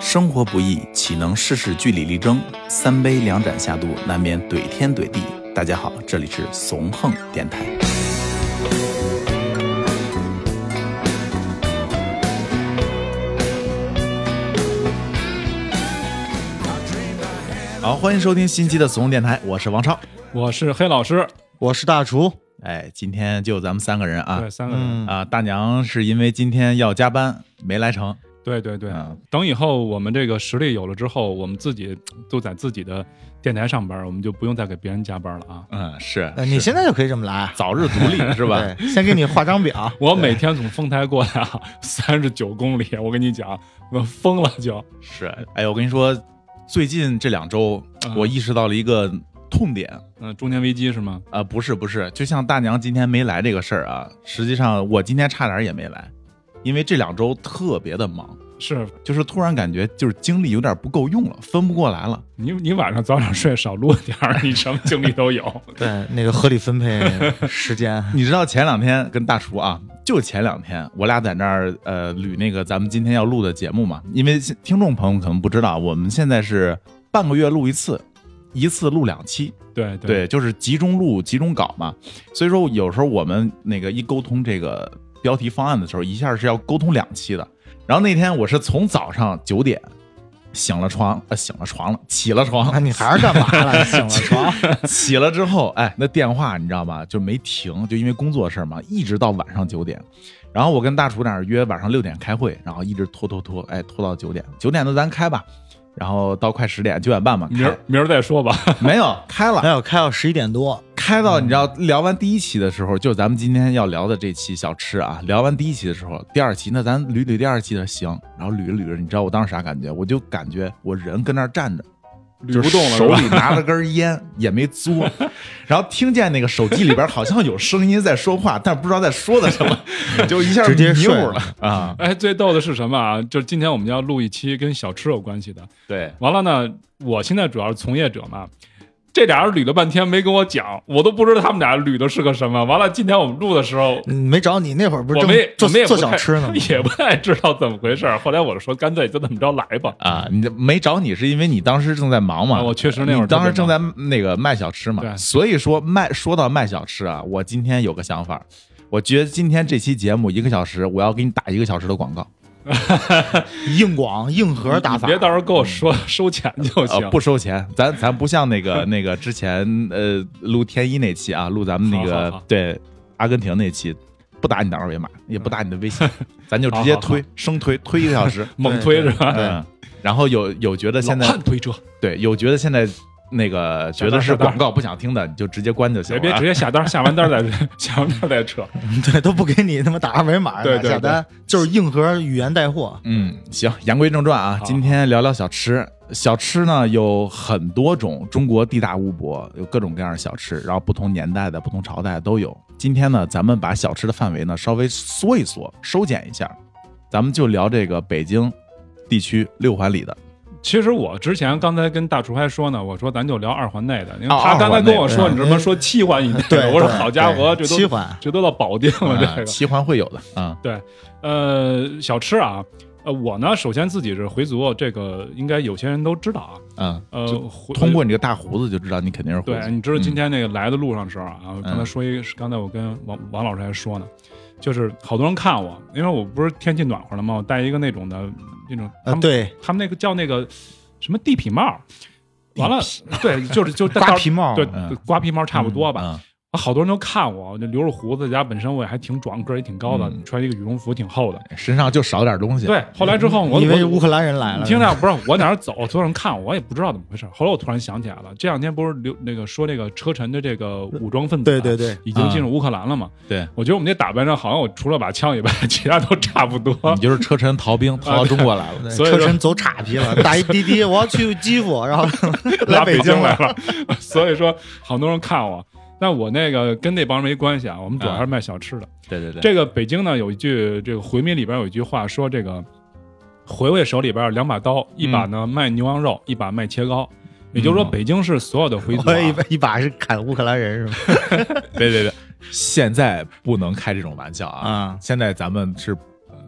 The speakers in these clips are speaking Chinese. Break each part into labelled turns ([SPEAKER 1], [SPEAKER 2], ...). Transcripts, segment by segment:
[SPEAKER 1] 生活不易，岂能事事据理力争？三杯两盏下肚，难免怼天怼地。大家好，这里是怂横电台。好，欢迎收听新期的怂横电台，我是王超。
[SPEAKER 2] 我是黑老师，
[SPEAKER 3] 我是大厨，
[SPEAKER 1] 哎，今天就咱们三个人啊
[SPEAKER 2] 对，三个人，
[SPEAKER 3] 嗯
[SPEAKER 1] 啊、大娘是因为今天要加班没来成，
[SPEAKER 2] 对对对
[SPEAKER 1] 嗯。
[SPEAKER 2] 等以后我们这个实力有了之后，我们自己就在自己的电台上班，我们就不用再给别人加班了啊。
[SPEAKER 1] 嗯，是
[SPEAKER 3] 呃，你
[SPEAKER 1] 是
[SPEAKER 3] 现在就可以这么来，
[SPEAKER 1] 早日独立是吧？
[SPEAKER 3] 对，先给你画张表，
[SPEAKER 2] 我每天从丰台过来啊， 三十九公里，我跟你讲，我疯了就。
[SPEAKER 1] 是，哎，我跟你说，最近这两周
[SPEAKER 2] 嗯
[SPEAKER 1] 我意识到了一个痛点啊、
[SPEAKER 2] 嗯、中年危机是吗？
[SPEAKER 1] 呃不是不是，就像大娘今天没来这个事儿啊，实际上我今天差点也没来，因为这两周特别的忙，
[SPEAKER 2] 是
[SPEAKER 1] 就是突然感觉就是精力有点不够用了，分不过来了。
[SPEAKER 2] 你你晚上早点睡，少撸点儿，你什么精力都有。
[SPEAKER 3] 对，那个合理分配时间，
[SPEAKER 1] 你知道前两天跟大厨啊，就前两天我俩在那儿呃捋那个咱们今天要录的节目嘛，因为现听众朋友可能不知道，我们现在是半个月录一次，一次录两期，
[SPEAKER 2] 对对
[SPEAKER 1] 对，就是集中录、集中搞嘛。所以说，有时候我们那个一沟通这个标题方案的时候，一下是要沟通两期的。然后那天我是从早上九点醒了床，呃，醒了床了，起了
[SPEAKER 3] 那
[SPEAKER 1] 床，
[SPEAKER 3] 你还是干嘛了？醒了床，
[SPEAKER 1] 起了之后，哎，那电话你知道吗？就没停，就因为工作事儿嘛，一直到晚上九点。然后我跟大厨那儿约晚上六点开会，然后一直拖拖拖，哎，拖到九点，九点的咱开吧。然后到快十点，九点半嘛，
[SPEAKER 2] 明
[SPEAKER 1] 开
[SPEAKER 2] 儿明儿再说吧。
[SPEAKER 1] 没有开了
[SPEAKER 3] 没，有开到十一点多，
[SPEAKER 1] 开到你知道
[SPEAKER 2] 嗯
[SPEAKER 1] 聊完第一期的时候，就是咱们今天要聊的这期小吃啊。聊完第一期的时候，第二期那咱捋捋第二期的行，然后捋着捋着，你知道我当时啥感觉？我就感觉我人跟那儿站着，
[SPEAKER 2] 捋不动了是
[SPEAKER 1] 手
[SPEAKER 2] 吧？
[SPEAKER 1] 里拿了根烟也没嘬，然后听见那个手机里边好像有声音在说话，但是不知道在说的什么， 就一下
[SPEAKER 3] 直接
[SPEAKER 1] 迷
[SPEAKER 3] 睡
[SPEAKER 1] 糊了啊。
[SPEAKER 2] 哎，最逗的是什么啊？就是今天我们要录一期跟小吃有关系的，
[SPEAKER 1] 对，
[SPEAKER 2] 完了呢，我现在主要是从业者嘛，这俩人捋了半天没跟我讲，我都不知道他们俩捋的是个什么。完了，今天我们录的时候，
[SPEAKER 3] 嗯没找你那会儿不是
[SPEAKER 2] 我
[SPEAKER 3] 正
[SPEAKER 2] 们也我
[SPEAKER 3] 做
[SPEAKER 2] 们也不
[SPEAKER 3] 做
[SPEAKER 2] 太
[SPEAKER 3] 小吃呢吗？
[SPEAKER 2] 也不太知道怎么回事儿。后来我说，干脆就这么着来吧。
[SPEAKER 1] 啊，你没找你是因为你当时正在忙嘛？
[SPEAKER 2] 啊我确实那会儿
[SPEAKER 1] 你当时
[SPEAKER 2] 特
[SPEAKER 1] 正
[SPEAKER 2] 别
[SPEAKER 1] 在那个卖小吃嘛，
[SPEAKER 2] 对
[SPEAKER 1] 所以说卖说到卖小吃啊，我今天有个想法，我觉得今天这期节目一个小时，我要给你打一个小时的广告，
[SPEAKER 3] 硬广硬核打
[SPEAKER 2] 你，
[SPEAKER 3] 法哦
[SPEAKER 2] 别到时候跟我说收钱就
[SPEAKER 1] 呃
[SPEAKER 2] 行。，
[SPEAKER 1] 不收钱，咱咱不像那个 那个之前呃录天一那期啊，录咱们那
[SPEAKER 2] 好
[SPEAKER 1] 个
[SPEAKER 2] 好好
[SPEAKER 1] 对阿根廷那期。不打你的二维码，也不打你的微 信，咱就直接
[SPEAKER 2] 好好好，
[SPEAKER 1] 推生推推一个小时
[SPEAKER 2] 猛推是吧？
[SPEAKER 3] 对
[SPEAKER 1] 嗯，然后有有觉得现在
[SPEAKER 2] 老汉推车，
[SPEAKER 1] 对，有觉得现在那个觉得是广告不想听的，你就直接关就行
[SPEAKER 2] 别
[SPEAKER 1] 了。啊
[SPEAKER 2] 别直接下单，下完单再 下完单再扯。
[SPEAKER 3] 对，都不给你他妈打二维码，
[SPEAKER 2] 对
[SPEAKER 3] 打
[SPEAKER 2] 对
[SPEAKER 3] 下单就是硬核语言 带货，
[SPEAKER 1] 嗯，行，言归正传啊，
[SPEAKER 2] 好
[SPEAKER 1] 今天聊聊小吃。小吃呢有很多种，中国地大物博，有各种各样的小吃，然后不同年代的、不同朝代都有。今天呢，咱们把小吃的范围呢稍微缩一缩，收减一下，咱们就聊这个北京地区六环里 的。
[SPEAKER 2] 其实我之前刚才跟大厨还说呢，我说咱就聊二环内的，因为
[SPEAKER 1] 哦
[SPEAKER 2] 他刚才跟我
[SPEAKER 1] 二环内
[SPEAKER 2] 说
[SPEAKER 3] 嗯
[SPEAKER 2] 你什么说七环以内
[SPEAKER 3] 对嗯
[SPEAKER 2] 的，我说
[SPEAKER 3] 对
[SPEAKER 2] 好家伙，这
[SPEAKER 3] 对
[SPEAKER 2] 都
[SPEAKER 3] 七环，
[SPEAKER 2] 这都到保定了这
[SPEAKER 1] 啊
[SPEAKER 2] 个。
[SPEAKER 1] 七环会有的啊、
[SPEAKER 2] 呃，小吃啊，呃，我呢，首先自己是回族，这个应该有些人都知道啊。
[SPEAKER 1] 嗯
[SPEAKER 2] 呃，
[SPEAKER 1] 就
[SPEAKER 2] 回
[SPEAKER 1] 通过你这个大胡子就知道你肯定是回
[SPEAKER 2] 对，
[SPEAKER 1] 族。
[SPEAKER 2] 你知道今
[SPEAKER 1] 嗯
[SPEAKER 2] 天那个来的路上的时候啊，刚才说一，刚才我跟王王老师还说呢，就是好多人看我，因为我不是天气暖和了嘛，我戴一个那种的那种，他
[SPEAKER 3] 呃，
[SPEAKER 2] 们、
[SPEAKER 3] 对，
[SPEAKER 2] 他们那个叫那个什么地痞帽，完了，对，就是就
[SPEAKER 3] 瓜皮帽，
[SPEAKER 2] 对
[SPEAKER 1] 嗯
[SPEAKER 2] 瓜皮帽差不多吧。
[SPEAKER 1] 嗯
[SPEAKER 2] 好多人都看我，就留着胡子，加本身我也还挺壮，个儿也挺高的，
[SPEAKER 1] 嗯
[SPEAKER 2] 穿一个羽绒服挺厚的。
[SPEAKER 1] 身上就少点东西。
[SPEAKER 2] 对，后来之后我
[SPEAKER 3] 以为
[SPEAKER 2] 我
[SPEAKER 3] 乌克兰人来
[SPEAKER 2] 你
[SPEAKER 3] 了，
[SPEAKER 2] 听着，不是我哪儿走， 所有人看我，我也不知道怎么回事。后来我突然想起来了，这两天不是流那个说这个车臣的这个武装分子、
[SPEAKER 3] 对嗯对，对，
[SPEAKER 2] 已经进入乌克兰了嘛？
[SPEAKER 1] 对，
[SPEAKER 2] 我觉得我们这打扮上好像我除了把枪以外， 其他都差不多。
[SPEAKER 3] 嗯
[SPEAKER 1] 你就是车臣逃
[SPEAKER 2] 啊
[SPEAKER 1] 兵逃到中国来了。
[SPEAKER 3] 对
[SPEAKER 2] 所以
[SPEAKER 3] 车
[SPEAKER 2] 说
[SPEAKER 3] 臣走岔皮了，打一滴滴，我要去基辅，然后来
[SPEAKER 2] 拉
[SPEAKER 3] 北
[SPEAKER 2] 北
[SPEAKER 3] 京
[SPEAKER 2] 来
[SPEAKER 3] 了，
[SPEAKER 2] 了， 所以说好多人看我。但我那个跟那帮人没关系啊，我们
[SPEAKER 3] 嗯
[SPEAKER 2] 主要还是卖小吃的。
[SPEAKER 1] 对对对
[SPEAKER 2] 这个北京呢有一句这个回民里边有一句话说这个回味手里边有两把刀，一
[SPEAKER 3] 嗯
[SPEAKER 2] 把呢卖牛羊肉，一把卖切糕。也就是说，
[SPEAKER 1] 嗯
[SPEAKER 2] 北京市所有的回族、啊
[SPEAKER 3] 我以为一把是砍乌克兰人是 吧？
[SPEAKER 1] 对对对，现在不能开这种玩笑啊！
[SPEAKER 3] 啊
[SPEAKER 1] 现在咱们是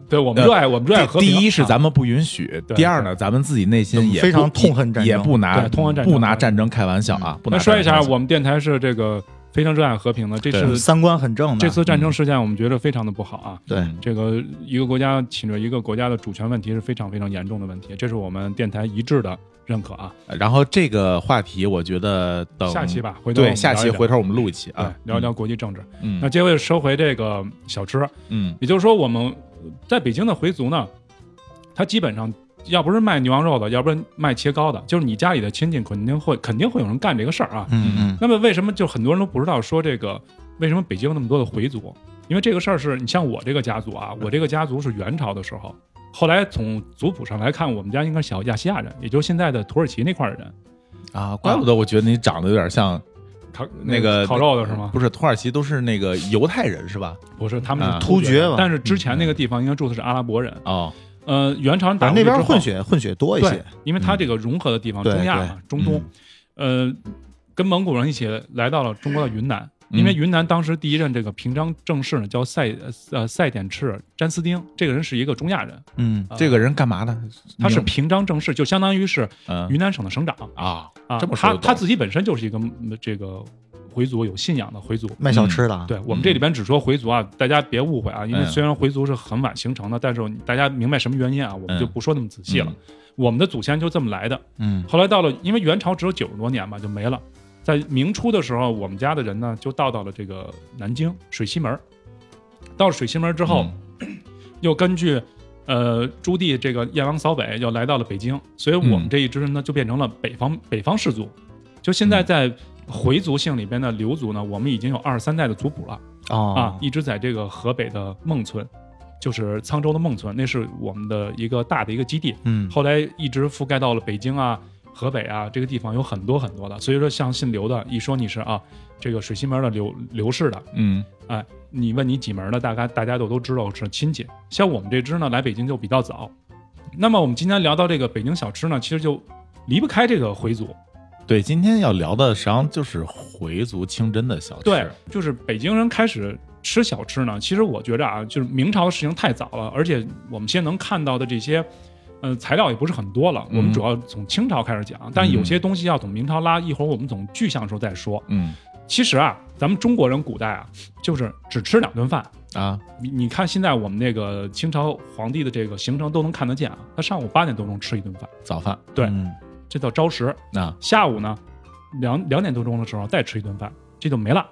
[SPEAKER 2] 对我们热爱，我们热爱和
[SPEAKER 1] 呃第
[SPEAKER 2] 平。啊
[SPEAKER 1] 第一是咱们不允许，
[SPEAKER 2] 对
[SPEAKER 1] 第二呢，咱们自己内心也
[SPEAKER 3] 非常
[SPEAKER 1] 不
[SPEAKER 3] 痛恨战争
[SPEAKER 1] 也不拿
[SPEAKER 2] 对痛恨战争嗯
[SPEAKER 1] 不拿战争开玩笑啊。不拿
[SPEAKER 2] 那说一
[SPEAKER 1] 战
[SPEAKER 2] 下，
[SPEAKER 1] 争开玩笑
[SPEAKER 2] 我们电台是这个非常热爱和平的。这
[SPEAKER 1] 对
[SPEAKER 2] 次
[SPEAKER 3] 三观很正的。
[SPEAKER 2] 这次战
[SPEAKER 1] 嗯
[SPEAKER 2] 争事件，我们觉得非常的不好啊。
[SPEAKER 3] 对
[SPEAKER 2] 这个一个国家侵略一个国家的主权问题是非常非常严重的问题，这是我们电台一致的认可啊。
[SPEAKER 1] 然后这个话题，我觉得等
[SPEAKER 2] 下期吧，回头
[SPEAKER 1] 嗯对
[SPEAKER 2] 我们
[SPEAKER 1] 下期
[SPEAKER 2] 聊一聊
[SPEAKER 1] 回头我们录一期啊
[SPEAKER 2] 对，聊一聊国际政治。
[SPEAKER 1] 嗯。
[SPEAKER 2] 那
[SPEAKER 1] 嗯
[SPEAKER 2] 接着收回这个小吃，
[SPEAKER 1] 嗯
[SPEAKER 2] 也就是说我们在北京的回族呢，他基本上要不是卖牛羊肉的，要不然卖切糕的，就是你家里的亲戚肯定会肯定会有人干这个事儿啊。
[SPEAKER 3] 嗯嗯，
[SPEAKER 2] 那么为什么就很多人都不知道说这个为什么北京有那么多的回族？因为这个事儿是你像我这个家族啊，我这个家族是元朝的时候，后来从族谱上来看，我们家应该是小亚细亚人，也就是现在的土耳其那块儿的人。
[SPEAKER 1] 啊，怪不得我觉得你长得有点像
[SPEAKER 2] 烤
[SPEAKER 1] 那个
[SPEAKER 2] 啊烤肉的是吗？
[SPEAKER 1] 不是，土耳其都是那个犹太人是吧？
[SPEAKER 2] 不是，他们
[SPEAKER 1] 啊
[SPEAKER 2] 是
[SPEAKER 3] 突厥吧嗯
[SPEAKER 2] 但是之前那个地方应该住的是阿拉伯人。
[SPEAKER 1] 哦，
[SPEAKER 2] 呃，元朝人打
[SPEAKER 3] 反
[SPEAKER 2] 过去之
[SPEAKER 3] 正那边
[SPEAKER 2] 后
[SPEAKER 3] 混血混血多一
[SPEAKER 2] 对
[SPEAKER 3] 些。，
[SPEAKER 2] 因为
[SPEAKER 1] 嗯
[SPEAKER 2] 它这个融合的地方，
[SPEAKER 3] 对
[SPEAKER 2] 中亚嘛，中东，呃，跟蒙古人一起来到了中国的云南，
[SPEAKER 1] 嗯
[SPEAKER 2] 因为云南当时第一任这个平章政事呢叫赛呃赛典赤詹斯丁，这个人是一个中亚人，呃
[SPEAKER 3] 嗯，
[SPEAKER 1] 这个人干嘛的？
[SPEAKER 2] 他是平章政事，就相当于是
[SPEAKER 1] 嗯
[SPEAKER 2] 云南省的省长
[SPEAKER 1] 啊，
[SPEAKER 2] 啊。
[SPEAKER 1] 这么说
[SPEAKER 2] 他
[SPEAKER 1] 就
[SPEAKER 2] 他
[SPEAKER 1] 懂
[SPEAKER 2] 自己本身就是一个嗯这个回族有信仰的
[SPEAKER 1] 嗯
[SPEAKER 2] 回族。
[SPEAKER 3] 卖小吃的啊。
[SPEAKER 2] 嗯对我们这里边只说回族啊，大家别误会啊，因为
[SPEAKER 1] 嗯
[SPEAKER 2] 虽然回族是很晚形成的，但是大家明白什么原因啊，我们就
[SPEAKER 1] 嗯
[SPEAKER 2] 不说那么仔细了。我们的祖先就这么来的，
[SPEAKER 3] 嗯
[SPEAKER 2] 后来到了，因为元朝只有九十多年嘛，就没了。在明初的时候，我们家的人呢就到到了这个南京水西门儿。到了水西门儿之后，
[SPEAKER 1] 嗯
[SPEAKER 2] 又根据呃朱棣这个燕王扫北，又来到了北京，所以我们
[SPEAKER 1] 嗯
[SPEAKER 2] 这一支人呢就变成了北方北方氏族。就现在在回族姓里边的流族呢，我们已经有二十三代的族谱了。啊
[SPEAKER 3] 哦，
[SPEAKER 2] 一直在这个河北的孟村，就是沧州的孟村，那是我们的一个大的一个基地。
[SPEAKER 3] 嗯
[SPEAKER 2] 后来一直覆盖到了北京啊、河北啊这个地方，有很多很多的。所以说，像姓刘的，一说你是啊，这个水西门的刘刘氏的，
[SPEAKER 1] 嗯
[SPEAKER 2] 哎，你问你几门的，大概大家都都知道是亲戚。像我们这支呢，来北京就比较早。那么我们今天聊到这个北京小吃呢，其实就离不开这个回族。
[SPEAKER 1] 对，今天要聊的实际上就是回族清真的小吃。
[SPEAKER 2] 对，就是北京人开始吃小吃呢。其实我觉着啊，就是明朝的事情太早了，而且我们现在能看到的这些，呃，材料也不是很多了。
[SPEAKER 1] 嗯
[SPEAKER 2] 我们主要从清朝开始讲，但有些东西要从明朝拉，一会儿我们从具象时候再说。
[SPEAKER 1] 嗯
[SPEAKER 2] 其实啊，咱们中国人古代啊，就是只吃两顿饭。
[SPEAKER 1] 啊，
[SPEAKER 2] 你你看现在我们那个清朝皇帝的这个行程都能看得见啊，他上午八点多钟吃一顿饭，
[SPEAKER 1] 早饭
[SPEAKER 2] 对
[SPEAKER 3] 嗯
[SPEAKER 2] 这叫朝食；
[SPEAKER 1] 啊
[SPEAKER 2] 下午呢，两两点多钟的时候再吃一顿饭，这就没了。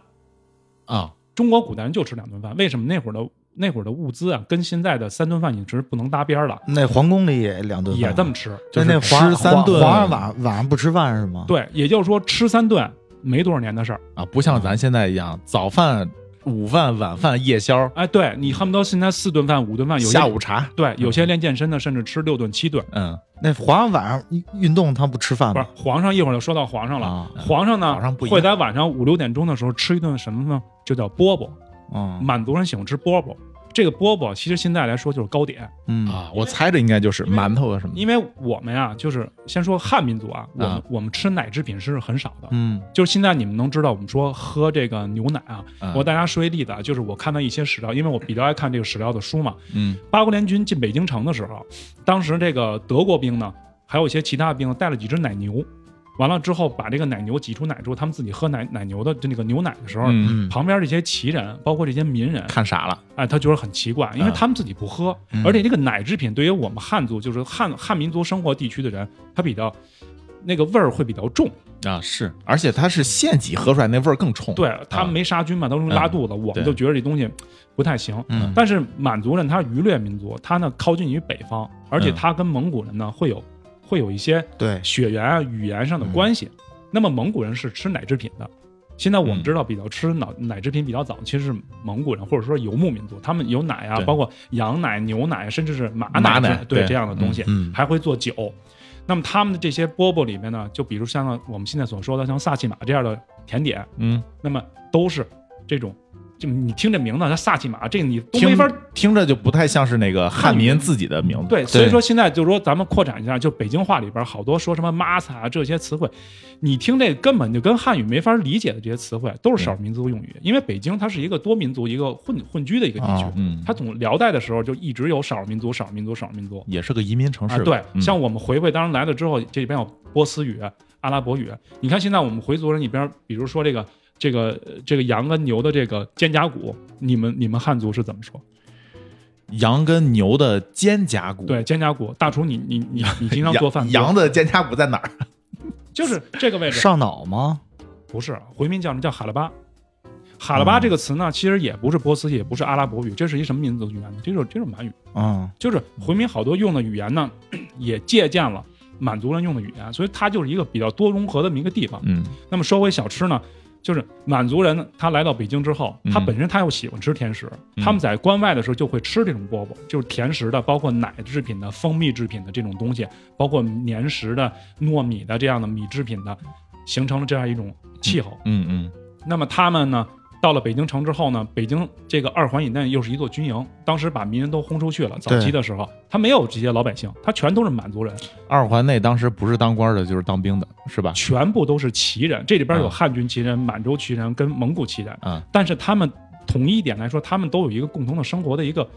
[SPEAKER 1] 啊，
[SPEAKER 2] 中国古代人就吃两顿饭，为什么那会儿的那会儿的物资啊，跟现在的三顿饭饮食不能搭边儿了，
[SPEAKER 3] 那皇宫里也两顿饭
[SPEAKER 2] 也这么吃。
[SPEAKER 1] 就
[SPEAKER 3] 那
[SPEAKER 1] 是
[SPEAKER 3] 那皇
[SPEAKER 1] 吃三顿
[SPEAKER 3] 皇皇上晚晚上不吃饭是吗？
[SPEAKER 2] 对，也就是说吃三顿没多少年的事儿。
[SPEAKER 1] 啊，不像咱现在一样，早饭、午饭、晚饭、夜宵、
[SPEAKER 2] 哎，对你恨不得现在四顿饭、五顿饭，有些
[SPEAKER 1] 下午嗯茶，
[SPEAKER 2] 对有些练健身的甚至吃六顿、七顿。
[SPEAKER 1] 嗯，
[SPEAKER 3] 那皇上晚上运动他不吃饭
[SPEAKER 2] 不
[SPEAKER 3] 吗
[SPEAKER 2] 是？皇上一会儿就说到皇上
[SPEAKER 1] 嗯
[SPEAKER 2] 了，
[SPEAKER 3] 啊
[SPEAKER 2] 皇上呢
[SPEAKER 1] 早嗯上不一样
[SPEAKER 2] 会在晚上五六点钟的时候吃一顿什么呢？就叫饽饽。
[SPEAKER 3] 嗯
[SPEAKER 2] 满族人喜欢吃饽饽，这个饽饽其实现在来说就是糕点，
[SPEAKER 3] 嗯
[SPEAKER 1] 啊，我猜着应该就是馒头啊什么的
[SPEAKER 2] 因为我们呀、就是先说汉民族啊，我们、
[SPEAKER 1] 啊
[SPEAKER 2] 我们吃奶制品是很少的，
[SPEAKER 3] 嗯
[SPEAKER 2] 就是现在你们能知道，我们说喝这个牛奶啊，
[SPEAKER 1] 嗯
[SPEAKER 2] 我给大家说一例子啊，就是我看到一些史料，因为我比较爱看这个史料的书嘛。
[SPEAKER 1] 嗯
[SPEAKER 2] 八国联军进北京城的时候，当时这个德国兵呢，还有一些其他兵带了几只奶牛，完了之后把这个奶牛挤出奶之后，他们自己喝奶奶牛的就那个牛奶的时候，
[SPEAKER 1] 嗯，
[SPEAKER 3] 嗯，
[SPEAKER 2] 旁边这些旗人，包括这些民人，
[SPEAKER 1] 看傻了，
[SPEAKER 2] 哎，他觉得很奇怪，因为他们自己不喝，而且这个奶制品对于我们汉族，就是汉汉民族生活地区的人，他比较那个味儿会比较重。
[SPEAKER 1] 啊，是，而且它是现挤喝出来，那味儿更冲。
[SPEAKER 2] 对他们没杀菌嘛，都是拉肚子，我
[SPEAKER 1] 对
[SPEAKER 2] 们就觉得这东西不太行。
[SPEAKER 3] 嗯
[SPEAKER 2] 但是满族人他是渔猎民族，他呢靠近于北方，而且他跟蒙古人呢会有会有一些
[SPEAKER 3] 对，
[SPEAKER 2] 血缘啊、语言上的关系。那么蒙古人是吃奶制品的，现在我们
[SPEAKER 1] 嗯
[SPEAKER 2] 知道比较吃奶奶制品比较早，其实是蒙古人或者说游牧民族，他们有奶啊
[SPEAKER 1] 对，
[SPEAKER 2] 包括羊奶、牛奶，甚至是马
[SPEAKER 1] 马
[SPEAKER 2] 奶
[SPEAKER 1] 奶
[SPEAKER 2] 之，对
[SPEAKER 1] 对
[SPEAKER 2] 这样的东西，
[SPEAKER 3] 嗯嗯
[SPEAKER 2] 还会做酒。那么他们的这些饽饽里面呢，就比如像我们现在所说的像萨其马这样的甜点，
[SPEAKER 1] 嗯
[SPEAKER 2] 那么都是这种就你听这名字，它萨其马，这你都
[SPEAKER 1] 听
[SPEAKER 2] 没法
[SPEAKER 1] 听着就不太像是那个汉民自己的名字。
[SPEAKER 2] 对，所以说现在就是说，咱们扩展一下，就北京话里边好多说什么 “masa” 啊这些词汇，你听这根本就跟汉语没法理解的这些词汇，都
[SPEAKER 1] 嗯
[SPEAKER 2] 是少数民族用语。因为北京它是一个多民族、一个混混居的一个地区
[SPEAKER 3] 啊，
[SPEAKER 1] 嗯，
[SPEAKER 2] 它从辽代的时候就一直有少数民族、少数民族、少数民族
[SPEAKER 1] 也是个移民城市
[SPEAKER 2] 啊。
[SPEAKER 1] 吧。
[SPEAKER 2] 对，
[SPEAKER 1] 嗯
[SPEAKER 2] 像我们回回当时来了之后，这里边有波斯语、阿拉伯语。你看现在我们回族人里边，比如说这个这个呃这个羊跟牛的这个肩胛骨，你们你们汉族是怎么说？
[SPEAKER 1] 羊跟牛的肩胛骨，
[SPEAKER 2] 对，肩胛骨。大厨你，你你你经
[SPEAKER 1] 嗯羊
[SPEAKER 2] 常做饭，
[SPEAKER 1] 羊的肩胛骨在哪儿？
[SPEAKER 2] 就是这个位置。
[SPEAKER 3] 上脑吗？
[SPEAKER 2] 不是回民叫什么叫哈拉巴。哈拉巴
[SPEAKER 1] 嗯
[SPEAKER 2] 这个词呢，其实也不是波斯，也不是阿拉伯语，这是一什么民族语言呢？这就是这是满语，
[SPEAKER 3] 嗯，
[SPEAKER 2] 就是回民好多用的语言呢， 也借鉴了满族人用的语言，所以它就是一个比较多融合的这么一个地方。
[SPEAKER 1] 嗯
[SPEAKER 2] 那么说回小吃呢，就是满族人呢他来到北京之后，他
[SPEAKER 1] 嗯
[SPEAKER 2] 本身他又喜欢吃甜食，
[SPEAKER 1] 嗯
[SPEAKER 2] 他们在关外的时候就会吃这种饽饽，就是甜食的，包括奶制品的、蜂蜜制品的这种东西，包括粘食的、糯米的这样的米制品的，形成了这样一种气候。
[SPEAKER 1] 嗯嗯
[SPEAKER 2] 那么他们呢，到了北京城之后呢，北京这个二环以内又是一座军营，当时把民人都轰出去了。早期的时候，他没有这些老百姓，他全都是满族人，
[SPEAKER 1] 二环内当时不是当官的，就是当兵的，是吧？
[SPEAKER 2] 全部都是旗人。这里边有
[SPEAKER 1] 嗯
[SPEAKER 2] 汉军旗人、满洲旗人跟蒙古旗人，
[SPEAKER 1] 嗯
[SPEAKER 2] 但是他们统一一点来说，他们都有一个共同的生活的一个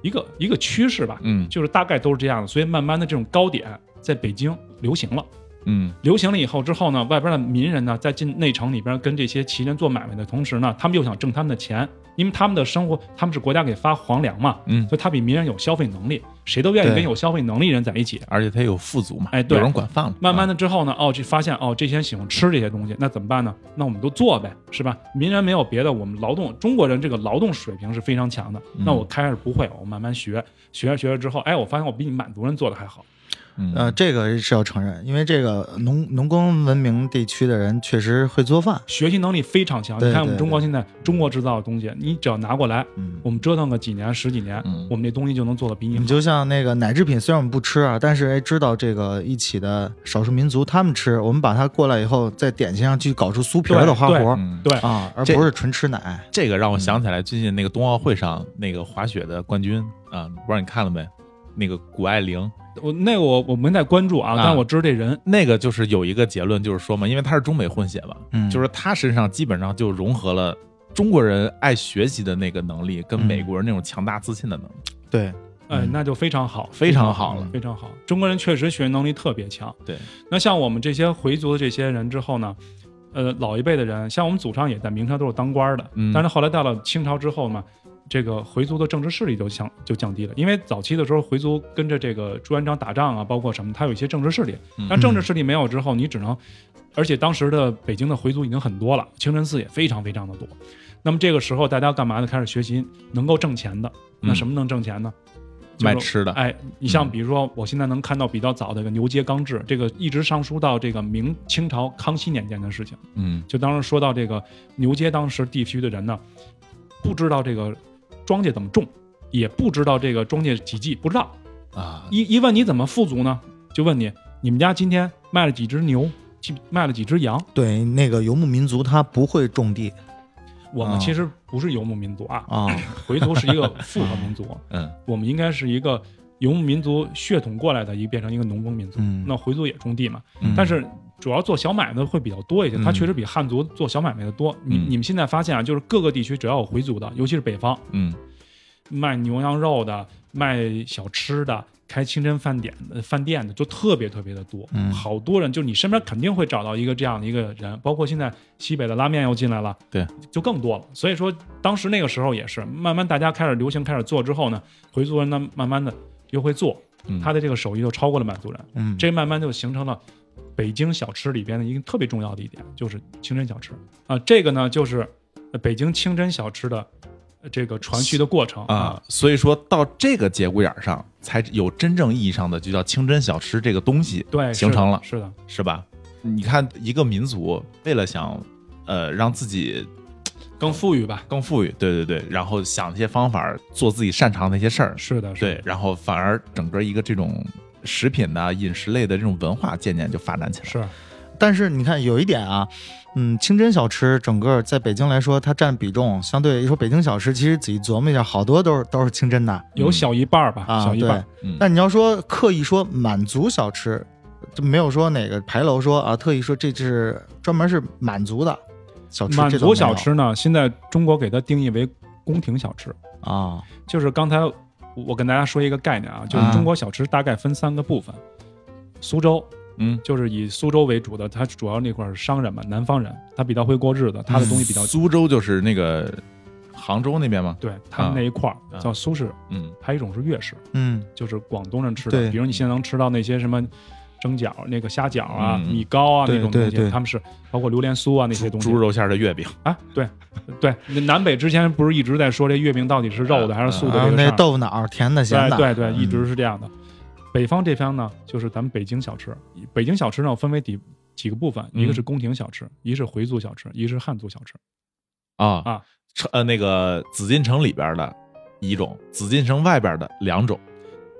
[SPEAKER 2] 一个一个趋势吧，
[SPEAKER 1] 嗯
[SPEAKER 2] 就是大概都是这样的。所以慢慢的这种糕点在北京流行了。
[SPEAKER 1] 嗯
[SPEAKER 2] 流行了以后之后呢，外边的民人呢，在进内城里边跟这些旗人做买卖的同时呢，他们又想挣他们的钱，因为他们的生活，他们是国家给发皇粮嘛，
[SPEAKER 1] 嗯，
[SPEAKER 2] 所以他比民人有消费能力，谁都愿意
[SPEAKER 3] 对
[SPEAKER 2] 跟有消费能力人在一起。
[SPEAKER 1] 而且他有富足嘛，啊
[SPEAKER 2] 哎对
[SPEAKER 1] 有人管饭了。
[SPEAKER 2] 慢慢
[SPEAKER 1] 的，
[SPEAKER 2] 的之后呢，
[SPEAKER 3] 啊
[SPEAKER 2] 哦，这发现哦，这些人喜欢吃这些东西，那怎么办呢？那我们都做呗，是吧？民人没有别的，我们劳动中国人这个劳动水平是非常强的。
[SPEAKER 3] 嗯
[SPEAKER 2] 那我开始不会，我慢慢学，学着学着之后，哎，我发现我比你满族人做的还好。
[SPEAKER 1] 嗯
[SPEAKER 3] 呃，这个是要承认，因为这个农农耕文明地区的人确实会做饭。
[SPEAKER 2] 学习能力非常强。
[SPEAKER 3] 对
[SPEAKER 2] 你看我们
[SPEAKER 3] 对
[SPEAKER 2] 中国现在中国制造的东西，你只要拿过来，
[SPEAKER 3] 嗯，
[SPEAKER 2] 我们折腾个几年十几年，
[SPEAKER 1] 嗯
[SPEAKER 2] 我们这东西就能做的比你
[SPEAKER 3] 你
[SPEAKER 2] 好。
[SPEAKER 3] 就像那个奶制品，虽然我们不吃啊，但是哎，知道这个一起的少数民族他们吃，我们把它过来以后，在点心上去搞出酥皮儿的花活儿
[SPEAKER 1] 嗯
[SPEAKER 2] 对，
[SPEAKER 3] 啊，而
[SPEAKER 1] 这
[SPEAKER 3] 不是纯吃奶。
[SPEAKER 1] 这个让我想起来最近那个冬奥会上那个滑雪的冠军啊，不知道你看了没？那个谷爱凌，
[SPEAKER 2] 我那个我我没太关注啊，
[SPEAKER 1] 啊
[SPEAKER 2] 但我知道这人
[SPEAKER 1] 那个就是有一个结论，就是说嘛，因为他是中美混血嘛，
[SPEAKER 3] 嗯
[SPEAKER 1] 就是他身上基本上就融合了中国人爱学习的那个能力，跟
[SPEAKER 3] 嗯
[SPEAKER 1] 美国人那种强大自信的能力。
[SPEAKER 3] 对，
[SPEAKER 2] 哎
[SPEAKER 1] 嗯，
[SPEAKER 2] 那就非常好，嗯
[SPEAKER 1] 非常好了
[SPEAKER 2] 非常好。中国人确实学习能力特别强。
[SPEAKER 1] 对，
[SPEAKER 2] 那像我们这些回族的这些人之后呢，呃，老一辈的人，像我们祖上也在明朝都是当官的，
[SPEAKER 1] 嗯
[SPEAKER 2] 但是后来到了清朝之后嘛，这个回族的政治势力就降就降低了，因为早期的时候回族跟着这个朱元璋打仗啊，包括什么，他有一些政治势力
[SPEAKER 1] 嗯，
[SPEAKER 2] 但政治势力没有之后，你只能，而且当时的北京的回族已经很多了，清真寺也非常非常的多，那么这个时候大家干嘛呢？开始学习能够挣钱的，那
[SPEAKER 1] 嗯
[SPEAKER 2] 什么能挣钱呢？就是
[SPEAKER 1] 卖吃的，
[SPEAKER 2] 哎，你像比如说，我现在能看到比较早的这个牛街钢制，这个一直上书到这个明清朝康熙年间的事情。
[SPEAKER 1] 嗯
[SPEAKER 2] 就当时说到这个牛街当时地区的人呢，不知道这个庄稼怎么种，也不知道这个庄稼几季，不知道。
[SPEAKER 1] 啊，
[SPEAKER 2] 一一问你怎么富足呢？就问你，你们家今天卖了几只牛，几卖了几只羊？
[SPEAKER 3] 对，那个游牧民族他不会种地
[SPEAKER 2] 我们
[SPEAKER 3] 啊
[SPEAKER 2] 其实不是游牧民族啊，
[SPEAKER 3] 啊，
[SPEAKER 2] 回族是一个复合民族，
[SPEAKER 1] 嗯
[SPEAKER 2] 我们应该是一个游牧民族血统过来的，一变成一个农耕民族。
[SPEAKER 3] 嗯
[SPEAKER 2] 那回族也种地嘛，
[SPEAKER 1] 嗯
[SPEAKER 2] 但是主要做小买卖的会比较多一些，
[SPEAKER 1] 嗯
[SPEAKER 2] 它确实比汉族做小买卖的多。你
[SPEAKER 1] 嗯
[SPEAKER 2] 你们现在发现啊，就是各个地区只要有回族的，尤其是北方，
[SPEAKER 1] 嗯
[SPEAKER 2] 卖牛羊肉的、卖小吃的、开清真饭店的、饭店的，就特别特别的多。
[SPEAKER 3] 嗯
[SPEAKER 2] 好多人，就你身边肯定会找到一个这样的一个人，包括现在西北的拉面又进来了，
[SPEAKER 1] 对，
[SPEAKER 2] 就更多了。所以说，当时那个时候也是，慢慢大家开始流行，开始做之后呢，回族人呢，慢慢的又会做，
[SPEAKER 1] 嗯
[SPEAKER 2] 他的这个手艺就超过了满族人。
[SPEAKER 3] 嗯，
[SPEAKER 2] 这慢慢就形成了北京小吃里边的一个特别重要的一点，就是清真小吃啊。这个呢，就是呃北京清真小吃的呃这个传续的过程
[SPEAKER 1] 啊，，所以说到这个节骨眼儿上，才有真正意义上的就叫清真小吃这个东西
[SPEAKER 2] 对，
[SPEAKER 1] 形成了，
[SPEAKER 2] 是的，
[SPEAKER 1] 是吧？你看一个民族为了想呃让自己
[SPEAKER 2] 是的更富裕吧？
[SPEAKER 1] 更富裕，对对对，然后想一些方法儿做自己擅长的一些事儿，
[SPEAKER 2] 是的，是的
[SPEAKER 1] 对，，然后反啊而整个一个这种食品呐、饮食类的这种文化渐渐就发展起来了。
[SPEAKER 2] 是，
[SPEAKER 3] 但是你看有一点啊，嗯，清真小吃整个在北京来说，它占比重相对一说北京小吃，其实仔细琢磨一下，好多都是都是清真的
[SPEAKER 2] 有小一半儿吧，
[SPEAKER 3] 啊，
[SPEAKER 2] 小一半
[SPEAKER 3] 对
[SPEAKER 2] 儿。。
[SPEAKER 1] 嗯
[SPEAKER 3] 但你要说刻意说满族小吃，就没有说哪个牌楼说啊，特意说这是专门是满族的小吃，
[SPEAKER 2] 满
[SPEAKER 3] 这倒没
[SPEAKER 2] 族
[SPEAKER 3] 有
[SPEAKER 2] 小吃呢，现在中国给它定义为宫廷小吃，
[SPEAKER 3] 啊，
[SPEAKER 2] 就是刚才我跟大家说一个概念啊，就是
[SPEAKER 3] 啊
[SPEAKER 2] 中国小吃大概分三个部分，苏州。
[SPEAKER 1] 嗯，
[SPEAKER 2] 就是以苏州为主的，它主要那块儿是商人嘛，南方人，他比较会过日子，他的东西比较、
[SPEAKER 1] 苏州就是那个杭州那边吗？
[SPEAKER 2] 对，他们那一块儿、
[SPEAKER 1] 啊
[SPEAKER 2] 叫苏式，
[SPEAKER 1] 嗯
[SPEAKER 2] 还有一种是粤式，
[SPEAKER 3] 嗯
[SPEAKER 2] 就是广东人吃的，
[SPEAKER 3] 对
[SPEAKER 2] 比如你现在能吃到那些什么蒸饺、那个虾饺啊、
[SPEAKER 1] 嗯
[SPEAKER 2] 米糕啊
[SPEAKER 3] 对
[SPEAKER 2] 那种东
[SPEAKER 3] 对
[SPEAKER 2] 西，
[SPEAKER 3] 对
[SPEAKER 2] 他们是包括榴莲酥啊那些东西
[SPEAKER 1] 猪肉馅儿的月饼，
[SPEAKER 2] 啊，对对，南北之前不是一直在说这月饼到底是肉
[SPEAKER 1] 啊
[SPEAKER 2] 的还是素的这
[SPEAKER 3] 然后
[SPEAKER 2] 个事
[SPEAKER 3] 啊那
[SPEAKER 2] 儿？
[SPEAKER 3] 豆腐脑甜的咸的，
[SPEAKER 2] 哎对对对，
[SPEAKER 3] 嗯
[SPEAKER 2] 一直是这样的。北方这方呢，就是咱们北京小吃。北京小吃呢分为几几个部分，
[SPEAKER 1] 嗯
[SPEAKER 2] 一个是宫廷小吃，一是回族小吃，一是汉族小吃。
[SPEAKER 1] 啊
[SPEAKER 2] 啊，
[SPEAKER 1] 城呃那个紫禁城里边的一种，紫禁城外边的两种。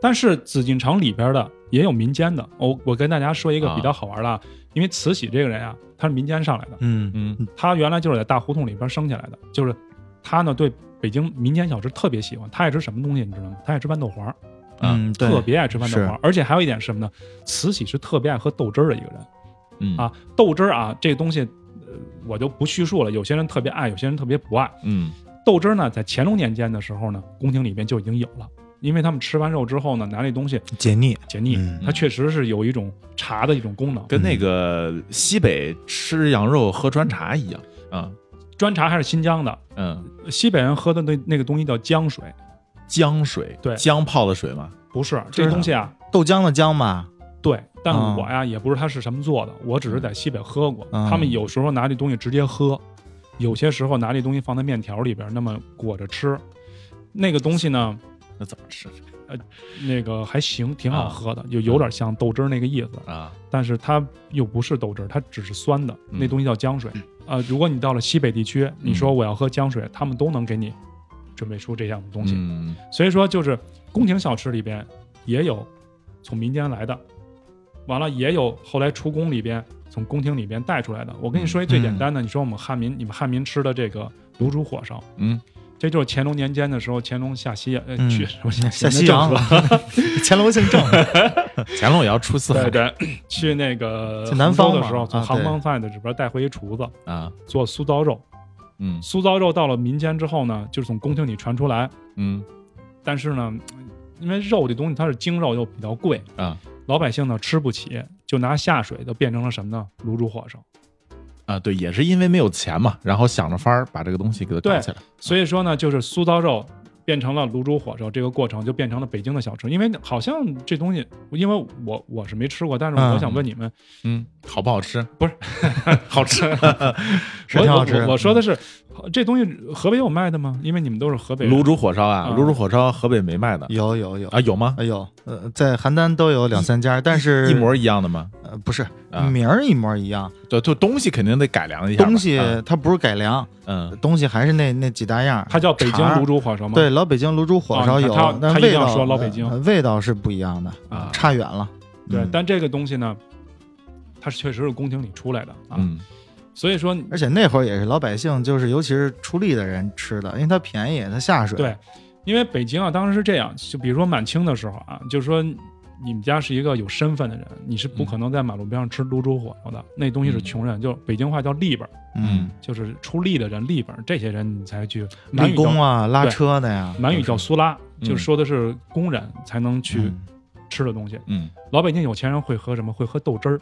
[SPEAKER 2] 但是紫禁城里边的也有民间的。我我跟大家说一个
[SPEAKER 1] 啊
[SPEAKER 2] 比较好玩的，啊、因为慈禧这个人啊，他是民间上来的，
[SPEAKER 3] 嗯
[SPEAKER 1] 嗯
[SPEAKER 2] 他原来就是在大胡同里边生下来的，就是他呢对北京民间小吃特别喜欢，他爱吃什么东西你知道吗？他爱吃豌豆黄儿，
[SPEAKER 3] 嗯，对
[SPEAKER 2] 特别爱吃豌豆
[SPEAKER 3] 是
[SPEAKER 2] 黄儿。而且还有一点是什么呢？慈禧是特别爱喝豆汁儿的一个人。
[SPEAKER 1] 嗯
[SPEAKER 2] 啊，豆汁儿啊，这东西呃我就不叙述了。有些人特别爱，有些人特别不爱。
[SPEAKER 1] 嗯
[SPEAKER 2] 豆汁儿呢，在乾隆年间的时候呢，宫廷里边就已经有了，因为他们吃完肉之后呢，拿那东西
[SPEAKER 3] 解腻，
[SPEAKER 2] 解腻，
[SPEAKER 3] 嗯
[SPEAKER 2] 它确实是有一种茶的一种功能。
[SPEAKER 1] 跟那个西北吃羊肉喝川茶一样啊，
[SPEAKER 2] 砖茶还是新疆的，
[SPEAKER 1] 嗯，
[SPEAKER 2] 西北人喝的那那个东西啊叫浆水，
[SPEAKER 1] 姜水，
[SPEAKER 2] 对
[SPEAKER 1] 姜泡的水嘛，
[SPEAKER 2] 不是
[SPEAKER 3] 是
[SPEAKER 2] 这
[SPEAKER 3] 的
[SPEAKER 2] 东西啊。
[SPEAKER 3] 豆浆的浆吧，
[SPEAKER 2] 对，但
[SPEAKER 3] 哦
[SPEAKER 2] 我呀、也不是它是什么做的，我只是在西北喝过。
[SPEAKER 3] 嗯
[SPEAKER 2] 他们有时候拿这东西直接喝，有些时候拿这东西放在面条里边，那么裹着吃。那个东西呢，
[SPEAKER 1] 那怎么吃
[SPEAKER 2] 那个还行，挺好喝的，就有点像豆汁儿那个意思，
[SPEAKER 1] 啊？
[SPEAKER 2] 但是它又不是豆汁儿，它只是酸的，
[SPEAKER 1] 嗯
[SPEAKER 2] 那东西叫浆水。啊、如果你到了西北地区，你说我要喝浆水，他们都能给你准备出这样的东西。
[SPEAKER 1] 嗯
[SPEAKER 2] 所以说，就是宫廷小吃里边也有从民间来的，完了也有后来出宫里边从宫廷里边带出来的。我跟
[SPEAKER 1] 嗯
[SPEAKER 2] 你说一最简单的，你说我们汉民，你们汉民吃的这个卤煮火烧，
[SPEAKER 1] 嗯，
[SPEAKER 2] 这就是乾隆年间的时候，乾隆下西呃
[SPEAKER 3] 嗯
[SPEAKER 2] 去什么
[SPEAKER 3] 下西洋
[SPEAKER 2] 了。，
[SPEAKER 3] 乾隆姓郑，
[SPEAKER 1] 乾隆也要出四海
[SPEAKER 2] 对对，去那个
[SPEAKER 3] 去南方
[SPEAKER 2] 杭州的
[SPEAKER 3] 嘛
[SPEAKER 2] 时候，从
[SPEAKER 3] 啊
[SPEAKER 2] 杭
[SPEAKER 3] 对
[SPEAKER 2] 帮菜的里边带回一厨子
[SPEAKER 1] 啊，
[SPEAKER 2] 做酥糟肉。
[SPEAKER 1] 嗯
[SPEAKER 2] 酥糟肉到了民间之后呢，就是从宫廷里传出来，
[SPEAKER 1] 嗯
[SPEAKER 2] 但是呢，因为肉这东西它是精肉又比较贵
[SPEAKER 1] 啊，
[SPEAKER 2] 老百姓呢吃不起，就拿下水的变成了什么呢？卤煮火烧。
[SPEAKER 1] 啊，对，也是因为没有钱嘛，然后想着法儿把这个东西给它搞
[SPEAKER 2] 对
[SPEAKER 1] 起来。
[SPEAKER 2] 所以说呢，就是酥糟肉变成了卤煮火烧，这个过程就变成了北京的小吃。因为好像这东西，因为我我是没吃过，但是我
[SPEAKER 3] 嗯
[SPEAKER 2] 想问你们，
[SPEAKER 1] 嗯，好不好吃？
[SPEAKER 2] 不是，
[SPEAKER 1] 好吃。
[SPEAKER 3] 是
[SPEAKER 2] 我
[SPEAKER 3] 挺好
[SPEAKER 2] 我
[SPEAKER 3] 吃嗯的
[SPEAKER 2] 我我说的是，这东西河北有卖的吗？因为你们都是河北人
[SPEAKER 1] 卤煮火烧啊，
[SPEAKER 2] 啊嗯
[SPEAKER 1] 卤煮火烧河北没卖的
[SPEAKER 3] 有有有，
[SPEAKER 1] 啊，有吗？
[SPEAKER 3] 哎呦，呃，在邯郸都有两三家，但是
[SPEAKER 1] 一模一样的吗？
[SPEAKER 3] 呃不是
[SPEAKER 2] 嗯
[SPEAKER 1] 啊
[SPEAKER 3] 名儿一模一样，
[SPEAKER 1] 对，就东西肯定得改良一下吧。
[SPEAKER 3] 东西呃
[SPEAKER 1] 啊
[SPEAKER 3] 它不是改良，
[SPEAKER 1] 嗯
[SPEAKER 3] 东西还是那那几大样儿，
[SPEAKER 2] 它叫北京
[SPEAKER 3] 肠儿
[SPEAKER 2] 卤煮火烧吗？
[SPEAKER 3] 对，老北京卤煮火烧
[SPEAKER 2] 哦你
[SPEAKER 3] 有
[SPEAKER 2] 看他，
[SPEAKER 3] 但
[SPEAKER 2] 他一定
[SPEAKER 3] 味
[SPEAKER 2] 要
[SPEAKER 3] 道
[SPEAKER 2] 说老北京
[SPEAKER 3] 呃味道是不一样的，
[SPEAKER 2] 啊，
[SPEAKER 3] 差远了。
[SPEAKER 2] 对
[SPEAKER 3] 嗯，
[SPEAKER 2] 但这个东西呢，它是确实是宫廷里出来的啊，
[SPEAKER 1] 嗯
[SPEAKER 2] 所以说
[SPEAKER 3] 而且那会儿也是老百姓，就是尤其是出力的人吃的，因为它便宜，它下水。
[SPEAKER 2] 对，因为北京啊，当时是这样，就比如说满清的时候啊，就是说你们家是一个有身份的人，你是
[SPEAKER 3] 嗯
[SPEAKER 2] 不可能在马路边上吃卤煮火烧的，那东西是穷人，就北京话叫立本儿，
[SPEAKER 3] 嗯，
[SPEAKER 2] 就是出力的人，立本儿这些人你才去满
[SPEAKER 3] 立
[SPEAKER 2] 语叫
[SPEAKER 3] 功啊，拉车的呀，
[SPEAKER 2] 满语叫苏拉，
[SPEAKER 1] 嗯
[SPEAKER 2] 就是说的是工人才能去
[SPEAKER 3] 嗯
[SPEAKER 2] 吃的东西。
[SPEAKER 1] 嗯，
[SPEAKER 2] 老北京有钱人会喝什么？会喝豆汁儿，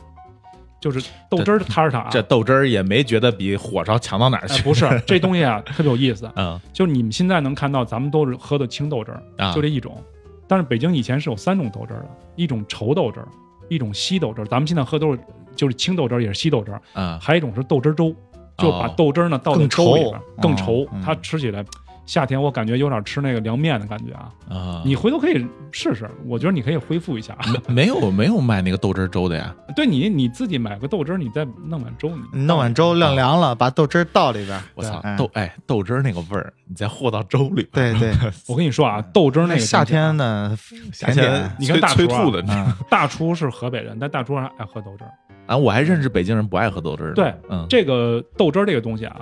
[SPEAKER 2] 就是豆汁儿的摊儿上啊，
[SPEAKER 1] 这豆汁儿也没觉得比火烧强到哪儿
[SPEAKER 2] 哎
[SPEAKER 1] 去。
[SPEAKER 2] 不是 这东西啊，特别有意思。
[SPEAKER 1] 嗯
[SPEAKER 2] 就是你们现在能看到，咱们都是喝的青豆汁儿，
[SPEAKER 1] 啊，
[SPEAKER 2] 就这一种。但是北京以前是有三种豆汁儿的，一种稠豆汁儿，一种稀豆汁儿。咱们现在喝都是就是青豆汁儿，也是稀豆汁儿，
[SPEAKER 1] 啊，
[SPEAKER 2] 还有一种是豆汁儿粥，就把
[SPEAKER 1] 哦
[SPEAKER 2] 豆汁儿呢倒到
[SPEAKER 3] 更
[SPEAKER 2] 粥里
[SPEAKER 3] 稠
[SPEAKER 2] 边，更稠
[SPEAKER 3] 哦。嗯
[SPEAKER 2] 它吃起来，夏天我感觉有点吃那个凉面的感觉啊。
[SPEAKER 1] 啊，
[SPEAKER 2] 你回头可以试试，我觉得你可以恢复一下啊。
[SPEAKER 1] 没没有没有卖那个豆汁儿粥的呀？
[SPEAKER 2] 对你你自己买个豆汁儿，你再弄碗粥，你
[SPEAKER 3] 嗯你弄碗粥晾凉了，把豆汁儿倒里边儿。
[SPEAKER 1] 我操
[SPEAKER 3] 对，嗯
[SPEAKER 1] 豆哎豆汁儿那个味儿，你再和到粥里，
[SPEAKER 3] 哎对 对，
[SPEAKER 2] 我跟你说啊，豆汁儿那个
[SPEAKER 3] 夏
[SPEAKER 2] 东西啊
[SPEAKER 3] 天的
[SPEAKER 1] 夏
[SPEAKER 3] 甜点
[SPEAKER 1] 天
[SPEAKER 2] 你看大
[SPEAKER 1] 催
[SPEAKER 2] 厨啊
[SPEAKER 1] 催吐的，
[SPEAKER 3] 啊，
[SPEAKER 2] 大厨是河北人，但大厨还爱喝豆汁儿。
[SPEAKER 1] 嗯啊，我还认识北京人不爱喝豆汁儿呢。
[SPEAKER 2] 对，
[SPEAKER 1] 嗯
[SPEAKER 2] 这个豆汁儿这个东西啊，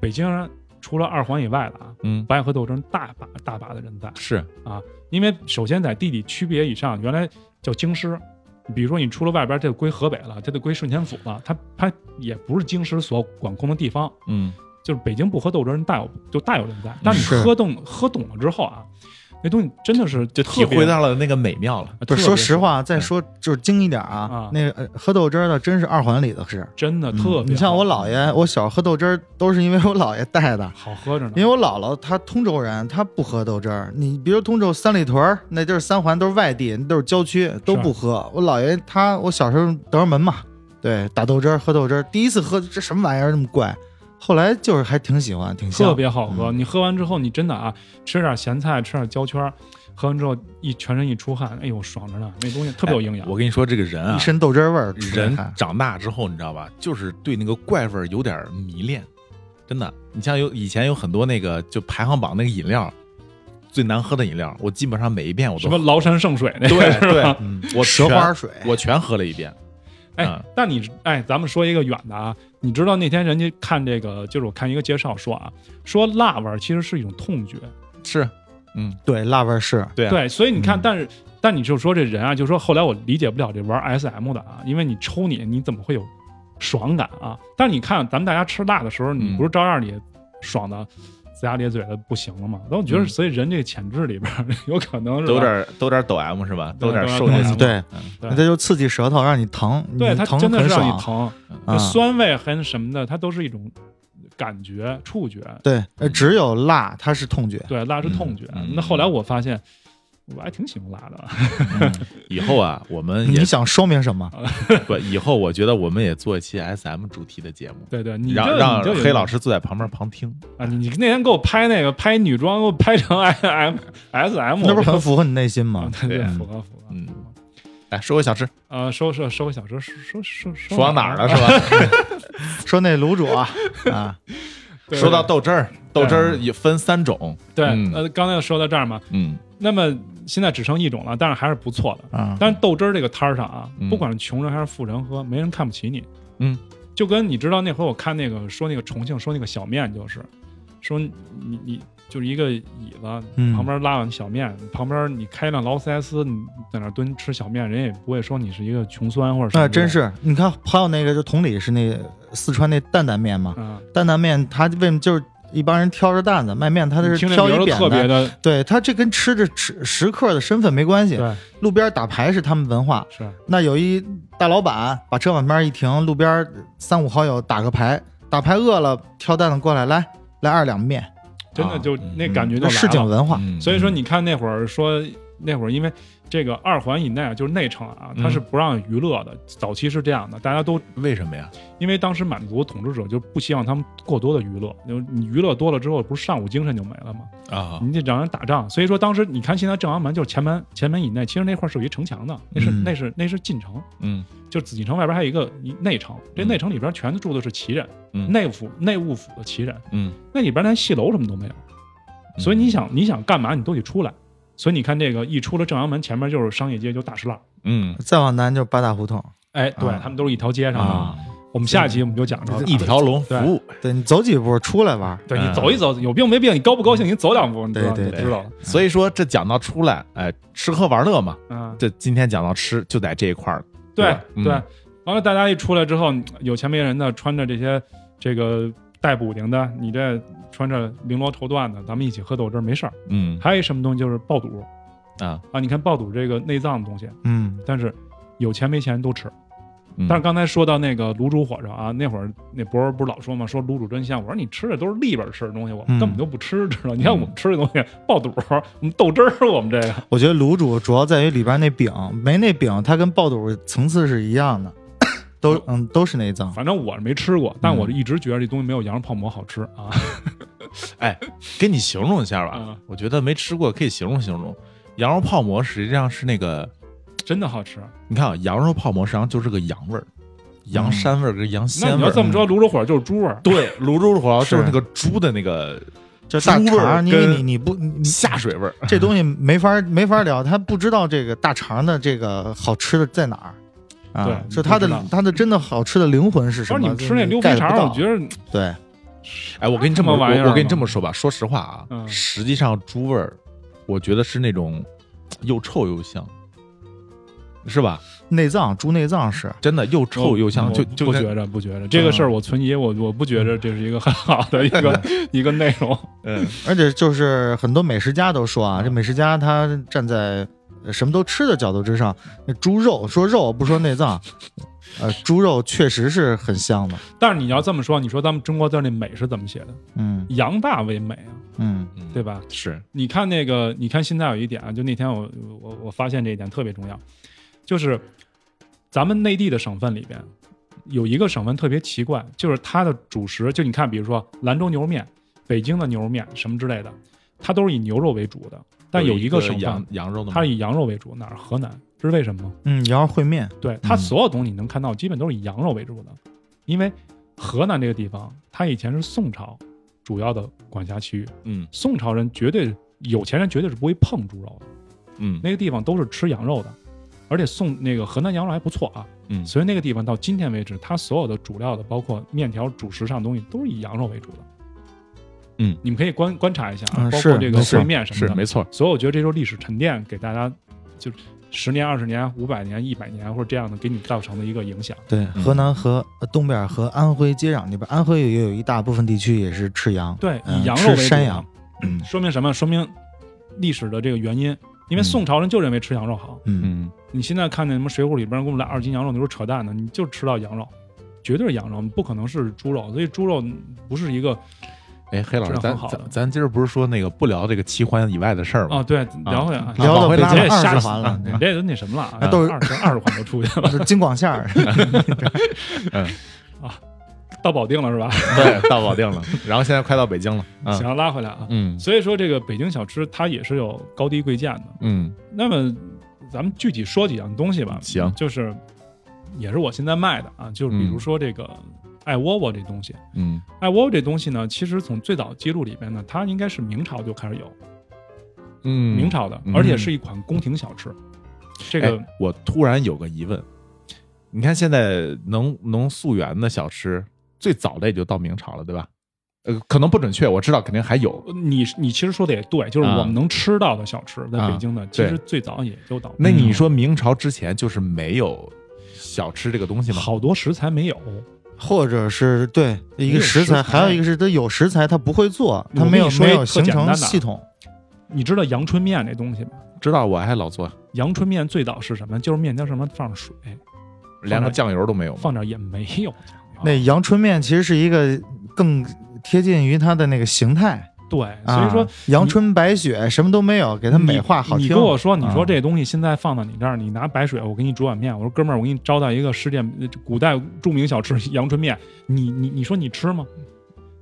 [SPEAKER 2] 北京人除了二环以外的啊，
[SPEAKER 1] 嗯，
[SPEAKER 2] 不爱喝豆汁儿大把大把的人在，
[SPEAKER 1] 是，
[SPEAKER 2] 因为首先在地理区别以上，原来叫京师。比如说，你出了外边，这就归河北了，这就归顺天府了。它它也不是京师所管控的地方，
[SPEAKER 1] 嗯
[SPEAKER 2] 就是北京不喝豆汁儿，人大有就大有人在。但你
[SPEAKER 3] 是
[SPEAKER 2] 喝懂喝懂了之后啊，那东西真的是就
[SPEAKER 1] 体会到了那个美妙了。
[SPEAKER 3] 不是，说实话，再说就是精一点啊
[SPEAKER 2] 啊，
[SPEAKER 3] 那个呃喝豆汁儿的真是二环里的事儿。
[SPEAKER 2] 真的
[SPEAKER 1] 嗯
[SPEAKER 2] 特别好。
[SPEAKER 3] 你像我姥爷，我小时候喝豆汁儿都是因为我姥爷带的，
[SPEAKER 2] 好喝着呢，
[SPEAKER 3] 因为我姥姥她通州人，她不喝豆汁儿。你比如通州三里屯儿，那就是三环，都是外地，都是郊区，都不喝。我姥爷他，我小时候德胜门嘛，对，打豆汁儿喝豆汁儿，第一次喝这什么玩意儿那么怪，后来就是还挺喜欢，挺香
[SPEAKER 2] 特别好
[SPEAKER 3] 嗯
[SPEAKER 2] 喝。你喝完之后，你真的啊，吃点咸菜，吃点焦圈儿，喝完之后一全身一出汗，哎呦，爽着呢，那东西特别有营
[SPEAKER 3] 哎
[SPEAKER 2] 养。
[SPEAKER 1] 我跟你说，这个人啊
[SPEAKER 3] 一，身豆汁儿味儿出来
[SPEAKER 1] 人
[SPEAKER 3] 还。
[SPEAKER 1] 长大之后，你知道吧，就是对那个怪味儿有点迷恋，真的。你像有以前有很多那个就排行榜那个饮料，最难喝的饮料，我基本上每一遍我
[SPEAKER 2] 什
[SPEAKER 1] 都
[SPEAKER 2] 么崂山圣水那
[SPEAKER 1] 对
[SPEAKER 2] 个是吧？
[SPEAKER 3] 嗯，
[SPEAKER 1] 我
[SPEAKER 3] 蛇
[SPEAKER 1] 全
[SPEAKER 3] 花水，
[SPEAKER 1] 我全喝了一遍。
[SPEAKER 2] 哎
[SPEAKER 1] 嗯，
[SPEAKER 2] 但你哎，咱们说一个远的啊，你知道那天人家看这个，就是我看一个介绍说啊，说辣味儿其实是一种痛觉，
[SPEAKER 1] 是，
[SPEAKER 3] 对，辣味儿是
[SPEAKER 1] 对啊
[SPEAKER 2] 对，所以你看
[SPEAKER 3] 嗯，
[SPEAKER 2] 但是但你就说这人啊，就说后来我理解不了这玩 SM 的啊，因为你抽你，你怎么会有爽感啊？但是你看，咱们大家吃辣的时候，你
[SPEAKER 1] 嗯
[SPEAKER 2] 不是照样你爽的龇牙咧嘴的不行了吗？但我觉得，
[SPEAKER 1] 嗯
[SPEAKER 2] 所以人这个潜质里边儿 有可能是吧
[SPEAKER 1] 都有点都有点抖 M 是吧？都有点
[SPEAKER 2] 对
[SPEAKER 1] 受
[SPEAKER 2] 都有
[SPEAKER 1] 那
[SPEAKER 2] 点
[SPEAKER 1] 什
[SPEAKER 2] 嗯
[SPEAKER 1] 么
[SPEAKER 3] 对，
[SPEAKER 2] 对
[SPEAKER 3] 它就刺激舌头，让你疼，
[SPEAKER 2] 对
[SPEAKER 3] 你
[SPEAKER 2] 它
[SPEAKER 3] 疼
[SPEAKER 2] 真的
[SPEAKER 3] 很
[SPEAKER 2] 是让你
[SPEAKER 3] 爽。
[SPEAKER 2] 疼，
[SPEAKER 3] 啊
[SPEAKER 1] 嗯
[SPEAKER 2] 就酸味和什么的，它都是一种感觉、触觉。
[SPEAKER 3] 对，呃，只有辣它是痛觉，
[SPEAKER 2] 对，辣是痛觉。
[SPEAKER 1] 嗯嗯
[SPEAKER 2] 那后来我发现，我还挺喜欢辣的。
[SPEAKER 1] 嗯以后啊，我们也
[SPEAKER 3] 你想说明什么？
[SPEAKER 2] 呃
[SPEAKER 1] 不，以后我觉得我们也做一期 S M 主题的节目，
[SPEAKER 2] 对对， 你这
[SPEAKER 1] 让
[SPEAKER 2] 你
[SPEAKER 1] 让
[SPEAKER 2] 就有
[SPEAKER 1] 黑老师坐在旁边旁听。
[SPEAKER 2] 啊，你你那天给我拍那个拍女装，给我拍成 I M S M，
[SPEAKER 3] 那不是很符合你内心吗？
[SPEAKER 2] 对
[SPEAKER 1] 对
[SPEAKER 2] 对
[SPEAKER 1] 啊
[SPEAKER 2] 符合符合。
[SPEAKER 1] 嗯来说个小吃，
[SPEAKER 2] 呃，收收收个小时，说说说
[SPEAKER 1] 说到哪儿了是
[SPEAKER 2] 吧？
[SPEAKER 1] 吧？
[SPEAKER 3] 说那卤煮啊，啊，
[SPEAKER 2] 对
[SPEAKER 1] 说到豆汁儿，豆汁儿也分三种。
[SPEAKER 2] 对，
[SPEAKER 1] 嗯
[SPEAKER 2] 呃，刚才说到这儿嘛，
[SPEAKER 1] 嗯
[SPEAKER 2] 那么现在只剩一种了，但是还是不错的。
[SPEAKER 3] 啊，
[SPEAKER 2] 但是豆汁儿这个摊儿上啊
[SPEAKER 1] 嗯，
[SPEAKER 2] 不管是穷人还是富人喝，没人看不起你。
[SPEAKER 1] 嗯，
[SPEAKER 2] 就跟你知道那回我看那个说那个重庆说那个小面就是，说你你你就是一个椅子
[SPEAKER 3] 嗯
[SPEAKER 2] 旁边拉碗小面，旁边你开辆劳斯莱斯，你在那儿蹲吃小面，人也不会说你是一个穷酸或者什么。
[SPEAKER 3] 那真是，你看还有那个就同理是那四川那担担面嘛，
[SPEAKER 2] 啊，
[SPEAKER 3] 担担面它为什么就是一帮人挑着担子卖面，它
[SPEAKER 2] 你
[SPEAKER 3] 是
[SPEAKER 2] 听这
[SPEAKER 3] 挑
[SPEAKER 2] 名
[SPEAKER 3] 一
[SPEAKER 2] 儿
[SPEAKER 3] 扁
[SPEAKER 2] 特别
[SPEAKER 3] 担。
[SPEAKER 2] 的
[SPEAKER 3] 对，它这跟吃着食食客的身份没关系。
[SPEAKER 2] 对，
[SPEAKER 3] 路边打牌是他们文化。
[SPEAKER 2] 是
[SPEAKER 3] 那有一大老板把车往边一停，路边三五好友打个牌，打牌饿了挑担子过来，来来二两面，
[SPEAKER 2] 真的就
[SPEAKER 1] 嗯
[SPEAKER 2] 那感觉就
[SPEAKER 3] 这
[SPEAKER 2] 来
[SPEAKER 3] 市井
[SPEAKER 2] 了。
[SPEAKER 3] 文化。
[SPEAKER 1] 嗯
[SPEAKER 2] 所以说，你看那会儿说那会儿，因为这个二环以内啊就是内城啊，它
[SPEAKER 1] 嗯
[SPEAKER 2] 是不让娱乐的。早期是这样的，大家都
[SPEAKER 1] 为什么呀？
[SPEAKER 2] 因为当时满族统治者就不希望他们过多的娱乐，就是你娱乐多了之后，不是尚武精神就没了吗？
[SPEAKER 1] 啊，
[SPEAKER 2] 你得让人打仗。所以说当时你看现在正阳门就是前门前门以内，其实那块儿是有一城墙的，那是、
[SPEAKER 3] 嗯
[SPEAKER 2] 那是那是进城，
[SPEAKER 1] 嗯
[SPEAKER 2] 就是紫禁城外边还有一个一内城，这
[SPEAKER 1] 嗯
[SPEAKER 2] 内城里边全住的是旗人，
[SPEAKER 1] 嗯
[SPEAKER 2] 内府内务府的旗人，
[SPEAKER 1] 嗯，
[SPEAKER 2] 那里边连戏楼什么都没有，嗯所以你想你想干嘛你都得出来。所以你看这个一出了正阳门，前面就是商业街，就大石烂儿。
[SPEAKER 1] 嗯
[SPEAKER 3] 再往南就八大胡同，
[SPEAKER 2] 哎，对、
[SPEAKER 3] 啊
[SPEAKER 2] 他们都是一条街上的。
[SPEAKER 1] 啊，
[SPEAKER 2] 我们下一集我们就讲到
[SPEAKER 1] 一条龙服务，
[SPEAKER 3] 对你走几步出来玩，
[SPEAKER 2] 对
[SPEAKER 1] 嗯
[SPEAKER 2] 你走一走，有病没病，你高不高兴，你走两步，你知道
[SPEAKER 3] 对
[SPEAKER 2] 你
[SPEAKER 3] 对
[SPEAKER 2] 知道了。
[SPEAKER 1] 所以说这讲到出来，哎，吃喝玩乐嘛，
[SPEAKER 2] 嗯，
[SPEAKER 1] 这今天讲到吃就在这一块儿，对
[SPEAKER 2] 对
[SPEAKER 1] 吧嗯
[SPEAKER 2] 对。完了，大家一出来之后，有钱没人的穿着这些这个带补丁的，你这穿着绫罗绸缎的，咱们一起喝豆汁儿没事儿。
[SPEAKER 1] 嗯
[SPEAKER 2] 还有一什么东西就是爆肚
[SPEAKER 1] 啊，
[SPEAKER 2] 啊，你看爆肚这个内脏的东西，
[SPEAKER 3] 嗯，
[SPEAKER 2] 但是有钱没钱都吃。
[SPEAKER 1] 嗯
[SPEAKER 2] 但是刚才说到那个卤煮火烧啊，那会儿那博儿不是老说嘛，说卤煮真香。我说你吃的都是里边儿吃的东西，我们
[SPEAKER 3] 嗯
[SPEAKER 2] 根本就不吃，知道？你看我们吃的东西，爆肚，我们豆汁儿，我们这个。
[SPEAKER 3] 我觉得卤煮主要在于里边那饼，没那饼，它跟爆肚层次是一样 的，都嗯都是内脏。
[SPEAKER 2] 反正我是没吃过，但我
[SPEAKER 1] 嗯
[SPEAKER 2] 一直觉得这东西没有羊肉泡馍好吃啊。
[SPEAKER 1] 给你形容一下吧
[SPEAKER 2] 嗯，
[SPEAKER 1] 我觉得没吃过可以形容形容。羊肉泡馍实际上是那个，
[SPEAKER 2] 真的好吃。
[SPEAKER 1] 你看啊，羊肉泡馍实际上就是个羊味儿，羊膻味儿跟羊
[SPEAKER 2] 嗯那
[SPEAKER 1] 鲜
[SPEAKER 2] 你
[SPEAKER 1] 味
[SPEAKER 2] 要这
[SPEAKER 1] 儿。
[SPEAKER 2] 么说，卤煮火就是猪味儿，
[SPEAKER 1] 对，泸州火烧就是
[SPEAKER 3] 是
[SPEAKER 1] 那个猪的那个
[SPEAKER 3] 就大
[SPEAKER 1] 猪味儿
[SPEAKER 3] 肠，因为
[SPEAKER 1] 跟
[SPEAKER 3] 你你不你 你
[SPEAKER 1] 下水味儿。
[SPEAKER 3] 这东西没法没法聊，他不知道这个大肠的这个好吃的在哪儿。啊，
[SPEAKER 2] 对
[SPEAKER 3] 是它的
[SPEAKER 2] 不知道
[SPEAKER 3] 它的真的好吃的灵魂是什
[SPEAKER 2] 说
[SPEAKER 3] 么？
[SPEAKER 2] 你们吃那溜
[SPEAKER 3] 盖
[SPEAKER 2] 肥
[SPEAKER 3] 不
[SPEAKER 2] 肠儿，
[SPEAKER 3] 到
[SPEAKER 2] 我觉得
[SPEAKER 3] 对，
[SPEAKER 1] 哎，我跟你这
[SPEAKER 2] 什么玩意儿
[SPEAKER 1] 我我跟你
[SPEAKER 2] 呢
[SPEAKER 1] 这么说吧，说实话啊，
[SPEAKER 2] 嗯
[SPEAKER 1] 实际上猪味儿，我觉得是那种又臭又香，是吧？
[SPEAKER 3] 内脏猪内脏是
[SPEAKER 1] 真的又臭又香，
[SPEAKER 2] 我
[SPEAKER 1] 就
[SPEAKER 2] 不
[SPEAKER 1] 就嗯
[SPEAKER 2] 不
[SPEAKER 1] 跟
[SPEAKER 2] 觉着不觉着这个事儿，我存疑，我我不觉着这是一个很好的一 个一个内容。
[SPEAKER 1] 嗯
[SPEAKER 3] 而且就是很多美食家都说啊，这美食家他站在呃什么都吃的角度之上，那猪肉说肉不说内脏，呃，猪肉确实是很香的，
[SPEAKER 2] 但是你要这么说，你说咱们中国字那美是怎么写的？
[SPEAKER 3] 嗯
[SPEAKER 2] 洋大为美啊，
[SPEAKER 3] 嗯
[SPEAKER 1] 嗯
[SPEAKER 2] 对吧？
[SPEAKER 1] 是
[SPEAKER 2] 你看那个，你看现在有一点啊，就那天我我我发现这一点特别重要，就是咱们内地的省份里边有一个省份特别奇怪，就是它的主食，就你看，比如说兰州牛肉面、北京的牛肉面什么之类的，它都是以牛肉为主的。但有
[SPEAKER 1] 一
[SPEAKER 2] 个省份
[SPEAKER 1] 羊，羊肉的吗，
[SPEAKER 2] 它是以羊肉为主，哪儿？河南，知道为什么吗？
[SPEAKER 3] 嗯，羊肉烩面，
[SPEAKER 2] 对，它
[SPEAKER 3] 嗯
[SPEAKER 2] 所有东西你能看到，基本都是以羊肉为主的，因为河南这个地方，它以前是宋朝主要的管辖区域，
[SPEAKER 1] 嗯
[SPEAKER 2] 宋朝人绝对有钱人绝对是不会碰猪肉的，
[SPEAKER 1] 嗯
[SPEAKER 2] 那个地方都是吃羊肉的，而且宋那个河南羊肉还不错啊，
[SPEAKER 1] 嗯
[SPEAKER 2] 所以那个地方到今天为止，它所有的主料的，包括面条、主食上的东西，都是以羊肉为主的。
[SPEAKER 1] 嗯，
[SPEAKER 2] 你们可以观观察一下啊，
[SPEAKER 3] 嗯
[SPEAKER 2] 包
[SPEAKER 3] 是
[SPEAKER 2] 括这个
[SPEAKER 3] 没错
[SPEAKER 2] 烩面什么
[SPEAKER 1] 是
[SPEAKER 2] 的，
[SPEAKER 1] 没错，
[SPEAKER 2] 所以我觉得这就是历史沉淀，给大家就是十年、二十年、五百年、一百年或者这样的，给你造成的一个影响。
[SPEAKER 3] 对，
[SPEAKER 1] 嗯
[SPEAKER 3] 河南和、呃东边和安徽接壤那边，安徽也有一大部分地区也是吃羊，
[SPEAKER 2] 对，
[SPEAKER 3] 嗯
[SPEAKER 2] 以羊肉为
[SPEAKER 3] 吃
[SPEAKER 2] 主，
[SPEAKER 3] 山羊，嗯
[SPEAKER 2] 说明什么？说明历史的这个原因，因为
[SPEAKER 1] 嗯
[SPEAKER 2] 宋朝人就认为吃羊肉好。
[SPEAKER 3] 嗯
[SPEAKER 1] 嗯
[SPEAKER 2] 你现在看见什么《水浒》里边给我们来二斤羊肉，那都是扯淡的，你就吃到羊肉，绝对是羊肉，不可能是猪肉，所以猪肉不是一个
[SPEAKER 1] 哎，黑老师，
[SPEAKER 2] 质量
[SPEAKER 1] 咱
[SPEAKER 2] 很好的
[SPEAKER 1] 咱咱今儿不是说那个不聊这个齐欢以外的事儿
[SPEAKER 2] 啊，
[SPEAKER 1] 吗？
[SPEAKER 2] 对，聊回来啊，
[SPEAKER 3] 聊
[SPEAKER 1] 往
[SPEAKER 3] 到
[SPEAKER 1] 回
[SPEAKER 3] 北
[SPEAKER 1] 拉
[SPEAKER 3] 京
[SPEAKER 2] 这也
[SPEAKER 3] 二
[SPEAKER 2] 瞎
[SPEAKER 3] 十
[SPEAKER 2] 扯
[SPEAKER 3] 环了
[SPEAKER 2] 啊，
[SPEAKER 3] 嗯
[SPEAKER 2] 你这都那什么了啊，
[SPEAKER 3] 都是
[SPEAKER 2] 二十二十环都出去了，
[SPEAKER 3] 是京广线 儿，
[SPEAKER 2] 到保定了是吧？
[SPEAKER 1] 对，到保定了，然后现在快到北京了，嗯
[SPEAKER 2] 行，拉回来啊。
[SPEAKER 1] 嗯
[SPEAKER 2] 所以说，这个北京小吃它也是有高低贵贱的。
[SPEAKER 1] 嗯
[SPEAKER 2] 那么，咱们具体说几样东西吧。
[SPEAKER 1] 行
[SPEAKER 2] 就是也是我现在卖的啊，就是比
[SPEAKER 3] 嗯
[SPEAKER 2] 如说这个艾窝窝这东西，
[SPEAKER 1] 嗯
[SPEAKER 2] 艾窝窝这东西呢，其实从最早记录里边呢，它应该是明朝就开始有，
[SPEAKER 1] 嗯，
[SPEAKER 2] 明朝的
[SPEAKER 1] 嗯，
[SPEAKER 2] 而且是一款宫廷小吃。这个
[SPEAKER 1] 哎，我突然有个疑问，你看现在能能溯源的小吃，最早的也就到明朝了，对吧？呃，可能不准确，我知道肯定还有。
[SPEAKER 2] 你你其实说的也对，就是
[SPEAKER 1] 啊
[SPEAKER 2] 我们能吃到的小吃，在
[SPEAKER 1] 啊
[SPEAKER 2] 北京的其实最早也就到
[SPEAKER 1] 那你说明朝之前就是没有小吃这个东西吗？
[SPEAKER 2] 好多食材没有，
[SPEAKER 3] 或者是对
[SPEAKER 2] 没
[SPEAKER 3] 一
[SPEAKER 2] 有
[SPEAKER 3] 个食
[SPEAKER 2] 食材
[SPEAKER 3] 材，还有一个是它有食材，它不会做，它没
[SPEAKER 2] 我跟
[SPEAKER 3] 有
[SPEAKER 2] 你说
[SPEAKER 3] 没
[SPEAKER 2] 一
[SPEAKER 3] 有
[SPEAKER 2] 特
[SPEAKER 3] 形
[SPEAKER 2] 简单
[SPEAKER 3] 成
[SPEAKER 2] 的
[SPEAKER 3] 系统，
[SPEAKER 2] 你知道阳春面这东西吗？
[SPEAKER 1] 知道我还老做，
[SPEAKER 2] 阳春面最早是什么？就是面条上面放上水，
[SPEAKER 1] 连个酱油都没有吗。
[SPEAKER 2] 放点也没有酱油。
[SPEAKER 3] 那阳春面其实是一个更贴近于它的那个形态，
[SPEAKER 2] 对，
[SPEAKER 3] 啊
[SPEAKER 2] 所以说
[SPEAKER 3] 阳春白雪什么都没有，给它美化好
[SPEAKER 2] 你
[SPEAKER 3] 听。
[SPEAKER 2] 跟我说，你说
[SPEAKER 3] 啊
[SPEAKER 2] 这东西现在放到你这儿，你拿白水，我给你煮碗面。我说哥们儿，我给你招待一个世界呃古代著名小吃阳春面，你你你说你吃吗？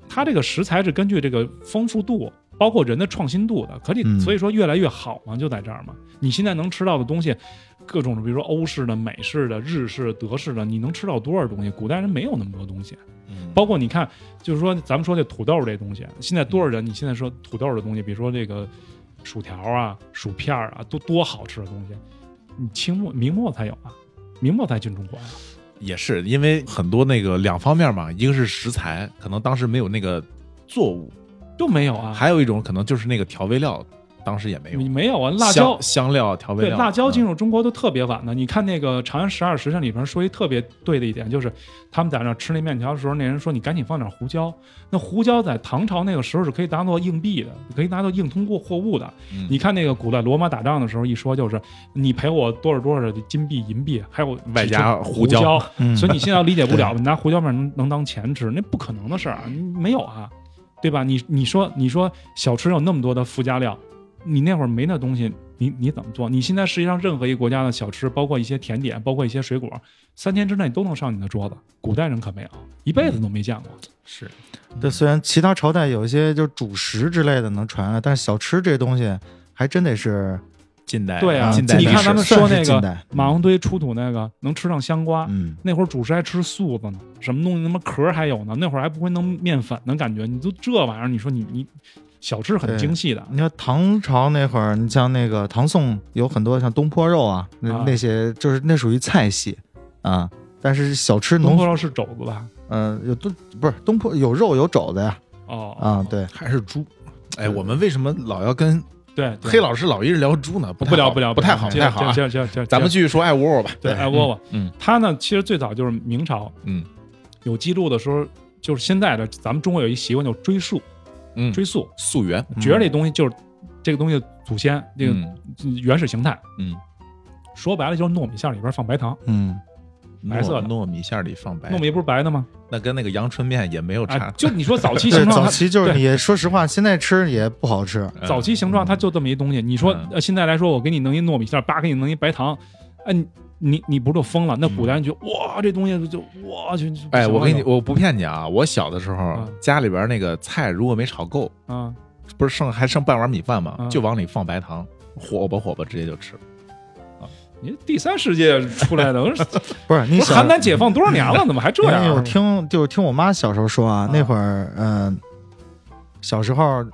[SPEAKER 2] 它这个食材是根据这个丰富度，包括人的创新度的，可以
[SPEAKER 3] 嗯
[SPEAKER 2] 所以说越来越好嘛，就在这儿嘛。你现在能吃到的东西，各种比如说欧式的、美式的、日式的、德式的，你能吃到多少东西？古代人没有那么多东西。
[SPEAKER 1] 嗯
[SPEAKER 2] 包括你看，就是说咱们说这土豆这东西，现在多少人？你现在说土豆的东西，比如说这个薯条啊、薯片儿啊，多多好吃的东西，你清末明末才有啊，明末才进中国呀、啊
[SPEAKER 1] 也是因为很多那个两方面嘛，一个是食材，可能当时没有那个作物，
[SPEAKER 2] 都没有啊，
[SPEAKER 1] 还有一种可能就是那个调味料，当时也没有
[SPEAKER 2] 你。没有啊，
[SPEAKER 1] 香
[SPEAKER 2] 辣椒。
[SPEAKER 1] 香料、调味
[SPEAKER 2] 对，
[SPEAKER 1] 料，
[SPEAKER 2] 辣椒进
[SPEAKER 1] 嗯
[SPEAKER 2] 入中国都特别晚的。你看那个《长安十二时辰》里边说一特别对的一点，就是他们在那吃那面条的时候，那人说你赶紧放点胡椒。那胡椒在唐朝那个时候是可以当做硬币的，可以当做硬通过货物的。
[SPEAKER 1] 嗯
[SPEAKER 2] 你看那个古代罗马打仗的时候，一说就是你赔我多少多少的金币、银币，还有
[SPEAKER 1] 外加
[SPEAKER 2] 胡
[SPEAKER 1] 胡椒
[SPEAKER 3] 嗯
[SPEAKER 2] 所以你现在理解不 了，你拿胡椒面能能当钱吃，那不可能的事儿啊，你没有啊，对吧？你你说你说小吃有那么多的附加料，你那会儿没那东西，你你怎么做？你现在世界上任何一个国家的小吃，包括一些甜点，包括一些水果，三天之内都能上你的桌子。古代人可没有，一辈子都没见过。
[SPEAKER 3] 嗯
[SPEAKER 1] 是
[SPEAKER 3] 对，虽然其他朝代有一些就是主食之类的能传来，但是小吃这东西还真得是
[SPEAKER 1] 近代
[SPEAKER 2] 对啊
[SPEAKER 1] 近代
[SPEAKER 2] 你
[SPEAKER 1] 历
[SPEAKER 2] 看
[SPEAKER 1] 史
[SPEAKER 2] 咱们
[SPEAKER 3] 算
[SPEAKER 2] 说
[SPEAKER 3] 是
[SPEAKER 2] 那
[SPEAKER 3] 近
[SPEAKER 2] 个
[SPEAKER 3] 代
[SPEAKER 2] 马王堆出土那个能吃上香瓜，
[SPEAKER 3] 嗯，
[SPEAKER 2] 那会儿主食还吃素的呢，什么东西他妈壳儿还有呢，那会儿还不会弄面粉呢，感觉你都这玩意儿，你说你你小吃很
[SPEAKER 3] 对
[SPEAKER 2] 精细的，
[SPEAKER 3] 你看唐朝那会儿，你像那个唐宋有很多像东坡肉啊，那、
[SPEAKER 2] 啊
[SPEAKER 3] 那些就是那属于菜系啊，但是小吃
[SPEAKER 2] 东
[SPEAKER 3] 浓
[SPEAKER 2] 坡，肉是肘子吧？
[SPEAKER 3] 嗯、有东不是东坡有肉有肘子呀，
[SPEAKER 2] 哦，
[SPEAKER 3] 啊，对，
[SPEAKER 1] 还是猪。哎，我们为什么老要跟
[SPEAKER 2] 对，对
[SPEAKER 1] 黑老师老一直聊猪呢？不
[SPEAKER 2] 不
[SPEAKER 1] 不
[SPEAKER 2] 聊不聊，
[SPEAKER 1] 不太好，不
[SPEAKER 2] 接
[SPEAKER 1] 太
[SPEAKER 2] 着
[SPEAKER 1] 好啊
[SPEAKER 2] 接。着接着接着，
[SPEAKER 1] 咱们继续说爱窝窝吧。
[SPEAKER 2] 对爱窝窝，
[SPEAKER 1] 嗯，
[SPEAKER 2] 他呢其实最早就是明朝
[SPEAKER 1] 嗯
[SPEAKER 2] 有记录的时候，就是现在的咱们中国有一习惯叫追溯，
[SPEAKER 1] 嗯，
[SPEAKER 2] 追溯，
[SPEAKER 1] 溯源，
[SPEAKER 3] 嗯
[SPEAKER 2] 觉着这东西就是这个东西的祖先这个
[SPEAKER 1] 嗯
[SPEAKER 2] 原始形态，
[SPEAKER 1] 嗯，
[SPEAKER 2] 说白了就是糯米馅儿里边放白糖，
[SPEAKER 3] 嗯，
[SPEAKER 2] 白色的
[SPEAKER 1] 糯糯米馅儿里放白
[SPEAKER 2] 糯，米不是白的吗？
[SPEAKER 1] 那跟那个阳春面也没有
[SPEAKER 2] 啊
[SPEAKER 1] 差，。
[SPEAKER 2] 就你说早 期
[SPEAKER 3] 对，
[SPEAKER 2] 形状
[SPEAKER 3] 早
[SPEAKER 2] 它，
[SPEAKER 3] 期就是
[SPEAKER 2] 对
[SPEAKER 3] 你说实话，现在吃也不好吃，
[SPEAKER 1] 嗯
[SPEAKER 2] 早期形状它就这么一东西。你说
[SPEAKER 1] 嗯
[SPEAKER 2] 呃现在来说，我给你弄一糯米馅儿，叭给你弄一白糖，哎，你你你不就疯了？那古代人觉得哇，这东西就哇就就
[SPEAKER 1] 嗯哎，我
[SPEAKER 2] 给
[SPEAKER 1] 跟你，我不骗你啊，我小的时候
[SPEAKER 2] 嗯
[SPEAKER 1] 家里边那个菜如果没炒够，
[SPEAKER 2] 啊，
[SPEAKER 1] 不是剩还剩半碗米饭吗
[SPEAKER 2] 嗯？
[SPEAKER 1] 就往里放白糖，火吧火吧，直接就吃了。
[SPEAKER 2] 你第三世界出来的，我说
[SPEAKER 3] 不是 你
[SPEAKER 2] 不是
[SPEAKER 3] 想
[SPEAKER 2] 邯。郸解放多少年了，怎么还这
[SPEAKER 3] 因为
[SPEAKER 2] 样？啊
[SPEAKER 3] 我听就是听我妈小时候说啊，那会儿嗯、小时候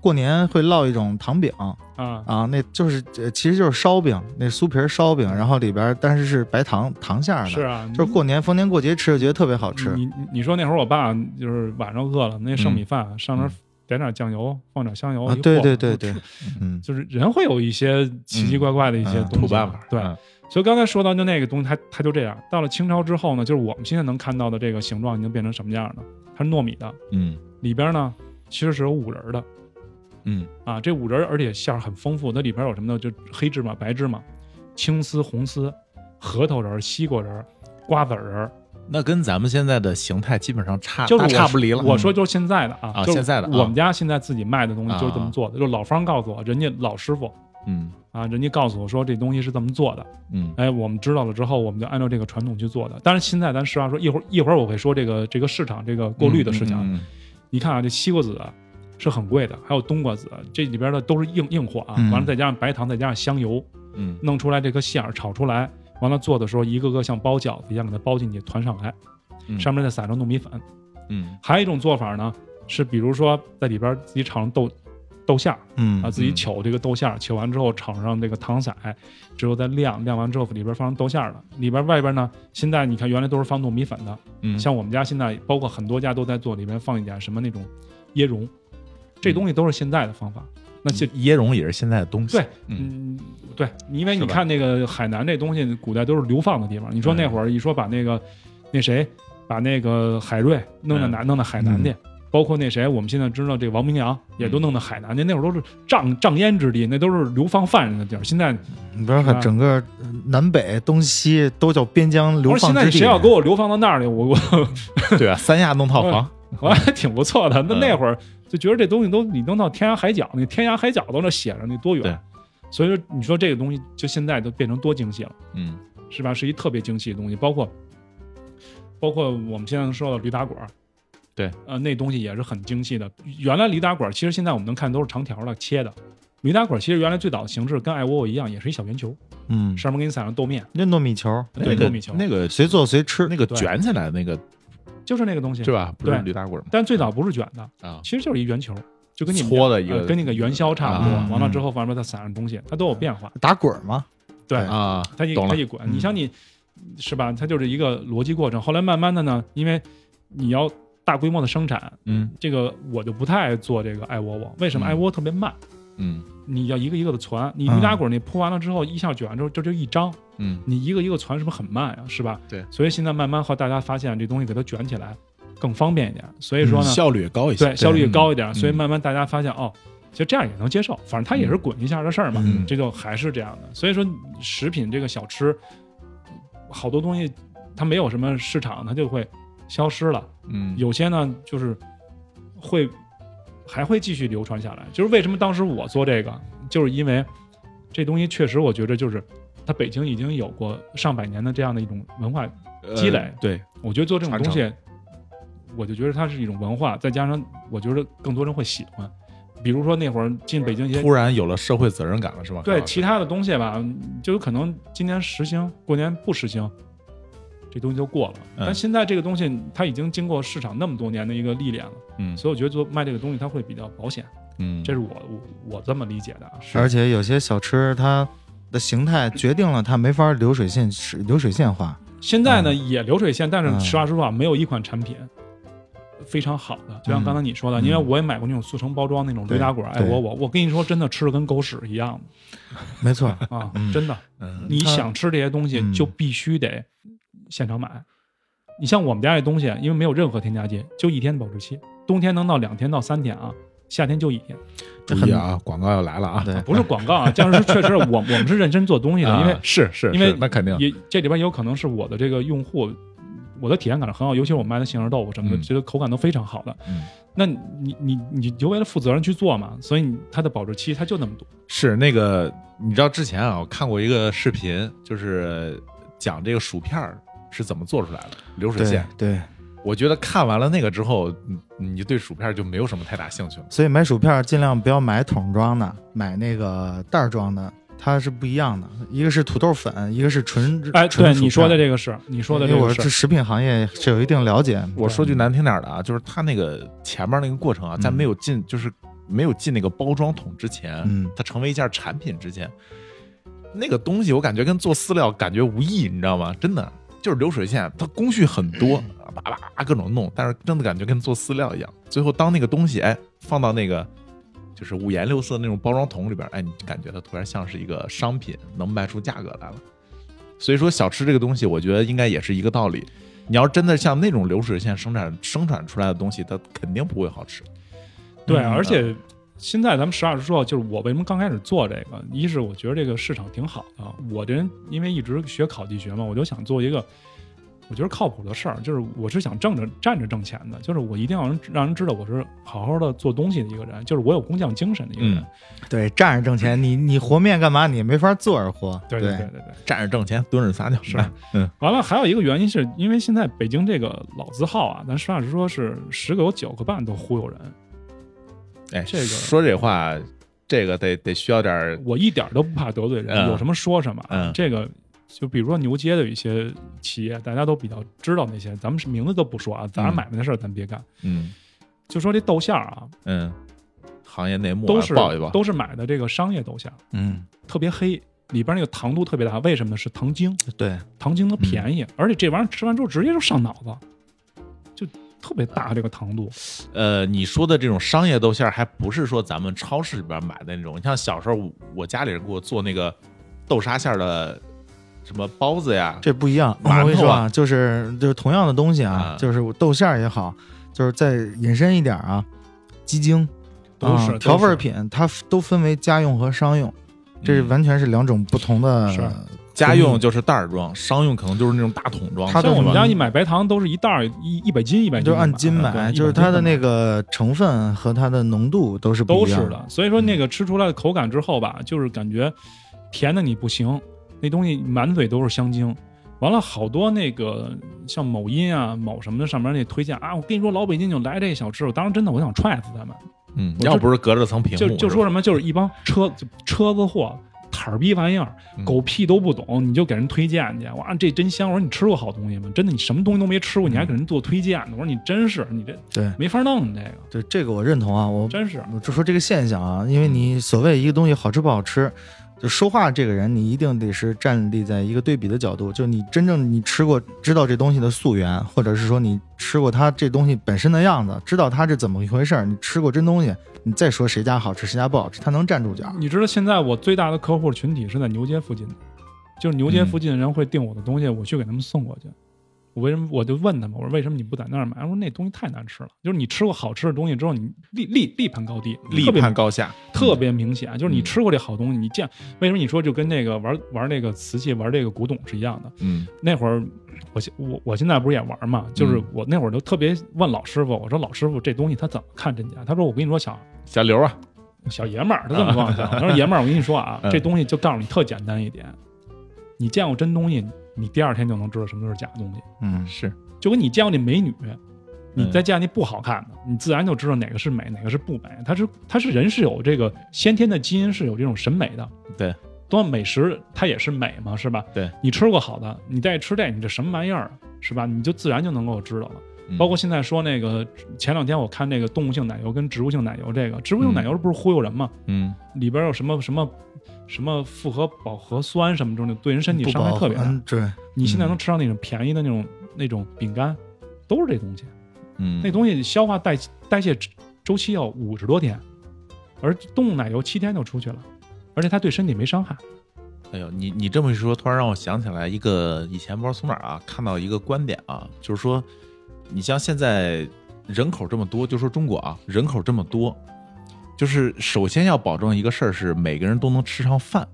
[SPEAKER 3] 过年会烙一种糖饼
[SPEAKER 2] 啊，
[SPEAKER 3] 啊，那就是呃其实就是烧饼，那酥皮儿烧饼，然后里边儿但是是白糖糖馅儿的，
[SPEAKER 2] 是嗯啊，
[SPEAKER 3] 就是过年逢年过节吃就觉得特别好
[SPEAKER 2] 你
[SPEAKER 3] 吃。嗯
[SPEAKER 2] 你你你说那会儿我爸就是晚上饿了，那剩米饭、上面点点酱油，放点香油，
[SPEAKER 3] 啊
[SPEAKER 2] 一，
[SPEAKER 3] 对
[SPEAKER 2] 和
[SPEAKER 3] 对对
[SPEAKER 2] 就
[SPEAKER 3] 对
[SPEAKER 2] 吃，
[SPEAKER 3] 嗯，
[SPEAKER 2] 就是人会有一些奇奇怪怪的一些
[SPEAKER 3] 嗯
[SPEAKER 2] 东
[SPEAKER 1] 土
[SPEAKER 2] 西，
[SPEAKER 1] 办法，
[SPEAKER 2] 对，
[SPEAKER 1] 嗯
[SPEAKER 2] 所以刚才说到就那个东西，它它就这样。到了清朝之后呢，就是我们现在能看到的这个形状已经变成什么样了？它是糯米的，
[SPEAKER 1] 嗯
[SPEAKER 2] 里边呢其实是有五仁儿的
[SPEAKER 1] 嗯
[SPEAKER 2] 啊，这五仁儿而且馅儿很丰富，它里边有什么呢？就黑芝麻、白芝麻、青丝、红丝、核桃仁儿、西瓜仁儿、瓜子仁儿，
[SPEAKER 1] 那跟咱们现在的形态基本上差
[SPEAKER 2] 就是我
[SPEAKER 1] 大差不离了。嗯
[SPEAKER 2] 我说就是现在的啊，
[SPEAKER 1] 啊
[SPEAKER 2] 就是
[SPEAKER 1] 现在的啊
[SPEAKER 2] 我们家现在自己卖的东西就是这么做的，就是老方告诉我，人家老师傅
[SPEAKER 1] 嗯
[SPEAKER 2] 啊，人家告诉我说这东西是这么做的，
[SPEAKER 1] 嗯
[SPEAKER 2] 哎，我们知道了之后，我们就按照这个传统去做的。但是现在咱实话说，一会儿一会儿我会说这个这个市场这个过滤的事情啊。
[SPEAKER 1] 嗯嗯
[SPEAKER 2] 你看啊，这西瓜籽啊是很贵的，还有冬瓜籽，啊这里边的都是硬硬货啊。
[SPEAKER 3] 嗯
[SPEAKER 2] 完了再加上白糖，再加上香油，
[SPEAKER 1] 嗯
[SPEAKER 2] 弄出来这个馅儿炒出来，完了做的时候一个个像包饺子一样给它包进去，团上来，
[SPEAKER 1] 嗯
[SPEAKER 2] 上面再撒上糯米粉。
[SPEAKER 1] 嗯
[SPEAKER 2] 还有一种做法呢，是比如说在里边自己炒上豆豆馅儿
[SPEAKER 3] 嗯
[SPEAKER 2] 啊，自己糗这个豆馅儿，糗完之后炒上这个糖色，之后再晾，晾完之后里边放上豆馅儿了，里边外边呢，现在你看原来都是放糯米粉的，
[SPEAKER 1] 嗯，
[SPEAKER 2] 像我们家现在包括很多家都在做，里边放一点什么那种椰蓉，这东西都是现在的方法。那就
[SPEAKER 1] 椰蓉也是现在的东西。
[SPEAKER 2] 对，
[SPEAKER 1] 嗯
[SPEAKER 2] 嗯，对，因为你
[SPEAKER 1] 是吧
[SPEAKER 2] 看那个海南这东西，古代都是流放的地方。你说那
[SPEAKER 1] 嗯
[SPEAKER 2] 会儿一说把那个那谁把那个海瑞弄到
[SPEAKER 1] 嗯嗯
[SPEAKER 2] 哪弄到海南去，包括那谁，我们现在知道这个王明阳也都弄到海南去，那会儿都是瘴瘴烟之地，那都是流放犯人的地儿。现在
[SPEAKER 3] 你不是
[SPEAKER 2] 是吧
[SPEAKER 3] 整个南北东西都叫边疆流
[SPEAKER 2] 我说
[SPEAKER 3] 放
[SPEAKER 2] 现
[SPEAKER 3] 之
[SPEAKER 2] 在
[SPEAKER 3] 地。
[SPEAKER 2] 谁
[SPEAKER 1] 啊
[SPEAKER 2] 要给我流放到那儿去，我 我嗯
[SPEAKER 1] 对啊，三亚弄套房，
[SPEAKER 2] 我还挺不错的。那
[SPEAKER 1] 嗯
[SPEAKER 2] 那会儿就觉得这东西都你弄到天涯海角，那天涯海角都那写着那多
[SPEAKER 1] 对
[SPEAKER 2] 远，所以说你说这个东西就现在都变成多精细了。
[SPEAKER 1] 嗯
[SPEAKER 2] 是吧？是一特别精细的东西，包括包括我们现在说的驴打滚儿，
[SPEAKER 1] 对，
[SPEAKER 2] 呃，那东西也是很精细的。原来驴打滚儿，其实现在我们能看都是长条儿的切的。驴打滚儿其实原来最早的形式跟爱窝窝一样，也是一小圆球，
[SPEAKER 3] 嗯，
[SPEAKER 2] 上面给你撒上豆面，
[SPEAKER 3] 那糯米球
[SPEAKER 1] 那
[SPEAKER 2] 对
[SPEAKER 1] 个
[SPEAKER 2] 糯米球
[SPEAKER 1] 那个
[SPEAKER 3] 随做随吃
[SPEAKER 1] 那。个
[SPEAKER 2] 对
[SPEAKER 1] 卷起来的那个
[SPEAKER 2] 就是那个东西
[SPEAKER 1] 是。吧？不是
[SPEAKER 2] 对
[SPEAKER 1] 驴打滚吗？
[SPEAKER 2] 但最早不是卷的，
[SPEAKER 1] 啊，
[SPEAKER 2] 其实就是一圆球，就跟你们
[SPEAKER 1] 搓的一
[SPEAKER 2] 呃
[SPEAKER 1] 个嗯
[SPEAKER 2] 跟那个元宵差不多。
[SPEAKER 3] 啊
[SPEAKER 2] 完了之后，反正再撒上东西，它都有变化。
[SPEAKER 3] 打滚儿嘛，
[SPEAKER 2] 对
[SPEAKER 1] 啊，
[SPEAKER 2] 它一
[SPEAKER 1] 懂
[SPEAKER 2] 它
[SPEAKER 1] 了
[SPEAKER 2] 一滚，
[SPEAKER 3] 嗯
[SPEAKER 2] 你像你是吧？它就是一个逻辑过程。后来慢慢的呢，因为你要大规模的生产，
[SPEAKER 1] 嗯
[SPEAKER 2] 这个我就不太爱做这个爱窝窝，为什
[SPEAKER 1] 嗯
[SPEAKER 2] 么？爱窝特别慢，
[SPEAKER 1] 嗯
[SPEAKER 2] 你要一个一个的传，你
[SPEAKER 3] 嗯
[SPEAKER 2] 驴打滚儿你铺完了之后，一下卷完之后，这就一张，
[SPEAKER 1] 嗯
[SPEAKER 2] 你一个一个传是不是很慢呀、是吧？
[SPEAKER 1] 对
[SPEAKER 2] 所以现在慢慢后大家发现这东西给它卷起来更方便一点，所以说呢，
[SPEAKER 1] 嗯效率也高一些，
[SPEAKER 2] 对效率也高一点，
[SPEAKER 1] 嗯
[SPEAKER 2] 所以慢慢大家发现哦。其实这样也能接受，反正它也是滚一下的事儿嘛，
[SPEAKER 1] 嗯
[SPEAKER 2] 这就还是这样的。所以说，食品这个小吃，好多东西它没有什么市场，它就会消失了。
[SPEAKER 1] 嗯
[SPEAKER 2] 有些呢就是会还会继续流传下来。就是为什么当时我做这个，就是因为这东西确实我觉着就是它北京已经有过上百年的这样的一种文化，
[SPEAKER 1] 呃
[SPEAKER 2] 积累
[SPEAKER 1] 对
[SPEAKER 2] 我觉得做这种东西，我就觉得它是一种文化，再加上我觉得更多人会喜欢。比如说那会儿进北京一些
[SPEAKER 1] 突然有啊了社会责任感了是吧？
[SPEAKER 2] 对
[SPEAKER 1] 高老师
[SPEAKER 2] 其他的东西吧，就有可能今年实行，过年不实行，这东西就过了。
[SPEAKER 1] 嗯
[SPEAKER 2] 但现在这个东西它已经经过市场那么多年的一个历练了。
[SPEAKER 1] 嗯
[SPEAKER 2] 所以我觉得做卖这个东西它会比较保险，
[SPEAKER 1] 嗯
[SPEAKER 2] 这是我我我这么理解的啊。
[SPEAKER 3] 而且有些小吃它的形态决定了它没法流水线流水线化，
[SPEAKER 2] 现在呢，
[SPEAKER 1] 嗯
[SPEAKER 2] 也流水线，但
[SPEAKER 3] 嗯
[SPEAKER 2] 是实话实说啊，没有一款产品非常好的。就像刚才你说的，
[SPEAKER 1] 嗯
[SPEAKER 2] 因为我也买过那种速成包装那种
[SPEAKER 3] 对
[SPEAKER 2] 驴打滚，哎，
[SPEAKER 3] 对
[SPEAKER 2] 我我我跟你说，真的吃的跟狗屎一样
[SPEAKER 3] 没错，
[SPEAKER 2] 的啊
[SPEAKER 3] 嗯，
[SPEAKER 2] 真的。
[SPEAKER 1] 嗯
[SPEAKER 2] 你想吃这些东西
[SPEAKER 3] 嗯，
[SPEAKER 2] 就必须得现场买。你像我们家这东西，因为没有任何添加剂，就一天的保质期，冬天能到两天到三天啊，夏天就一天。
[SPEAKER 1] 注
[SPEAKER 3] 这
[SPEAKER 1] 意
[SPEAKER 3] 很
[SPEAKER 1] 啊，广告要来了啊！
[SPEAKER 3] 对，
[SPEAKER 2] 不是广告 啊，但是确实我我们是认真做东西的，因为
[SPEAKER 1] 啊是是，
[SPEAKER 2] 因为
[SPEAKER 1] 是那肯定
[SPEAKER 2] 也这里边有可能是我的这个用户，我的体验感是很好，尤其是我卖的杏仁豆腐什么的，
[SPEAKER 1] 嗯
[SPEAKER 2] 觉得口感都非常好的。
[SPEAKER 1] 嗯
[SPEAKER 2] 那你你你就为了负责任去做嘛，所以你它的保质期它就那么多。
[SPEAKER 1] 是那个，你知道之前啊，我看过一个视频，就是讲这个薯片儿是怎么做出来的，流水
[SPEAKER 3] 对
[SPEAKER 1] 线。
[SPEAKER 3] 对，
[SPEAKER 1] 我觉得看完了那个之后，你你对薯片就没有什么太大兴趣了。
[SPEAKER 3] 所以买薯片尽量不要买桶装的，买那个袋儿装的，它是不一样的。一个是土豆粉，一个是纯
[SPEAKER 2] 哎，对
[SPEAKER 3] 纯薯
[SPEAKER 2] 你说的
[SPEAKER 3] 片
[SPEAKER 2] 这个是，你说的这
[SPEAKER 3] 因为我
[SPEAKER 2] 个
[SPEAKER 3] 是对食品行业是有一定了解。
[SPEAKER 1] 我说句难听点儿的啊，就是它那个前面那个过程啊，在
[SPEAKER 3] 嗯
[SPEAKER 1] 没有进就是没有进那个包装桶之前，
[SPEAKER 3] 嗯
[SPEAKER 1] 它成为一件产品之前，那个东西我感觉跟做饲料感觉无异，你知道吗？真的就是流水线，它工序很多，叭叭叭各种弄，但是真的感觉跟做饲料一样。最后哎当那个东西哎放到那个。就是五颜六色的那种包装桶里边，哎，你感觉它突然像是一个商品，能卖出价格来了。所以说，小吃这个东西，我觉得应该也是一个道理。你要真的像那种流水线生产生产出来的东西，它肯定不会好吃。
[SPEAKER 2] 对，
[SPEAKER 1] 嗯
[SPEAKER 2] 而且现在咱们实话实说，就是我为什么刚开始做这个，一是我觉得这个市场挺好的，我这人因为一直学考济学嘛，我就想做一个我觉得靠谱的事儿，就是我是想挣着站着挣钱的，就是我一定要让人让人知道我是好好的做东西的一个人，就是我有工匠精神的一个人。
[SPEAKER 1] 嗯
[SPEAKER 3] 对，站着挣钱，你你和面干嘛？你没法坐着和。
[SPEAKER 2] 对对对对对。
[SPEAKER 1] 站着挣钱，蹲着撒尿
[SPEAKER 2] 是
[SPEAKER 1] 来嗯
[SPEAKER 2] 完了，还有一个原因是因为现在北京这个老字号啊，咱实话实说是十个有九个半都忽悠人，
[SPEAKER 1] 哎，
[SPEAKER 2] 这个
[SPEAKER 1] 说这话，这个得得需要点儿
[SPEAKER 2] 我一点儿都不怕得罪人，
[SPEAKER 1] 嗯
[SPEAKER 2] 有什么说什么。
[SPEAKER 1] 嗯
[SPEAKER 2] 这个就比如说牛街的一些企业，大家都比较知道那些，咱们是名字都不说啊，咱
[SPEAKER 1] 嗯
[SPEAKER 2] 买卖的事儿咱别干。
[SPEAKER 1] 嗯
[SPEAKER 2] 就说这豆馅儿啊，
[SPEAKER 1] 嗯行业内幕、啊、
[SPEAKER 2] 都是
[SPEAKER 1] 报一报，
[SPEAKER 2] 都是买的这个商业豆馅儿，
[SPEAKER 3] 嗯，
[SPEAKER 2] 特别黑，里边那个糖度特别大。为什么呢？是糖精，
[SPEAKER 3] 对，
[SPEAKER 2] 糖精它便
[SPEAKER 3] 嗯
[SPEAKER 2] 宜，而且这玩意儿吃完之后直接就上脑子，就特别大这个糖度。
[SPEAKER 1] 呃，你说的这种商业豆馅儿，还不是说咱们超市里边买的那种。你像小时候我我家里人给我做那个豆沙馅儿的什么包子呀，
[SPEAKER 3] 这不一样。
[SPEAKER 1] 馒头啊
[SPEAKER 3] 我跟你说啊，就是就是同样的东西啊，
[SPEAKER 1] 啊
[SPEAKER 3] 就是豆馅儿也好，就是再引申一点啊，鸡精
[SPEAKER 2] 都是
[SPEAKER 3] 啊
[SPEAKER 2] 都是
[SPEAKER 3] 调味品，它都分为家用和商用，这
[SPEAKER 1] 嗯
[SPEAKER 3] 完全是两种不同的。
[SPEAKER 2] 是
[SPEAKER 1] 家用就是袋儿装，商用可能就是那种大桶装。
[SPEAKER 3] 它的
[SPEAKER 2] 像我们
[SPEAKER 1] 是吧
[SPEAKER 2] 家一买白糖都是一袋儿一一百斤一百斤
[SPEAKER 3] 就
[SPEAKER 2] 的买
[SPEAKER 3] 是
[SPEAKER 2] 的，
[SPEAKER 3] 按斤买，
[SPEAKER 2] 对
[SPEAKER 3] 就是它的。
[SPEAKER 2] 100斤
[SPEAKER 3] 那个成分和它的浓度都是不
[SPEAKER 2] 都
[SPEAKER 3] 一
[SPEAKER 2] 是
[SPEAKER 3] 样。
[SPEAKER 2] 的。所以说那个吃出来的口感之后吧，就是感觉甜的你不行，那东西满嘴都是香精。完了，好多那个像某音啊、某什么的上面那推荐啊，我跟你说，老北京就来这小吃，我当时真的我想踹死他们，
[SPEAKER 1] 嗯，
[SPEAKER 2] 我
[SPEAKER 1] 要
[SPEAKER 2] 就
[SPEAKER 1] 不是隔着层屏
[SPEAKER 2] 就
[SPEAKER 1] 幕，
[SPEAKER 2] 就是说
[SPEAKER 1] 吧
[SPEAKER 2] 什么就是一帮车就车子货。摊儿逼玩意儿，
[SPEAKER 1] 嗯
[SPEAKER 2] 狗屁都不懂，你就给人推荐去。哇，这真香！我说你吃过好东西吗？真的，你什么东西都没吃过，你还给人做推荐呢？我说你真是，你这
[SPEAKER 3] 对
[SPEAKER 2] 没法弄，你这个
[SPEAKER 3] 对，这个我认同啊，我
[SPEAKER 2] 真是。
[SPEAKER 3] 我就说这个现象啊，
[SPEAKER 2] 嗯
[SPEAKER 3] 因为你所谓一个东西好吃不好吃，就说话这个人，你一定得是站立在一个对比的角度，就你真正你吃过知道这东西的溯源，或者是说你吃过它这东西本身的样子，知道它是怎么一回事儿，你吃过真东西，你再说谁家好吃谁家不好吃，它能站住脚。嗯
[SPEAKER 2] 你知道现在我最大的客户群体是在牛街附近的，就是牛街附近的人会订我的东西，我去给他们送过去。我为什么我就问他们，我说为什么你不在那儿买？他说那东西太难吃了，就是你吃过好吃的东西之后，你立立立攀高低，
[SPEAKER 1] 立
[SPEAKER 2] 特别
[SPEAKER 1] 判高下，
[SPEAKER 2] 特别明显，就是你吃过这好东西，你见为什么你说就跟那个玩玩那个瓷器、玩这个古董是一样的？
[SPEAKER 1] 嗯
[SPEAKER 2] 那会儿我现我我现在不是也玩嘛，就是
[SPEAKER 1] 嗯
[SPEAKER 2] 我那会儿就特别问老师傅，我说老师傅这东西它怎么看真假？他说我跟你说小
[SPEAKER 1] 小刘啊，
[SPEAKER 2] 小爷们儿，他这么跟我 讲，他说爷们儿，我跟你说啊
[SPEAKER 1] 嗯，
[SPEAKER 2] 这东西就告诉你特简单一点，你见过真东西，你第二天就能知道什么是假东西，
[SPEAKER 3] 嗯，
[SPEAKER 1] 是，
[SPEAKER 2] 就跟你见过那美女，你
[SPEAKER 1] 嗯
[SPEAKER 2] 再见那不好看的，你自然就知道哪个是美，哪个是不美。它是它是人是有这个先天的基因是有这种审美的，
[SPEAKER 1] 对。
[SPEAKER 2] 多美食它也是美嘛，是吧？
[SPEAKER 1] 对，
[SPEAKER 2] 你吃过好的，你再吃这，你这什么玩意儿，是吧？你就自然就能够知道了。
[SPEAKER 1] 嗯
[SPEAKER 2] 包括现在说那个，前两天我看那个动物性奶油跟植物性奶油，这个植物性
[SPEAKER 1] 嗯
[SPEAKER 2] 奶油不是忽悠人吗？
[SPEAKER 1] 嗯
[SPEAKER 2] 里边有什么什么什么复合饱和酸什么这种，对人身体
[SPEAKER 3] 不
[SPEAKER 2] 伤害
[SPEAKER 3] 饱
[SPEAKER 2] 特别
[SPEAKER 3] 和
[SPEAKER 2] 大。
[SPEAKER 3] 嗯，对，
[SPEAKER 2] 你现在能吃到那种便宜的那种那种饼干，都是这东西。
[SPEAKER 1] 嗯，
[SPEAKER 2] 那东西消化代代谢周期要五十多天，而动物奶油七天就出去了，而且它对身体没伤害。
[SPEAKER 1] 哎呦，你你这么一说，突然让我想起来一个以前不知道从哪儿啊看到一个观点啊，就是说，你像现在人口这么多，就说中国啊人口这么多，就是首先要保证一个事儿是每个人都能吃上饭，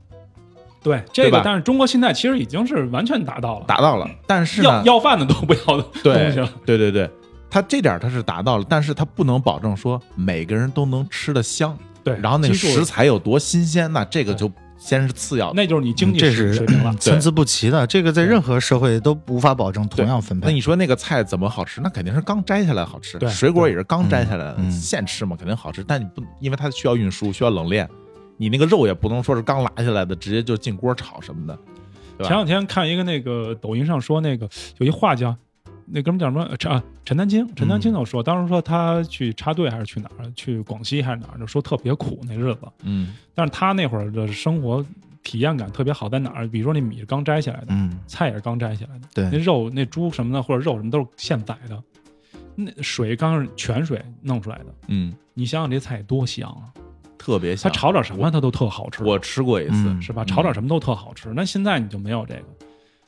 [SPEAKER 2] 对这
[SPEAKER 1] 吧
[SPEAKER 2] 个，但是中国现在其实已经是完全达到了，
[SPEAKER 1] 达到了，但是
[SPEAKER 2] 嗯要
[SPEAKER 1] 呢，
[SPEAKER 2] 要饭的都不要的东西
[SPEAKER 1] 对
[SPEAKER 2] 了。
[SPEAKER 1] 对对对，他这点儿他是达到了，但是他不能保证说每个人都能吃得香，
[SPEAKER 2] 对，
[SPEAKER 1] 然后那个
[SPEAKER 2] 基数
[SPEAKER 1] 食材有多新鲜，那这个
[SPEAKER 2] 对
[SPEAKER 1] 就先是次要的。
[SPEAKER 2] 那就是你
[SPEAKER 1] 嗯
[SPEAKER 2] 经济
[SPEAKER 3] 这
[SPEAKER 2] 水
[SPEAKER 3] 是。
[SPEAKER 2] 水平了
[SPEAKER 3] 参差不齐的，这个在任何社会都无法保证同样分
[SPEAKER 1] 那
[SPEAKER 3] 配。
[SPEAKER 1] 你说那个菜怎么好吃？那肯定是刚摘下来好吃，
[SPEAKER 2] 对
[SPEAKER 1] 水果也是刚摘下来的，
[SPEAKER 3] 嗯嗯
[SPEAKER 1] 现吃嘛，肯定好吃。但你不，因为它需要运输，需要冷链，你那个肉也不能说是刚拿下来的，直接就进锅炒什么的。对吧
[SPEAKER 2] 前两天看一个那个抖音上说那个有一画家，那哥们叫什么呃陈啊陈丹青，陈丹青就说，当时说他去插队还是去哪儿，去广西还是哪儿，就说特别苦那日子。
[SPEAKER 1] 嗯
[SPEAKER 2] 但是他那会儿的生活体验感特别好在哪儿？比如说那米是刚摘下来的，
[SPEAKER 3] 嗯，
[SPEAKER 2] 菜也是刚摘下来的，
[SPEAKER 3] 对
[SPEAKER 2] 那肉那猪什么的或者肉什么都是现宰的，那水刚是泉水弄出来的。
[SPEAKER 1] 嗯，
[SPEAKER 2] 你想想这菜多香啊！
[SPEAKER 1] 特别
[SPEAKER 2] 它
[SPEAKER 1] 香。
[SPEAKER 2] 炒点什么它都特好吃。
[SPEAKER 1] 我吃过一次，
[SPEAKER 3] 嗯
[SPEAKER 2] 是吧？炒点什么都特好吃。那现在你就没有这个，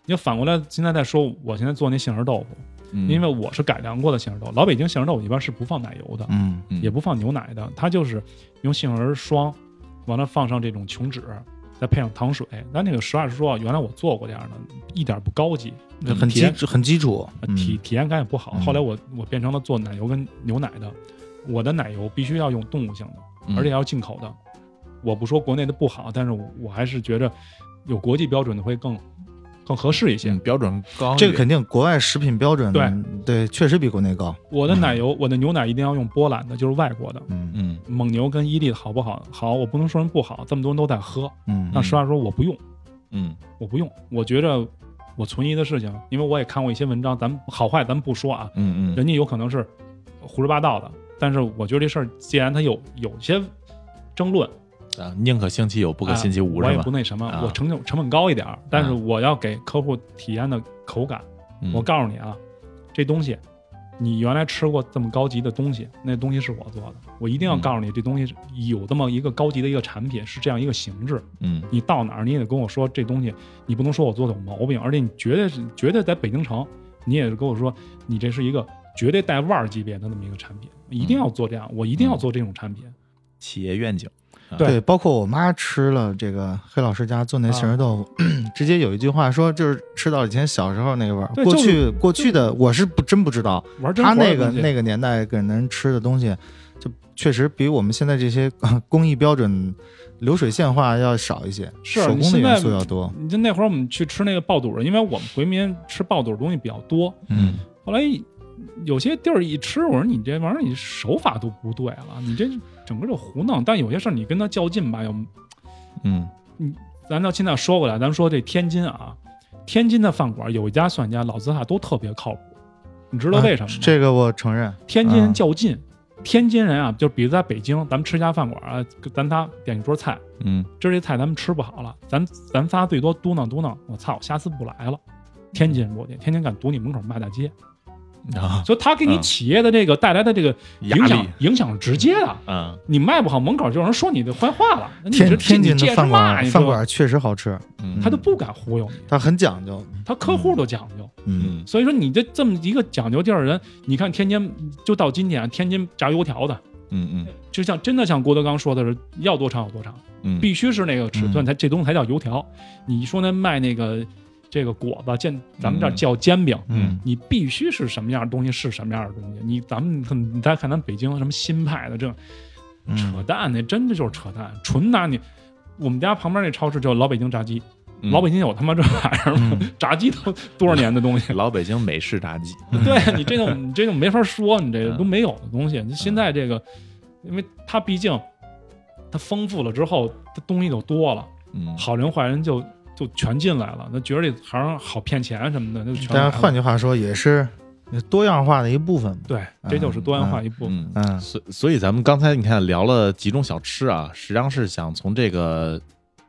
[SPEAKER 2] 你要反过来，现在再说，我现在做那杏仁豆腐，
[SPEAKER 1] 嗯
[SPEAKER 2] 因为我是改良过的杏仁豆腐。老北京杏仁豆腐一般是不放奶油的，
[SPEAKER 3] 嗯
[SPEAKER 1] 嗯
[SPEAKER 2] 也不放牛奶的，它就是用杏仁霜，完了放上这种琼脂，再配上糖水。但那个实话实说啊，原来我做过这样的，一点不高级，
[SPEAKER 3] 这很
[SPEAKER 2] 体
[SPEAKER 3] 基
[SPEAKER 2] 验
[SPEAKER 3] 础很基础
[SPEAKER 2] 呃，体体验感也不好。
[SPEAKER 3] 嗯
[SPEAKER 2] 后来我我变成了做奶油跟牛奶的，我的奶油必须要用动物性的，
[SPEAKER 1] 嗯
[SPEAKER 2] 而且要进口的。我不说国内的不好，但是我我还是觉着有国际标准的会更更合适一些。
[SPEAKER 1] 嗯标准高一点，
[SPEAKER 3] 这个肯定国外食品标准
[SPEAKER 2] 对
[SPEAKER 3] 对，确实比国内高。
[SPEAKER 2] 我的奶油，我的牛奶一定要用波兰的，就是外国的。
[SPEAKER 3] 嗯
[SPEAKER 1] 嗯
[SPEAKER 2] 蒙牛跟伊利的好不好？好，我不能说人不好，这么多人都在喝。
[SPEAKER 3] 嗯
[SPEAKER 2] 那实话说，我不用，
[SPEAKER 1] 嗯
[SPEAKER 2] 我不用。我觉着我存疑的事情，因为我也看过一些文章，咱们好坏咱们不说啊，
[SPEAKER 1] 嗯嗯
[SPEAKER 2] 人家有可能是胡说八道的，但是我觉得这事儿既然它有有些争论，
[SPEAKER 1] 啊，宁可星期有，不可
[SPEAKER 2] 啊
[SPEAKER 1] 星期无，
[SPEAKER 2] 我
[SPEAKER 1] 是
[SPEAKER 2] 也
[SPEAKER 1] 吧
[SPEAKER 2] 不？那什么，
[SPEAKER 1] 啊
[SPEAKER 2] 我成就成本高一点儿，但是
[SPEAKER 1] 啊
[SPEAKER 2] 我要给客户体验的口感，
[SPEAKER 1] 嗯
[SPEAKER 2] 我告诉你啊，这东西你原来吃过这么高级的东西，那东西是我做的，我一定要
[SPEAKER 1] 嗯
[SPEAKER 2] 告诉你，这东西有这么一个高级的一个产品，是这样一个形制，
[SPEAKER 1] 嗯
[SPEAKER 2] 你到哪儿你也得跟我说这东西，你不能说我做的有毛病，而且你绝对是绝对在北京城，你也是跟我说你这是一个绝对带腕儿级别的那么一个产品，一
[SPEAKER 1] 嗯
[SPEAKER 2] 定要做这样，我一定要做这种产品。
[SPEAKER 1] 企业愿景，
[SPEAKER 2] 对
[SPEAKER 3] 对，包括我妈吃了这个黑老师家做那杏仁豆腐，直接有一句话说，就是吃到以前小时候那个味儿。
[SPEAKER 2] 对
[SPEAKER 3] 过
[SPEAKER 2] 就
[SPEAKER 3] 去、
[SPEAKER 2] 是
[SPEAKER 3] 过去的我是不真不知道，
[SPEAKER 2] 玩真
[SPEAKER 3] 他
[SPEAKER 2] 活儿
[SPEAKER 3] 那
[SPEAKER 2] 的
[SPEAKER 3] 个
[SPEAKER 2] 东西
[SPEAKER 3] 那个年代给人吃的东西，就确实比我们现在这些呃工艺标准流水线化要少一些，
[SPEAKER 2] 是
[SPEAKER 3] 手
[SPEAKER 2] 你
[SPEAKER 3] 工的
[SPEAKER 2] 现
[SPEAKER 3] 元
[SPEAKER 2] 在
[SPEAKER 3] 素要多。
[SPEAKER 2] 你就那会儿我们去吃那个爆肚儿，因为我们回民吃爆肚儿东西比较多。
[SPEAKER 1] 嗯
[SPEAKER 2] 后来有些地儿一吃，我说你这玩意儿你手法都不对了，你这整个就胡弄。但有些事儿你跟他较劲吧，又
[SPEAKER 1] 嗯
[SPEAKER 2] 咱到现在说回来，咱说这天津啊，天津的饭馆有一家算一家，老字号都特别靠谱。你知道为什么吗？
[SPEAKER 3] 啊这个我承认，
[SPEAKER 2] 天津人
[SPEAKER 3] 啊
[SPEAKER 2] 较劲，天津人啊，就比如在北京，咱们吃一家饭馆啊，咱仨点一桌菜，
[SPEAKER 1] 嗯
[SPEAKER 2] 今儿这菜咱们吃不好了，咱咱仨最多嘟囔嘟囔，我操，下次不来了。天津人不天天敢堵你门口骂大街，
[SPEAKER 1] 啊，
[SPEAKER 2] 所以他给你
[SPEAKER 1] 嗯
[SPEAKER 2] 企业的这个带来的这个
[SPEAKER 1] 压
[SPEAKER 2] 影响、
[SPEAKER 1] 力
[SPEAKER 2] 影响是直接的。
[SPEAKER 1] 啊
[SPEAKER 2] 你卖不好，门口就有人说你的坏话了。那你这
[SPEAKER 3] 天天津
[SPEAKER 2] 你接
[SPEAKER 3] 的
[SPEAKER 2] 着
[SPEAKER 3] 饭
[SPEAKER 2] 骂
[SPEAKER 3] 馆
[SPEAKER 2] 你就
[SPEAKER 3] 饭馆确实好吃，
[SPEAKER 1] 嗯
[SPEAKER 2] 他都不敢忽悠你，
[SPEAKER 3] 它很讲究。
[SPEAKER 2] 他客户都讲究。
[SPEAKER 3] 嗯，
[SPEAKER 1] 嗯
[SPEAKER 2] 所以说你这这么一个讲究地儿的人，你看天津就到今天，啊天津炸油条的，
[SPEAKER 1] 嗯嗯
[SPEAKER 2] 就像真的像郭德纲说的是，要多长有多长，
[SPEAKER 1] 嗯，
[SPEAKER 2] 必须是那个尺寸
[SPEAKER 3] 嗯
[SPEAKER 2] 才这东西才叫油条。你说那卖那个这个果子煎，咱们这儿
[SPEAKER 1] 嗯
[SPEAKER 2] 叫煎饼，
[SPEAKER 1] 嗯
[SPEAKER 2] 你必须是什么样的东西是什么样的东西。你咱们你再看咱北京什么新派的这
[SPEAKER 3] 嗯
[SPEAKER 2] 扯淡，那真的就是扯淡，纯拿你。我们家旁边那超市叫老北京炸鸡，
[SPEAKER 1] 嗯
[SPEAKER 2] 老北京有他妈这玩意儿吗？炸鸡都多少年的东 西，
[SPEAKER 1] 老北京美式炸鸡，
[SPEAKER 2] 对你这种你这种没法说，你这个
[SPEAKER 1] 嗯
[SPEAKER 2] 都没有的东西。你现在这个，因为它毕竟它丰富了之后，它东西就多了，
[SPEAKER 1] 嗯，
[SPEAKER 2] 好人坏人就就全进来了。那觉得这行好骗钱什么的，那就全来
[SPEAKER 3] 但
[SPEAKER 2] 了
[SPEAKER 3] 是换句话说，也是多样化的一部分嘛。
[SPEAKER 2] 对，这就是多元化一部分。
[SPEAKER 1] 嗯，
[SPEAKER 3] 嗯，
[SPEAKER 1] 所所以咱们刚才你看聊了几种小吃啊，实际上是想从这个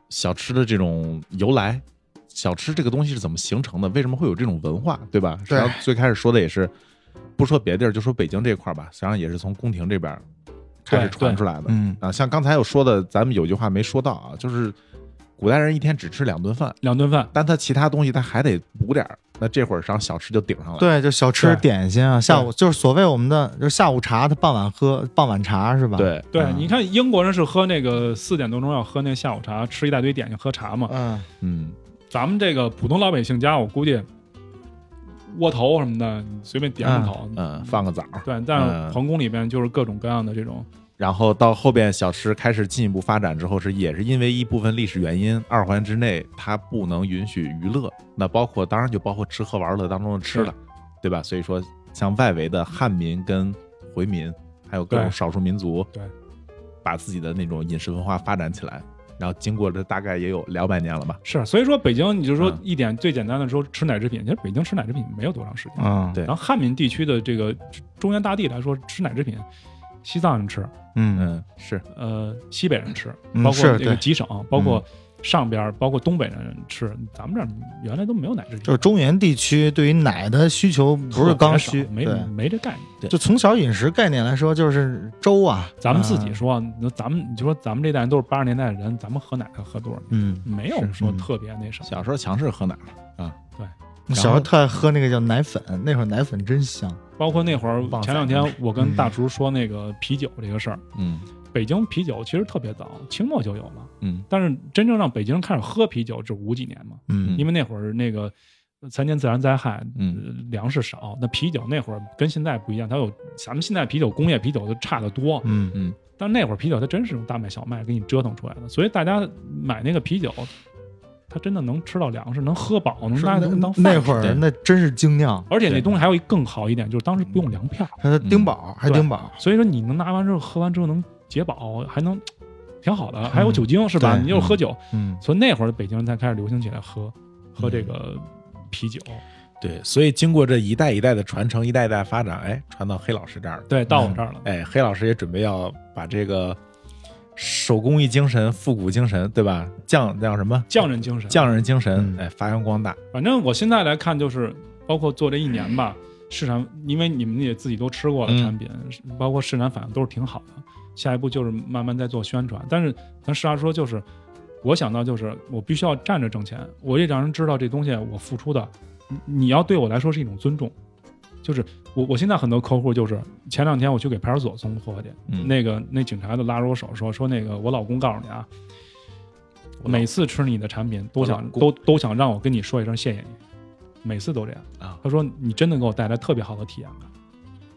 [SPEAKER 1] 小吃的这种由来，小吃这个东西是怎么形成的，为什么会有这种文化，对吧？实际上最开始说的也是，不说别地儿，就说北京这块儿吧，实际上也是从宫廷这边儿开始
[SPEAKER 2] 对
[SPEAKER 1] 传
[SPEAKER 2] 对
[SPEAKER 1] 出来的。
[SPEAKER 3] 嗯，
[SPEAKER 1] 啊，像刚才有说的，咱们有句话没说到啊，就是古代人一天只吃两顿饭，
[SPEAKER 2] 两顿饭，
[SPEAKER 1] 但他其他东西他还得补点儿，那这会儿上小吃就顶上了。
[SPEAKER 3] 对，就小吃
[SPEAKER 2] 对
[SPEAKER 3] 点心啊，下午就是所谓我们的就是下午茶，他傍晚喝傍晚茶是吧？，
[SPEAKER 1] 对
[SPEAKER 2] 对，
[SPEAKER 3] 嗯
[SPEAKER 2] 你看英国人是喝那个四点多钟要喝那下午茶，吃一大堆点心喝茶嘛。
[SPEAKER 3] 嗯，
[SPEAKER 1] 嗯，
[SPEAKER 2] 咱们这个普通老百姓家，我估计窝头什么的，你随便点两口。
[SPEAKER 1] 嗯，放个枣儿，
[SPEAKER 2] 对，但
[SPEAKER 1] 嗯
[SPEAKER 2] 是皇宫里边就是各种各样的这种，
[SPEAKER 1] 然后到后边小吃开始进一步发展之后，是也是因为一部分历史原因，二环之内它不能允许娱乐，那包括当然就包括吃喝玩乐当中的吃了，对吧？所以说，像外围的汉民跟回民，还有各种
[SPEAKER 2] 对
[SPEAKER 1] 少数民族，
[SPEAKER 2] 对，
[SPEAKER 1] 把自己的那种饮食文化发展起来，然后经过这大概也有两百年了吧？
[SPEAKER 2] 是，所以说北京，你就说
[SPEAKER 1] 嗯
[SPEAKER 2] 一点最简单的说吃奶制品，其实北京吃奶制品没有多长时间。
[SPEAKER 3] 嗯，
[SPEAKER 1] 对
[SPEAKER 2] 然后汉民地区的这个中原大地来说，吃奶制品，西藏人吃，
[SPEAKER 3] 嗯
[SPEAKER 1] 嗯，是，
[SPEAKER 2] 呃，西北人吃，
[SPEAKER 3] 嗯
[SPEAKER 2] 包
[SPEAKER 3] 是
[SPEAKER 2] 括这个
[SPEAKER 3] 对嗯
[SPEAKER 2] 几省，包括上边儿，包括东北人吃，咱们这儿原来都没有奶制品，
[SPEAKER 3] 就是中原地区对于奶的需求不是刚需，
[SPEAKER 2] 特别少没
[SPEAKER 3] 对，
[SPEAKER 2] 没这概念。
[SPEAKER 1] 对
[SPEAKER 3] 就从小饮食概念来说，就是粥啊，
[SPEAKER 2] 咱们自己说，那咱们你就说咱们这代人都是八十年代的人，咱们喝奶要喝多少年？
[SPEAKER 3] 嗯，
[SPEAKER 2] 没有说
[SPEAKER 3] 嗯
[SPEAKER 2] 特别那什么。
[SPEAKER 1] 小时候强势喝奶啊，
[SPEAKER 3] 嗯，小时候特爱喝那个叫奶粉，那会儿奶粉真香，
[SPEAKER 2] 包括那会儿
[SPEAKER 3] 旺仔
[SPEAKER 2] 前两天我
[SPEAKER 3] 嗯
[SPEAKER 2] 跟大厨说那个啤酒这个事儿，
[SPEAKER 1] 嗯
[SPEAKER 2] 北京啤酒其实特别早，清末就有了，
[SPEAKER 1] 嗯
[SPEAKER 2] 但是真正让北京人开始喝啤酒就是五几年嘛，
[SPEAKER 3] 嗯
[SPEAKER 2] 因为那会儿那个三年自然灾害，
[SPEAKER 1] 嗯
[SPEAKER 2] 呃粮食少，那啤酒那会儿跟现在不一样，它有咱们现在啤酒工业啤酒就差得多，
[SPEAKER 3] 嗯
[SPEAKER 1] 嗯
[SPEAKER 2] 但那会儿啤酒它真是用大麦小麦给你折腾出来的，所以大家买那个啤酒，它真的能吃到粮食，能喝饱，能
[SPEAKER 3] 是
[SPEAKER 2] 拿
[SPEAKER 3] 那
[SPEAKER 2] 当饭
[SPEAKER 3] 那
[SPEAKER 2] 吃。
[SPEAKER 3] 会
[SPEAKER 1] 对
[SPEAKER 3] 儿那真是精酿，
[SPEAKER 2] 而且那
[SPEAKER 1] 对
[SPEAKER 2] 东西还有一更好一点，就是当时
[SPEAKER 3] 嗯
[SPEAKER 2] 不用粮票，
[SPEAKER 3] 它是丁宝还
[SPEAKER 2] 对
[SPEAKER 3] 丁宝，
[SPEAKER 2] 所以说你能拿完之后喝完之后能解饱，还能挺好的，还有
[SPEAKER 3] 嗯
[SPEAKER 2] 酒精是吧？
[SPEAKER 3] 对
[SPEAKER 2] 你就是喝酒，
[SPEAKER 3] 嗯，
[SPEAKER 2] 所以那会儿北京人才开始流行起来喝喝这个啤酒。
[SPEAKER 1] 对，所以经过这一代一代的传承，一代一代发展，哎，传到黑老师这儿了。
[SPEAKER 2] 对，到我这儿了，
[SPEAKER 1] 哎，黑老师也准备要把这个手工艺精神、复古精神，对吧？匠叫什么？
[SPEAKER 2] 匠人精神。
[SPEAKER 1] 匠人精神，
[SPEAKER 3] 嗯
[SPEAKER 1] 哎，发扬光大。
[SPEAKER 2] 反正我现在来看，就是包括做这一年吧，市场，因为你们也自己都吃过了
[SPEAKER 1] 嗯
[SPEAKER 2] 产品，包括市场反应都是挺好的。下一步就是慢慢在做宣传，但是咱实话说，就是我想到就是我必须要站着挣钱，我也让人知道这东西我付出的，你你要对我来说是一种尊重。就是我我现在很多客户就是前两天我去给派出所送货去，
[SPEAKER 1] 嗯
[SPEAKER 2] 那个那警察就拉着我手说说那个我老公告诉你啊，
[SPEAKER 1] 我
[SPEAKER 2] 每次吃你的产品都
[SPEAKER 1] 我
[SPEAKER 2] 想
[SPEAKER 1] 老公
[SPEAKER 2] 都都想让我跟你说一声谢谢你，每次都这样
[SPEAKER 1] 啊
[SPEAKER 2] 他说你真的给我带来特别好的体验感，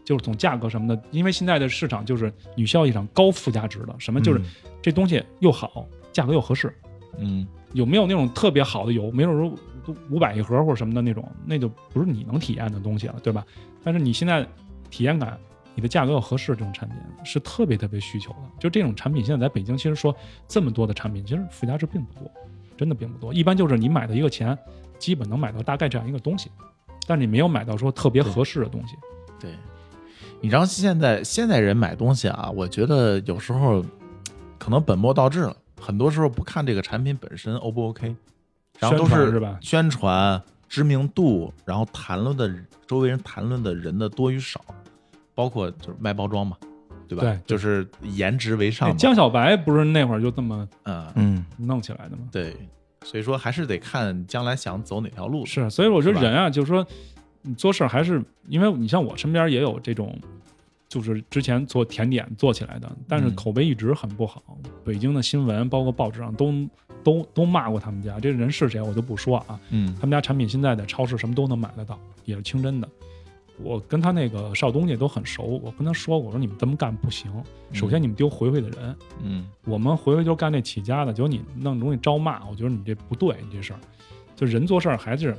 [SPEAKER 2] 就是从价格什么的，因为现在的市场就是女需要一场高附加值的，什么就是这东西又好，价格又合适。
[SPEAKER 1] 嗯
[SPEAKER 2] 有没有那种特别好的油？没准说五百一盒或者什么的那种，那就不是你能体验的东西了，对吧？但是你现在体验感，你的价格又合适，这种产品是特别特别需求的。就这种产品，现在在北京其实说这么多的产品，其实附加值并不多，真的并不多。一般就是你买的一个钱，基本能买到大概这样一个东西，但你没有买到说特别合适的东西。
[SPEAKER 1] 对。你知道现在现在人买东西啊，我觉得有时候可能本末倒置了，很多时候不看这个产品本身 O 不 OK，然后都
[SPEAKER 2] 宣传
[SPEAKER 1] 是
[SPEAKER 2] 是吧
[SPEAKER 1] 宣传知名度，然后谈论的周围人谈论的人的多与少，包括就是卖包装嘛，对吧？
[SPEAKER 2] 对哎对
[SPEAKER 1] 就是颜值为上
[SPEAKER 2] 那
[SPEAKER 1] 嘛。
[SPEAKER 2] 江小白不是那会儿就这么
[SPEAKER 1] 嗯，
[SPEAKER 3] 嗯，
[SPEAKER 2] 弄起来的吗？
[SPEAKER 1] 对，所以说还是得看将来想走哪条路。
[SPEAKER 2] 是，所以我觉
[SPEAKER 1] 是
[SPEAKER 2] 得
[SPEAKER 1] 吧
[SPEAKER 2] 人啊，就是说，你做事儿还是因为你像我身边也有这种，就是之前做甜点做起来的，但是
[SPEAKER 1] 嗯
[SPEAKER 2] 口碑一直很不好。北京的新闻包括报纸上都都都骂过他们家，这人是谁我就不说啊。
[SPEAKER 1] 嗯
[SPEAKER 2] 他们家产品现在在超市什么都能买得到，也是清真的。我跟他那个少东家都很熟，我跟他说过，我说你们这么干不行，首先你们丢回回的人，
[SPEAKER 1] 嗯
[SPEAKER 2] 我们回回就干这起家的，结果你弄容易招骂，我觉得你这不对，你这事儿，就人做事儿还是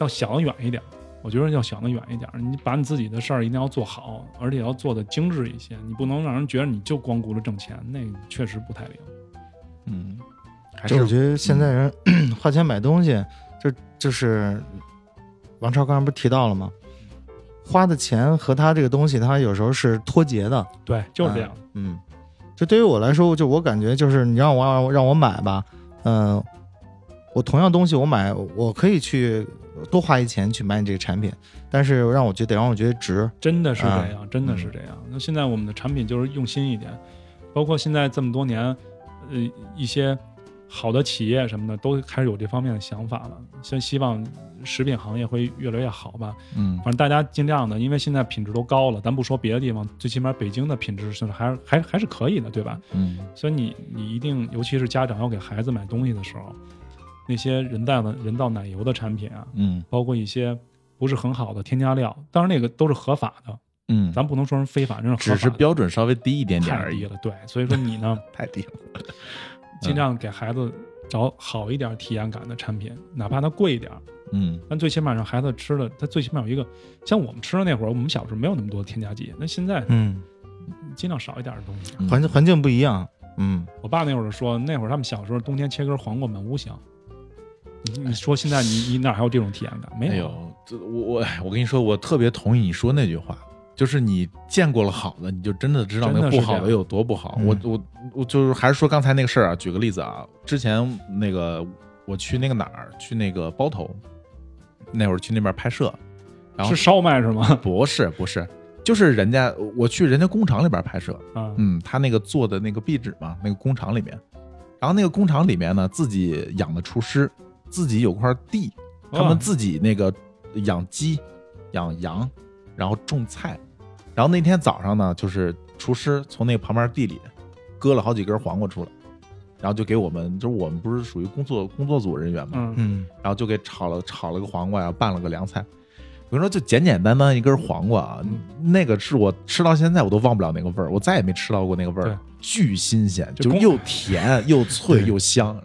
[SPEAKER 2] 要想得远一点。我觉得要想得远一点，你把你自己的事儿一定要做好，而且要做的精致一些，你不能让人觉得你就光顾着挣钱，那确实不太灵。
[SPEAKER 1] 嗯，还
[SPEAKER 3] 就是嗯我觉得现在 人、花钱买东西，就就是王超刚才不是提到了吗？花的钱和他这个东西，他有时候是脱节的。
[SPEAKER 2] 对，就是这样。
[SPEAKER 3] 嗯，就对于我来说，就我感觉就是你让我让我让我买吧，嗯、我同样东西我买，我可以去多花一钱去买你这个产品，但是让我觉得得让我觉得值。
[SPEAKER 2] 真的是这样，真的是这样。那现在我们的产品就是用心一点，包括现在这么多年，呃，一些好的企业什么的都开始有这方面的想法了。先希望食品行业会越来越好吧。
[SPEAKER 1] 嗯
[SPEAKER 2] 反正大家尽量的，因为现在品质都高了，咱不说别的地方，最起码北京的品质是还还还是可以的，对吧？
[SPEAKER 1] 嗯
[SPEAKER 2] 所以你你一定，尤其是家长要给孩子买东西的时候，那些人造的人造奶油的产品啊，
[SPEAKER 1] 嗯
[SPEAKER 2] 包括一些不是很好的添加料，当然那个都是合法的，
[SPEAKER 1] 嗯，
[SPEAKER 2] 咱不能说人非法，那是合法
[SPEAKER 1] 只
[SPEAKER 2] 的
[SPEAKER 1] 是标准稍微低一点点
[SPEAKER 2] 太
[SPEAKER 1] 而
[SPEAKER 2] 低
[SPEAKER 1] 已，
[SPEAKER 2] 了。对，所以说你呢，
[SPEAKER 1] 太低了。
[SPEAKER 2] 尽量给孩子找好一点体验感的产品，哪怕它贵一点，
[SPEAKER 1] 嗯
[SPEAKER 2] 但最起码让孩子吃了，他最起码有一个像我们吃的那会儿，我们小时候没有那么多添加剂，那现在
[SPEAKER 3] 嗯，
[SPEAKER 2] 尽量少一点的东西。
[SPEAKER 1] 嗯
[SPEAKER 3] 环环境不一样。嗯，
[SPEAKER 2] 我爸那会儿就说，那会儿他们小时候冬天切根黄瓜满屋香。你你说现在你你哪还有这种体验感？没
[SPEAKER 1] 哎
[SPEAKER 2] 有，
[SPEAKER 1] 呦，这我我我跟你说，我特别同意你说那句话，就是你见过了好的，你就真的知道那
[SPEAKER 2] 真的
[SPEAKER 1] 个
[SPEAKER 2] 是
[SPEAKER 1] 不好
[SPEAKER 2] 这
[SPEAKER 1] 的
[SPEAKER 2] 样
[SPEAKER 1] 有多不好。
[SPEAKER 3] 嗯
[SPEAKER 1] 我我我就是还是说刚才那个事儿啊，举个例子啊，之前那个我去那个哪儿，去那个包头，那会儿去那边拍摄，然后
[SPEAKER 2] 是烧麦是吗？
[SPEAKER 1] 不是不是，就是人家我去人家工厂里边拍摄，
[SPEAKER 2] 啊，
[SPEAKER 1] 嗯，他那个做的那个壁纸嘛，那个工厂里面，然后那个工厂里面呢，自己养的厨师，自己有块地，他们自己那个养鸡、养羊，然后种菜。然后那天早上呢，就是厨师从那旁边地里割了好几根黄瓜出来，然后就给我们，就是我们不是属于工作工作组人员嘛，
[SPEAKER 2] 嗯嗯
[SPEAKER 3] 嗯
[SPEAKER 1] 然后就给炒了炒了个黄瓜呀，拌了个凉菜。我跟你说，就简简单单一根黄瓜啊，
[SPEAKER 2] 嗯
[SPEAKER 1] 那个是我吃到现在我都忘不了那个味儿，我再也没吃到过那个味
[SPEAKER 2] 对
[SPEAKER 1] 儿，巨新鲜，
[SPEAKER 2] 就
[SPEAKER 1] 就
[SPEAKER 2] 公
[SPEAKER 1] 又甜又脆
[SPEAKER 3] 对
[SPEAKER 1] 又香，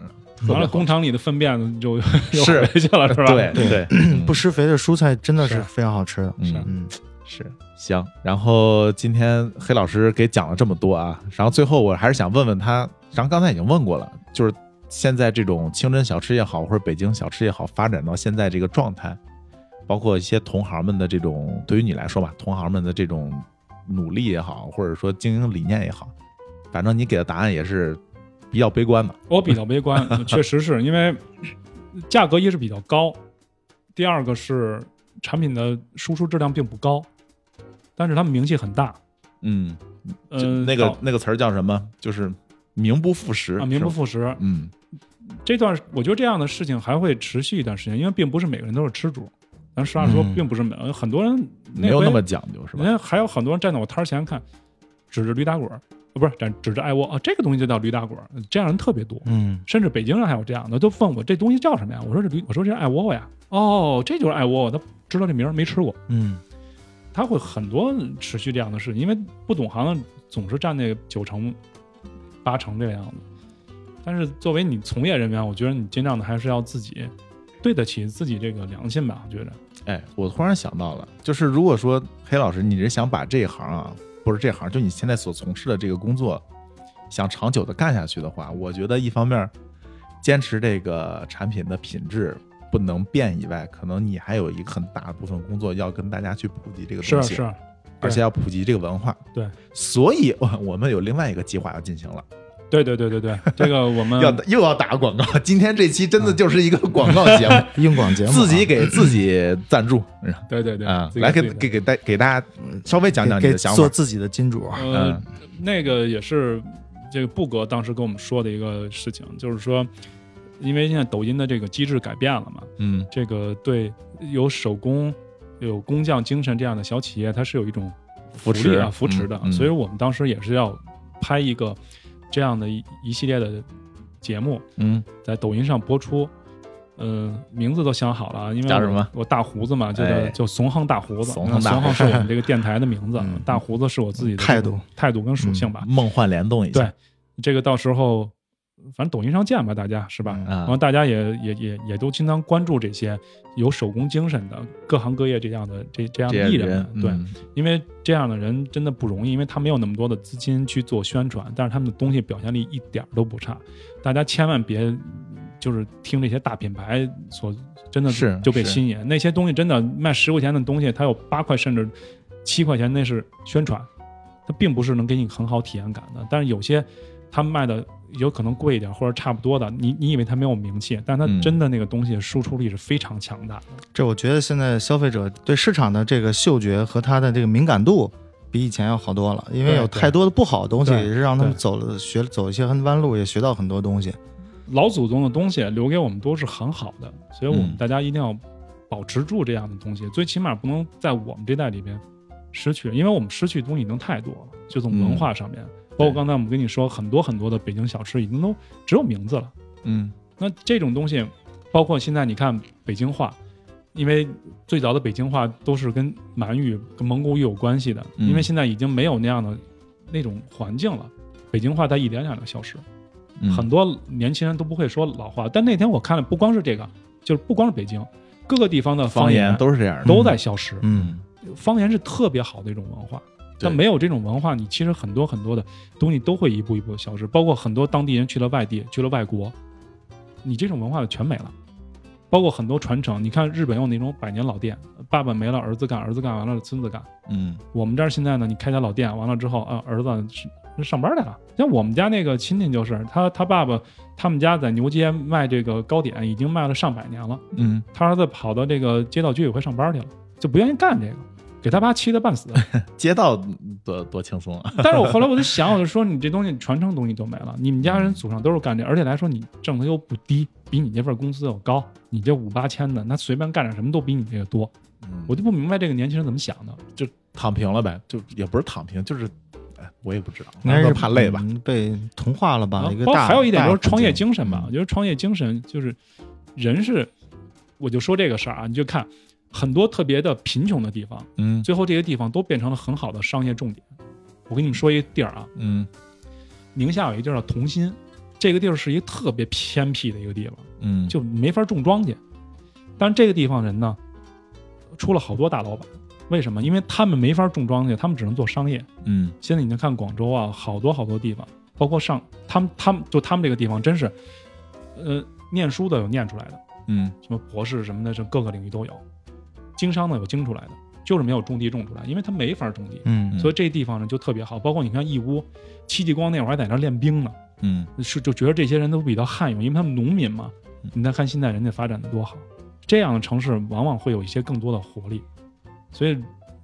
[SPEAKER 2] 完了，工厂里的粪便就又
[SPEAKER 1] 是
[SPEAKER 2] 回去了，是吧？
[SPEAKER 1] 对，对，嗯
[SPEAKER 3] 不施肥的蔬菜真的
[SPEAKER 2] 是
[SPEAKER 3] 是非常好吃的。
[SPEAKER 1] 嗯
[SPEAKER 3] 嗯，
[SPEAKER 1] 是行。然后今天黑老师给讲了这么多啊，然后最后我还是想问问他，然后刚才已经问过了，就是现在这种清真小吃也好，或者北京小吃也好，发展到现在这个状态，包括一些同行们的这种，对于你来说吧，同行们的这种努力也好，或者说经营理念也好，反正你给的答案也是比较悲观的。
[SPEAKER 2] 我比较悲观， 确实是因为价格一是比较高，第二个是产品的输出质量并不高，但是他们名气很大。
[SPEAKER 1] 嗯，就
[SPEAKER 2] 嗯，
[SPEAKER 1] 那个
[SPEAKER 2] 导
[SPEAKER 1] 那个词儿叫什么？就是名不副实
[SPEAKER 2] 啊，名
[SPEAKER 1] 是
[SPEAKER 2] 不
[SPEAKER 1] 吧
[SPEAKER 2] 副实。
[SPEAKER 1] 嗯
[SPEAKER 2] 这段我觉得这样的事情还会持续一段时间，因为并不是每个人都是吃主。咱实话说，
[SPEAKER 3] 嗯
[SPEAKER 2] 并不是每、很多人
[SPEAKER 1] 没有
[SPEAKER 2] 回
[SPEAKER 1] 那么讲究是吧？
[SPEAKER 2] 人家还有很多人站在我摊儿前看，指着驴打滚儿，呃不是指指着艾窝啊，这个东西就叫驴打滚儿，这样人特别多。
[SPEAKER 3] 嗯，
[SPEAKER 2] 甚至北京人还有这样的，都问我这东西叫什么呀？我说这驴，我说这是艾窝窝呀。哦，这就是艾窝窝，他知道这名儿没吃过。
[SPEAKER 3] 嗯，
[SPEAKER 2] 他会很多持续这样的事，因为不懂行的总是占那个九成、八成这个样子。但是作为你从业人员，我觉得你尽量的还是要自己对得起自己这个良心吧。我觉得
[SPEAKER 1] 哎，我突然想到了，就是如果说黑老师，你是想把这一行啊，不是这行，就你现在所从事的这个工作，想长久的干下去的话，我觉得一方面坚持这个产品的品质不能变以外，可能你还有一个很大部分工作要跟大家去普及这个
[SPEAKER 2] 是
[SPEAKER 1] 东
[SPEAKER 2] 啊
[SPEAKER 1] 西，
[SPEAKER 2] 是啊，
[SPEAKER 1] 而且要普及这个文化。
[SPEAKER 2] 对，
[SPEAKER 1] 所以我我们有另外一个计划要进行了，
[SPEAKER 2] 对对对对对，这个我 们
[SPEAKER 1] 要又要打广告。今天这期真
[SPEAKER 2] 嗯
[SPEAKER 1] 的就是一个广告 节目，
[SPEAKER 3] 硬广节目啊
[SPEAKER 1] 自己给自己赞助。
[SPEAKER 2] 对对对
[SPEAKER 1] 啊，
[SPEAKER 2] 自己
[SPEAKER 1] 来给
[SPEAKER 2] 自己的
[SPEAKER 1] 给给大给大家嗯稍微讲讲你
[SPEAKER 3] 给
[SPEAKER 1] 的想
[SPEAKER 3] 做
[SPEAKER 1] 法。
[SPEAKER 3] 自己的金主。啊
[SPEAKER 1] 嗯
[SPEAKER 2] 呃，那个也是这个布哥当时跟我们说的一个事情，就是说，因为现在抖音的这个机制改变了嘛，
[SPEAKER 1] 嗯
[SPEAKER 2] 这个对有手工、有工匠精神这样的小企业，它是有一种
[SPEAKER 1] 扶
[SPEAKER 2] 福
[SPEAKER 1] 持
[SPEAKER 2] 利啊、
[SPEAKER 1] 嗯
[SPEAKER 2] 扶持的。
[SPEAKER 1] 嗯
[SPEAKER 2] 所以我们当时也是要拍一个这样的一一系列的节目，
[SPEAKER 1] 嗯
[SPEAKER 2] 在抖音上播出。嗯、名字都想好了啊，因为
[SPEAKER 1] 叫
[SPEAKER 2] 我
[SPEAKER 1] 什么
[SPEAKER 2] 我大胡子嘛，就叫、
[SPEAKER 1] 哎
[SPEAKER 2] 就怂横大胡子。
[SPEAKER 1] 怂
[SPEAKER 2] 那
[SPEAKER 1] 横大
[SPEAKER 2] 怂
[SPEAKER 1] 胡
[SPEAKER 2] 横是我们这个电台的名 字，
[SPEAKER 3] 嗯
[SPEAKER 2] 大胡子是我自己的
[SPEAKER 3] 态
[SPEAKER 2] 这种
[SPEAKER 3] 度
[SPEAKER 2] 态度跟属性吧。
[SPEAKER 1] 梦幻联动一下，
[SPEAKER 2] 这个到时候反正抖音上见吧，大家是吧？
[SPEAKER 3] 嗯
[SPEAKER 2] 然
[SPEAKER 1] 啊
[SPEAKER 2] 后，大家也也也也都经常关注这些有手工精神的各行各业这样的这这样
[SPEAKER 1] 这
[SPEAKER 2] 的艺
[SPEAKER 1] 些
[SPEAKER 2] 人啊
[SPEAKER 1] 人
[SPEAKER 2] 们，对，
[SPEAKER 1] 嗯
[SPEAKER 2] 因为这样的人真的不容易，因为他没有那么多的资金去做宣传，但是他们的东西表现力一点儿都不差，大家千万别就是听这些大品牌所真的
[SPEAKER 1] 是
[SPEAKER 2] 就被
[SPEAKER 1] 是
[SPEAKER 2] 吸引。那些东西真的卖十块钱的东西，它有八块甚至七块钱，那是宣传，它并不是能给你很好体验感的。但是有些他卖的有可能贵一点或者差不多的，你你以为它没有名气，但它
[SPEAKER 1] 嗯
[SPEAKER 2] 真的那个东西输出力是非常强大的。
[SPEAKER 3] 这我觉得现在消费者对市场的这个嗅觉和他的这个敏感度比以前要好多了，因为
[SPEAKER 2] 对
[SPEAKER 3] 有太多的不好的东西，
[SPEAKER 2] 对
[SPEAKER 3] 也是让他们
[SPEAKER 2] 对
[SPEAKER 3] 走了学走一些弯路，也学到很多东西。
[SPEAKER 2] 老祖宗的东西留给我们都是很好的，所以我
[SPEAKER 1] 嗯
[SPEAKER 2] 们大家一定要保持住这样的东西，最起码不能在我们这代里边失去，因为我们失去的东西已经太多了，就从文化上面，
[SPEAKER 1] 嗯
[SPEAKER 2] 包括刚才我们跟你说很多很多的北京小吃已经都只有名字了。
[SPEAKER 1] 嗯
[SPEAKER 2] 那这种东西，包括现在你看北京话，因为最早的北京话都是跟满语、跟蒙古语有关系的，
[SPEAKER 1] 嗯
[SPEAKER 2] 因为现在已经没有那样的那种环境了，北京话在一点点的消失。
[SPEAKER 1] 嗯
[SPEAKER 2] 很多年轻人都不会说老话。但那天我看了，不光是这个，就是不光是北京，各个地方的
[SPEAKER 1] 方
[SPEAKER 2] 言
[SPEAKER 1] 言都是这样的，
[SPEAKER 2] 都在消失。
[SPEAKER 3] 嗯，
[SPEAKER 2] 方言是特别好的一种文化，
[SPEAKER 1] 对
[SPEAKER 2] 但没有这种文化，你其实很多很多的东西都会一步一步地消失。包括很多当地人去了外地，去了外国，你这种文化就全没了。包括很多传承，你看日本有那种百年老店，爸爸没了儿子干，儿子干完了孙子干。
[SPEAKER 1] 嗯
[SPEAKER 2] 我们这儿现在呢，你开家老店完了之后啊，儿子是上班去了。像我们家那个亲戚就是他，他爸爸他们家在牛街卖这个糕点，已经卖了上百年了。
[SPEAKER 1] 嗯，
[SPEAKER 2] 他儿子跑到这个街道居委会上班去了，就不愿意干这个，给他爸气得半死。
[SPEAKER 1] 街道多多轻松啊，
[SPEAKER 2] 但是我后来我就想，我就说你这东西传承东西就没了，你们家人祖上都是干这，而且来说你挣的又不低，比你这份工资又高，你这五八千的，那随便干点什么都比你这个多。我就不明白这个年轻人怎么想的。
[SPEAKER 1] 躺平了呗，就也不是躺平，就是哎我也不知道，
[SPEAKER 3] 应该
[SPEAKER 1] 反
[SPEAKER 3] 是
[SPEAKER 1] 正怕累吧，
[SPEAKER 3] 嗯被同化了吧？
[SPEAKER 2] 啊
[SPEAKER 3] 一个
[SPEAKER 2] 包括
[SPEAKER 3] 大
[SPEAKER 2] 还有一点
[SPEAKER 3] 大
[SPEAKER 2] 就是创业
[SPEAKER 3] 环境
[SPEAKER 2] 精神吧，我觉得创业精神就是人是，我就说这个事儿啊，你就看很多特别的贫穷的地方，
[SPEAKER 1] 嗯
[SPEAKER 2] 最后这些地方都变成了很好的商业重点。我跟你们说一个地儿啊，
[SPEAKER 1] 嗯
[SPEAKER 2] 宁夏有一地儿叫同心，这个地儿是一个特别偏僻的一个地方，
[SPEAKER 1] 嗯，
[SPEAKER 2] 就没法种庄稼。但是这个地方人呢，出了好多大老板，为什么？因为他们没法种庄稼，他们只能做商业。
[SPEAKER 1] 嗯
[SPEAKER 2] 现在你能看广州啊，好多好多地方，包括上他们他们就他们这个地方真是，呃，念书的有念出来的，
[SPEAKER 1] 嗯
[SPEAKER 2] 什么博士什么的，这各个领域都有，经商的有经出来的，就是没有种地种出来，因为他没法种地，
[SPEAKER 3] 嗯，
[SPEAKER 2] 所以这地方呢就特别好。包括你看义乌，戚继光那会儿还在那儿练兵呢，
[SPEAKER 1] 嗯
[SPEAKER 2] 是就觉得这些人都比较汉勇，因为他们农民嘛
[SPEAKER 1] 嗯。
[SPEAKER 2] 你再看现在人家发展的多好，这样的城市往往会有一些更多的活力，所以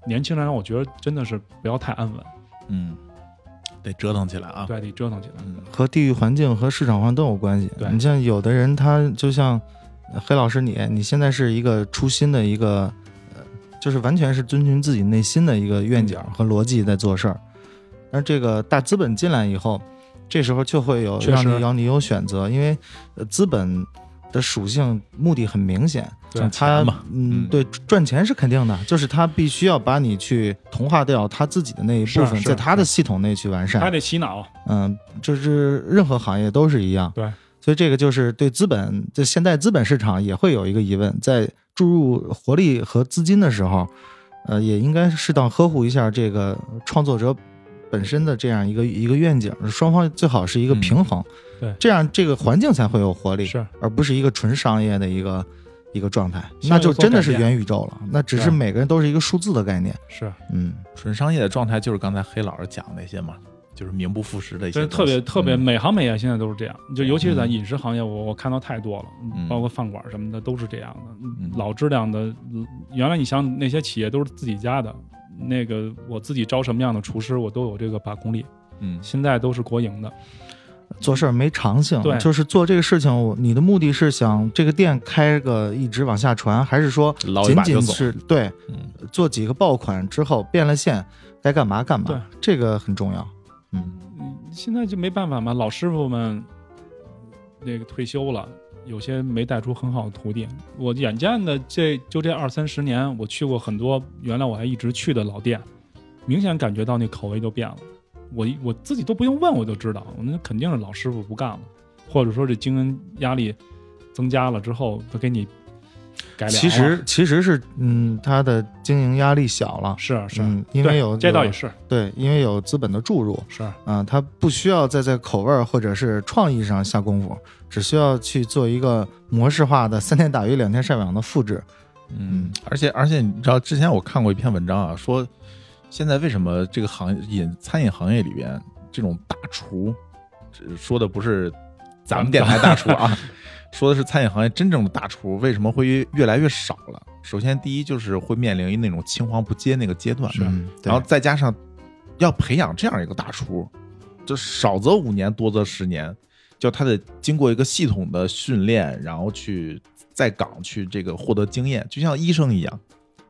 [SPEAKER 2] 年轻人我觉得真的是不要太安稳，
[SPEAKER 1] 嗯，得折腾起来啊，
[SPEAKER 2] 对，得折腾起来。
[SPEAKER 1] 嗯
[SPEAKER 3] 和地域环境和市场环境都有关系。
[SPEAKER 2] 对
[SPEAKER 3] 你像有的人，他就像呃黑老师你，你现在是一个初心的一个，呃，就是完全是遵循自己内心的一个愿景和逻辑在做事儿。但这个大资本进来以后，这时候就会有
[SPEAKER 2] 确
[SPEAKER 3] 让
[SPEAKER 2] 实
[SPEAKER 3] 你有你有选择，因为呃资本的属性目的很明显，
[SPEAKER 2] 对
[SPEAKER 3] 他
[SPEAKER 1] 钱嘛
[SPEAKER 3] 嗯
[SPEAKER 1] 嗯
[SPEAKER 3] 对赚钱是肯定的，就是他必须要把你去同化掉他自己的那一部分，
[SPEAKER 2] 是是
[SPEAKER 3] 在他的系统内去完善。
[SPEAKER 2] 还得洗脑，
[SPEAKER 3] 嗯，就是任何行业都是一样。
[SPEAKER 2] 对，
[SPEAKER 3] 所以这个就是对资本，就现在资本市场也会有一个疑问，在注入活力和资金的时候，呃，也应该适当呵护一下这个创作者本身的这样一个一个愿景，双方最好是一个平衡，
[SPEAKER 2] 嗯对
[SPEAKER 3] 这样这个环境才会有活力，
[SPEAKER 2] 是
[SPEAKER 3] 而不是一个纯商业的一个。一个状态，
[SPEAKER 2] 像
[SPEAKER 3] 那就
[SPEAKER 2] 有所
[SPEAKER 3] 真的
[SPEAKER 2] 改
[SPEAKER 3] 是
[SPEAKER 2] 变
[SPEAKER 3] 元宇宙了。那只是
[SPEAKER 2] 对
[SPEAKER 3] 每个人都是一个数字的概念，
[SPEAKER 2] 是，
[SPEAKER 3] 嗯，
[SPEAKER 1] 纯商业的状态就是刚才黑老师讲那些嘛，就是名不副实的一
[SPEAKER 2] 对，
[SPEAKER 1] 些东西，
[SPEAKER 2] 特别特别，
[SPEAKER 1] 嗯
[SPEAKER 2] 每行每业现在都是这样，就尤其是咱
[SPEAKER 1] 嗯
[SPEAKER 2] 饮食行业，我我看到太多了，
[SPEAKER 1] 嗯
[SPEAKER 2] 包括饭馆什么的都是这样的，
[SPEAKER 1] 嗯
[SPEAKER 2] 老质量的。嗯原来你想那些企业都是自己家的，那个我自己招什么样的厨师，我都有这个把控力，
[SPEAKER 1] 嗯
[SPEAKER 2] 现在都是国营的，
[SPEAKER 3] 做事儿没长性，啊
[SPEAKER 2] 对
[SPEAKER 3] 就是做这个事情，我你的目的是想这个店开个一直往下传，还是说
[SPEAKER 1] 捞一
[SPEAKER 3] 仅
[SPEAKER 1] 把
[SPEAKER 3] 仅
[SPEAKER 1] 就走，
[SPEAKER 3] 是对
[SPEAKER 1] 嗯
[SPEAKER 3] 做几个爆款之后变了线，该干嘛干
[SPEAKER 2] 对
[SPEAKER 3] 嘛？这个很重要。
[SPEAKER 2] 嗯现在就没办法嘛，老师傅们那个退休了。有些没带出很好的徒弟，我眼见的这就这二三十年，我去过很多原来我还一直去的老店，明显感觉到那口味就变了。我一我自己都不用问，我就知道，那肯定是老师傅不干了，或者说这经营压力增加了之后，他给你改良了。
[SPEAKER 3] 其实其实是嗯，它的经营压力小了，
[SPEAKER 2] 是啊是啊，
[SPEAKER 3] 嗯，因为
[SPEAKER 2] 对
[SPEAKER 3] 有
[SPEAKER 2] 这倒
[SPEAKER 3] 有
[SPEAKER 2] 也是
[SPEAKER 3] 对，因为有资本的注入，
[SPEAKER 2] 是啊
[SPEAKER 3] 啊，他不需要再在口味儿或者是创意上下功夫，只需要去做一个模式化的三天打鱼两天晒网的复制。
[SPEAKER 1] 嗯，而且而且你知道，之前我看过一篇文章啊，说现在为什么这个行业饮餐饮行业里边这种大厨，这说的不是咱们电台大厨啊， 说的是餐饮行业真正的大厨为什么会越来越少了？首先，第一就是会面临那种青黄不接那个阶段，
[SPEAKER 2] 是
[SPEAKER 3] 嗯，对
[SPEAKER 1] 然后再加上要培养这样一个大厨，这少则五年，多则十年，就他得经过一个系统的训练，然后去在岗去这个获得经验，就像医生一样，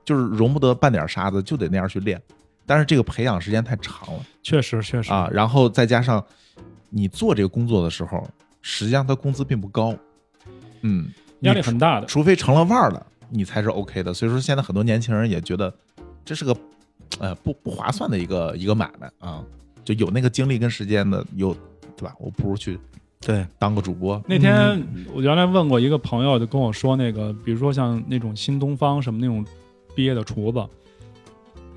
[SPEAKER 1] 就是容不得半点沙子，就得那样去练。但是这个培养时间太长了
[SPEAKER 2] 确实确实
[SPEAKER 1] 啊，然后再加上你做这个工作的时候，实际上他工资并不高，嗯，
[SPEAKER 2] 压力很大的。
[SPEAKER 1] 除非成了腕儿了，你才是 OK 的。所以说，现在很多年轻人也觉得这是个呃不不划算的一个一个买卖啊，就有那个精力跟时间的，有对吧？我不如去
[SPEAKER 3] 对，
[SPEAKER 1] 当个主播。
[SPEAKER 2] 那天我原来问过一个朋友，就跟我说那个，比如说像那种新东方什么那种毕业的厨子，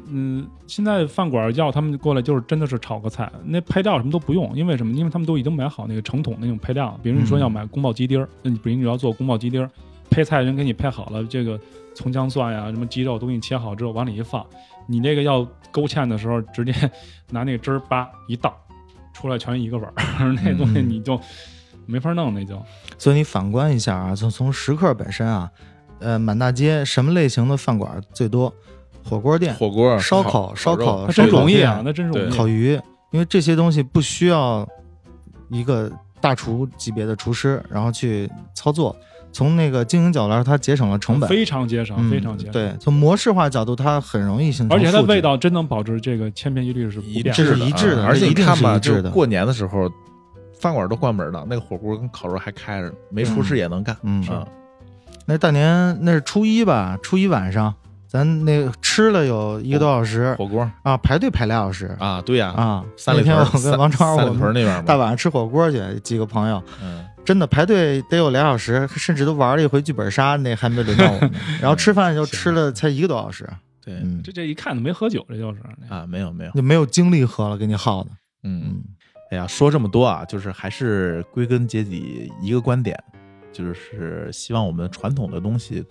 [SPEAKER 2] 嗯，现在饭馆要他们过来就是真的是炒个菜，那配料什么都不用，因为什么？因为他们都已经买好那个成桶那种配料，比如你说
[SPEAKER 1] 嗯
[SPEAKER 2] 要买宫保鸡丁儿，那你比如你要做宫保鸡丁儿，配菜人给你配好了，这个葱姜蒜呀、什么鸡肉都给你切好之后往里一放，你那个要勾芡的时候直接拿那个汁儿叭一倒，出来全是一个味儿， 那东西
[SPEAKER 1] 嗯
[SPEAKER 2] 你就没法弄，那就。
[SPEAKER 3] 所以你反观一下啊，从从食客本身啊，呃，满大街什么类型的饭馆最多？火锅店、
[SPEAKER 1] 火锅、
[SPEAKER 3] 烧烤、烧
[SPEAKER 1] 肉
[SPEAKER 3] 烤、
[SPEAKER 2] 那
[SPEAKER 3] 烧
[SPEAKER 2] 真
[SPEAKER 3] 烤
[SPEAKER 2] 容易
[SPEAKER 3] 店
[SPEAKER 2] 啊，那真容易。
[SPEAKER 3] 烤鱼，因为这些东西不需要一个大厨级别的厨师，然后去操作。从那个经营角度来说，它节省了成本，
[SPEAKER 2] 非常节省，
[SPEAKER 3] 嗯
[SPEAKER 2] 非常节省。，
[SPEAKER 3] 对，从模式化角度，它很容易形成
[SPEAKER 2] 而
[SPEAKER 3] 复制，
[SPEAKER 2] 且它味道真能保持这个千篇一律是不
[SPEAKER 1] 一
[SPEAKER 2] 变
[SPEAKER 3] 这
[SPEAKER 2] 的。
[SPEAKER 1] 致
[SPEAKER 3] 是一致的
[SPEAKER 1] 啊而且
[SPEAKER 3] 这
[SPEAKER 1] 你
[SPEAKER 3] 一定
[SPEAKER 1] 看
[SPEAKER 3] 是
[SPEAKER 1] 吧，
[SPEAKER 3] 一致
[SPEAKER 1] 就
[SPEAKER 3] 的
[SPEAKER 1] 过年的时候，饭馆都关门了，那个火锅跟烤肉还开着，没厨师也能干。
[SPEAKER 3] 嗯
[SPEAKER 1] 啊
[SPEAKER 3] 那大年那是初一吧？初一晚上，咱那个吃了有一个多小时
[SPEAKER 1] 火锅
[SPEAKER 3] 啊，排队排俩小时
[SPEAKER 1] 啊，对呀、
[SPEAKER 3] 啊。
[SPEAKER 1] 三里
[SPEAKER 3] 那天
[SPEAKER 1] 屯
[SPEAKER 3] 我跟王超，
[SPEAKER 1] 三三
[SPEAKER 3] 我
[SPEAKER 1] 里屯
[SPEAKER 3] 们
[SPEAKER 1] 那边
[SPEAKER 3] 大
[SPEAKER 1] 嘛，
[SPEAKER 3] 晚上吃火锅去，几个朋友
[SPEAKER 1] 嗯，
[SPEAKER 3] 真的排队得有俩小时， 甚至都玩了一回剧本杀，那还没轮到 我们。然后吃饭就吃了才一个多小时，
[SPEAKER 1] 对
[SPEAKER 3] 嗯，
[SPEAKER 2] 这这一看就没喝酒，这就是。
[SPEAKER 1] 啊，没有没有，
[SPEAKER 3] 就没有精力喝了，给你耗的。
[SPEAKER 1] 嗯。
[SPEAKER 3] 嗯，
[SPEAKER 1] 哎呀，说这么多啊，就是还是归根结底一个观点，就是希望我们传统的东西，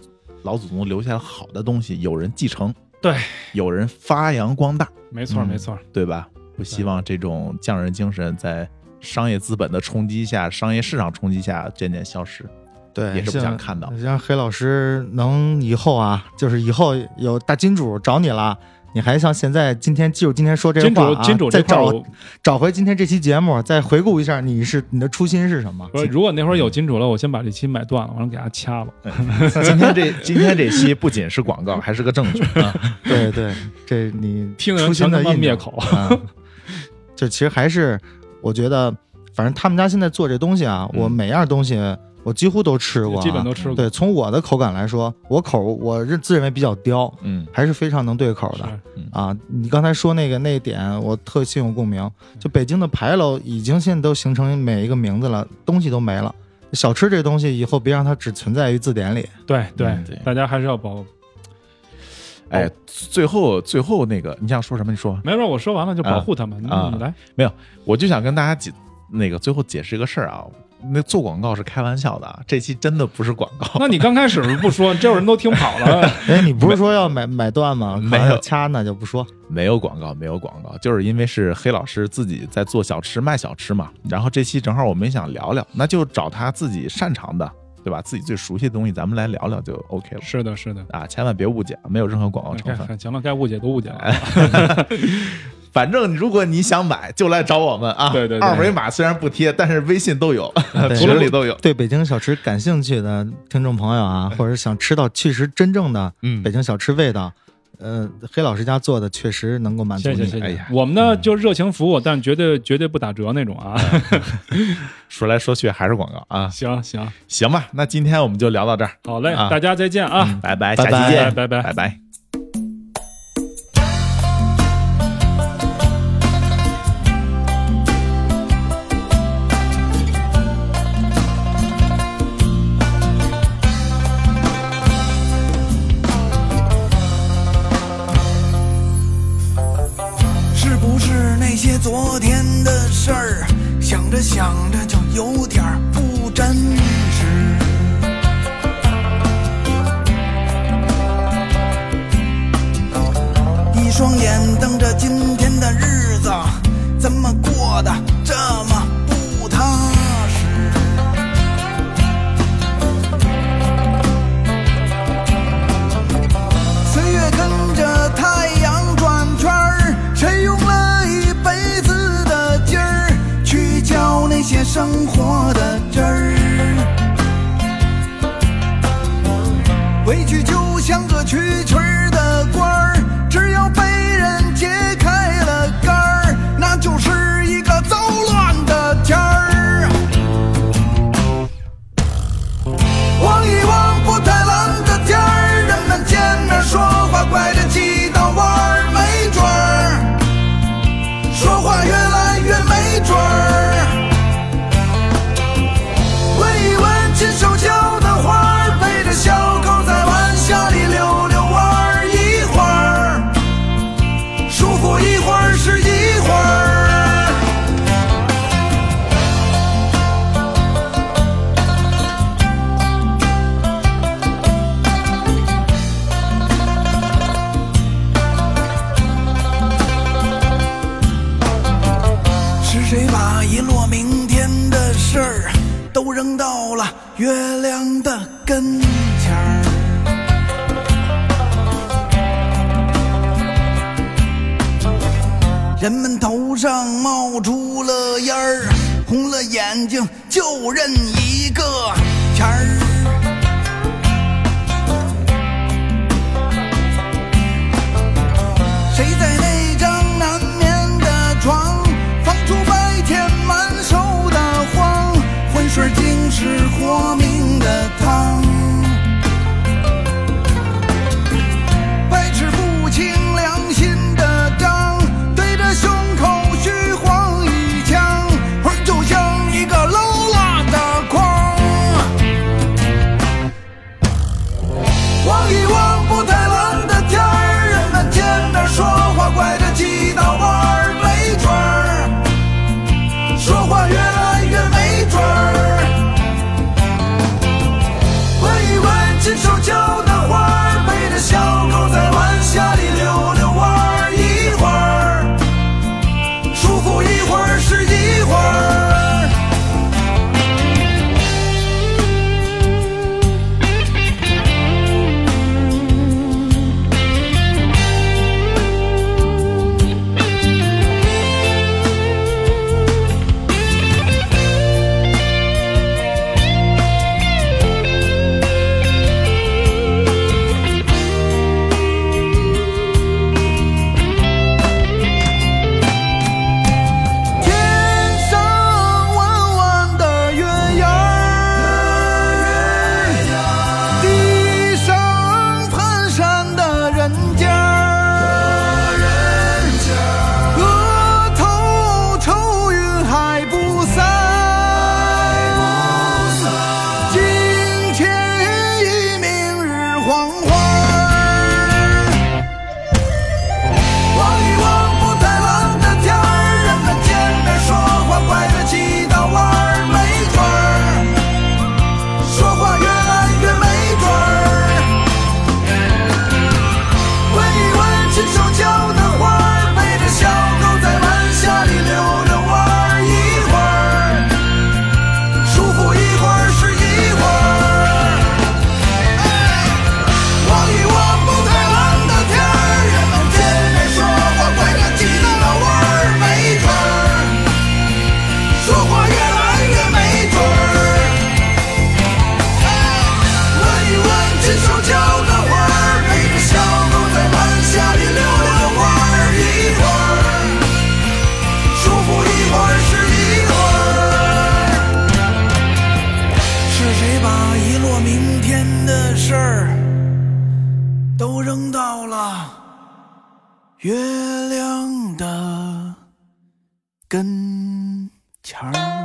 [SPEAKER 1] 老祖宗留下好的东西，有人继承，
[SPEAKER 2] 对，
[SPEAKER 1] 有人发扬光大，
[SPEAKER 2] 没错，
[SPEAKER 3] 嗯
[SPEAKER 2] 没错。
[SPEAKER 1] 对吧？不希望这种匠人精神在商业资本的冲击下、商业市场冲击下渐渐消失。
[SPEAKER 3] 嗯对，
[SPEAKER 1] 也是不想
[SPEAKER 3] 像
[SPEAKER 1] 看到
[SPEAKER 3] 像黑老师能以后啊，就是以后有大金主找你了，你还像现在今天就今天说这
[SPEAKER 2] 金
[SPEAKER 3] 话、啊
[SPEAKER 2] 主，金主这
[SPEAKER 3] 再
[SPEAKER 2] 块儿
[SPEAKER 3] 找
[SPEAKER 2] 我，
[SPEAKER 3] 找回今天这期节目，再回顾一下你是你的初心是什么？
[SPEAKER 2] 不是如果那会儿有金主了，我先把这期买断了，完了给他掐了。
[SPEAKER 1] 今天这今天这期不仅是广告，还是个证据啊！
[SPEAKER 3] 对对，这 你
[SPEAKER 2] 听着
[SPEAKER 3] 初
[SPEAKER 2] 全
[SPEAKER 3] 心
[SPEAKER 2] 他
[SPEAKER 3] 的
[SPEAKER 2] 妈
[SPEAKER 3] 印
[SPEAKER 2] 灭
[SPEAKER 3] 证
[SPEAKER 2] 口。
[SPEAKER 3] 啊， 就其实还是我觉得，反正他们家现在做这东西啊，
[SPEAKER 1] 嗯
[SPEAKER 3] 我每样东西我几乎都吃过、啊，
[SPEAKER 2] 基本都吃过
[SPEAKER 3] 对，从我的口感来说，我口我认自认为比较刁，
[SPEAKER 1] 嗯，
[SPEAKER 3] 还是非常能对口的。
[SPEAKER 2] 是
[SPEAKER 3] 啊，你刚才说那个那一点，我特心有共鸣。
[SPEAKER 2] 嗯
[SPEAKER 3] 就北京的牌楼已经现在都形成每一个名字了，东西都没了。小吃这东西以后别让它只存在于字典里。
[SPEAKER 2] 对对
[SPEAKER 1] 嗯对，
[SPEAKER 2] 大家还是要保。
[SPEAKER 1] 哎，最后最后那个，你想说什么？你说吧。
[SPEAKER 2] 没事，我说完了就保护他们。
[SPEAKER 1] 啊
[SPEAKER 2] 那你来，
[SPEAKER 1] 我就想跟大家解那个最后解释一个事儿啊，那做广告是开玩笑的，啊，这期真的不是广告。
[SPEAKER 2] 那你刚开始不说，这会儿人都听跑了。
[SPEAKER 3] 哎，你不是说要买买断吗？
[SPEAKER 1] 没有
[SPEAKER 3] 可能要掐呢，就不说。
[SPEAKER 1] 没有广告，没有广告，就是因为是黑老师自己在做小吃卖小吃嘛。然后这期正好我们也想聊聊，那就找他自己擅长的，对吧？自己最熟悉的东西，咱们来聊聊就 OK 了
[SPEAKER 2] 是的，是的。哎
[SPEAKER 1] 啊，千万别误解，没有任何广告成 分。
[SPEAKER 2] 该行了，该误解都误解了。
[SPEAKER 1] 哎反正如果你想买，就来找我们 啊。
[SPEAKER 2] 对对对
[SPEAKER 1] 二维码虽然不贴，但是微信 都有，
[SPEAKER 3] 对
[SPEAKER 1] 群里都有。
[SPEAKER 3] 对北京小吃感兴趣的听众朋友啊，
[SPEAKER 2] 哎
[SPEAKER 3] 或者想吃到确实真正的
[SPEAKER 1] 嗯
[SPEAKER 3] 北京小吃味道，呃，黑老师家做的确实能够满足
[SPEAKER 2] 谢
[SPEAKER 3] 你。
[SPEAKER 2] 谢谢
[SPEAKER 1] 哎
[SPEAKER 2] 谢
[SPEAKER 1] 呀，
[SPEAKER 2] 我们呢就热情服务，但绝对绝对不打折那种啊！
[SPEAKER 1] 嗯说来说去还是广告啊。
[SPEAKER 2] 行行，
[SPEAKER 1] 行吧，那今天我们就聊到这儿，
[SPEAKER 2] 好嘞，
[SPEAKER 1] 啊
[SPEAKER 2] 大家再见啊！
[SPEAKER 1] 拜拜，下
[SPEAKER 3] 拜
[SPEAKER 1] 期见，
[SPEAKER 2] 拜拜
[SPEAKER 1] 拜
[SPEAKER 2] 拜
[SPEAKER 1] 拜。
[SPEAKER 4] 些昨天的事儿，想着想着就有点儿不真实。一双眼瞪着今天的日子，怎么过得这么不踏实？岁月跟着太阳转圈儿，谁用了一辈子的劲儿去嚼那些生活的汁儿？委屈就像个蛐蛐儿的官儿，只要被人揭开了盖儿，那就是一个糟乱的天儿。望一望不太蓝的天儿，人们见面说话拐着几道弯儿，没准儿说话越来越没准儿。闻一闻亲手浇的花儿，陪着小狗在晚霞里溜溜弯儿，一会儿舒服一会儿是一会儿。是谁把遗落明天的事儿都扔到了月亮的跟前儿？人们头上冒出了烟儿，红了眼睛就认一个钱儿。谁在那张难眠的床放出白天满手的慌，浑水竟是活命的汤。百尺不清良心的张，对着胸口虚晃一枪，魂儿就像一个漏蜡的筐。望一望不太蓝的天儿，人们见面说话拐着几道弯儿，没准儿说话越来越没准儿。闻一闻亲手浇的花儿，陪着小狗在晚霞里溜溜弯儿，一会儿舒服一会儿是一会儿。天上弯弯的月牙儿，地上蹒跚的人家儿，额头愁云还不散，今天已明日黄花。望一望不太蓝的天儿，人们见面说话拐着几道弯儿，没准儿说话越来越没准儿。闻一闻亲手浇的花儿，陪着小狗在晚霞里溜溜弯儿，一会儿舒服一会儿是一会儿。望一望不太蓝的天儿，人们见面说话拐着几道弯儿，没准儿说话越来越没准儿。闻一闻亲手浇的花儿，陪着小狗在晚霞里溜溜弯儿，一会儿舒服一会儿是一会儿。是谁把遗落明天的事儿？都扔到了月亮的跟前儿。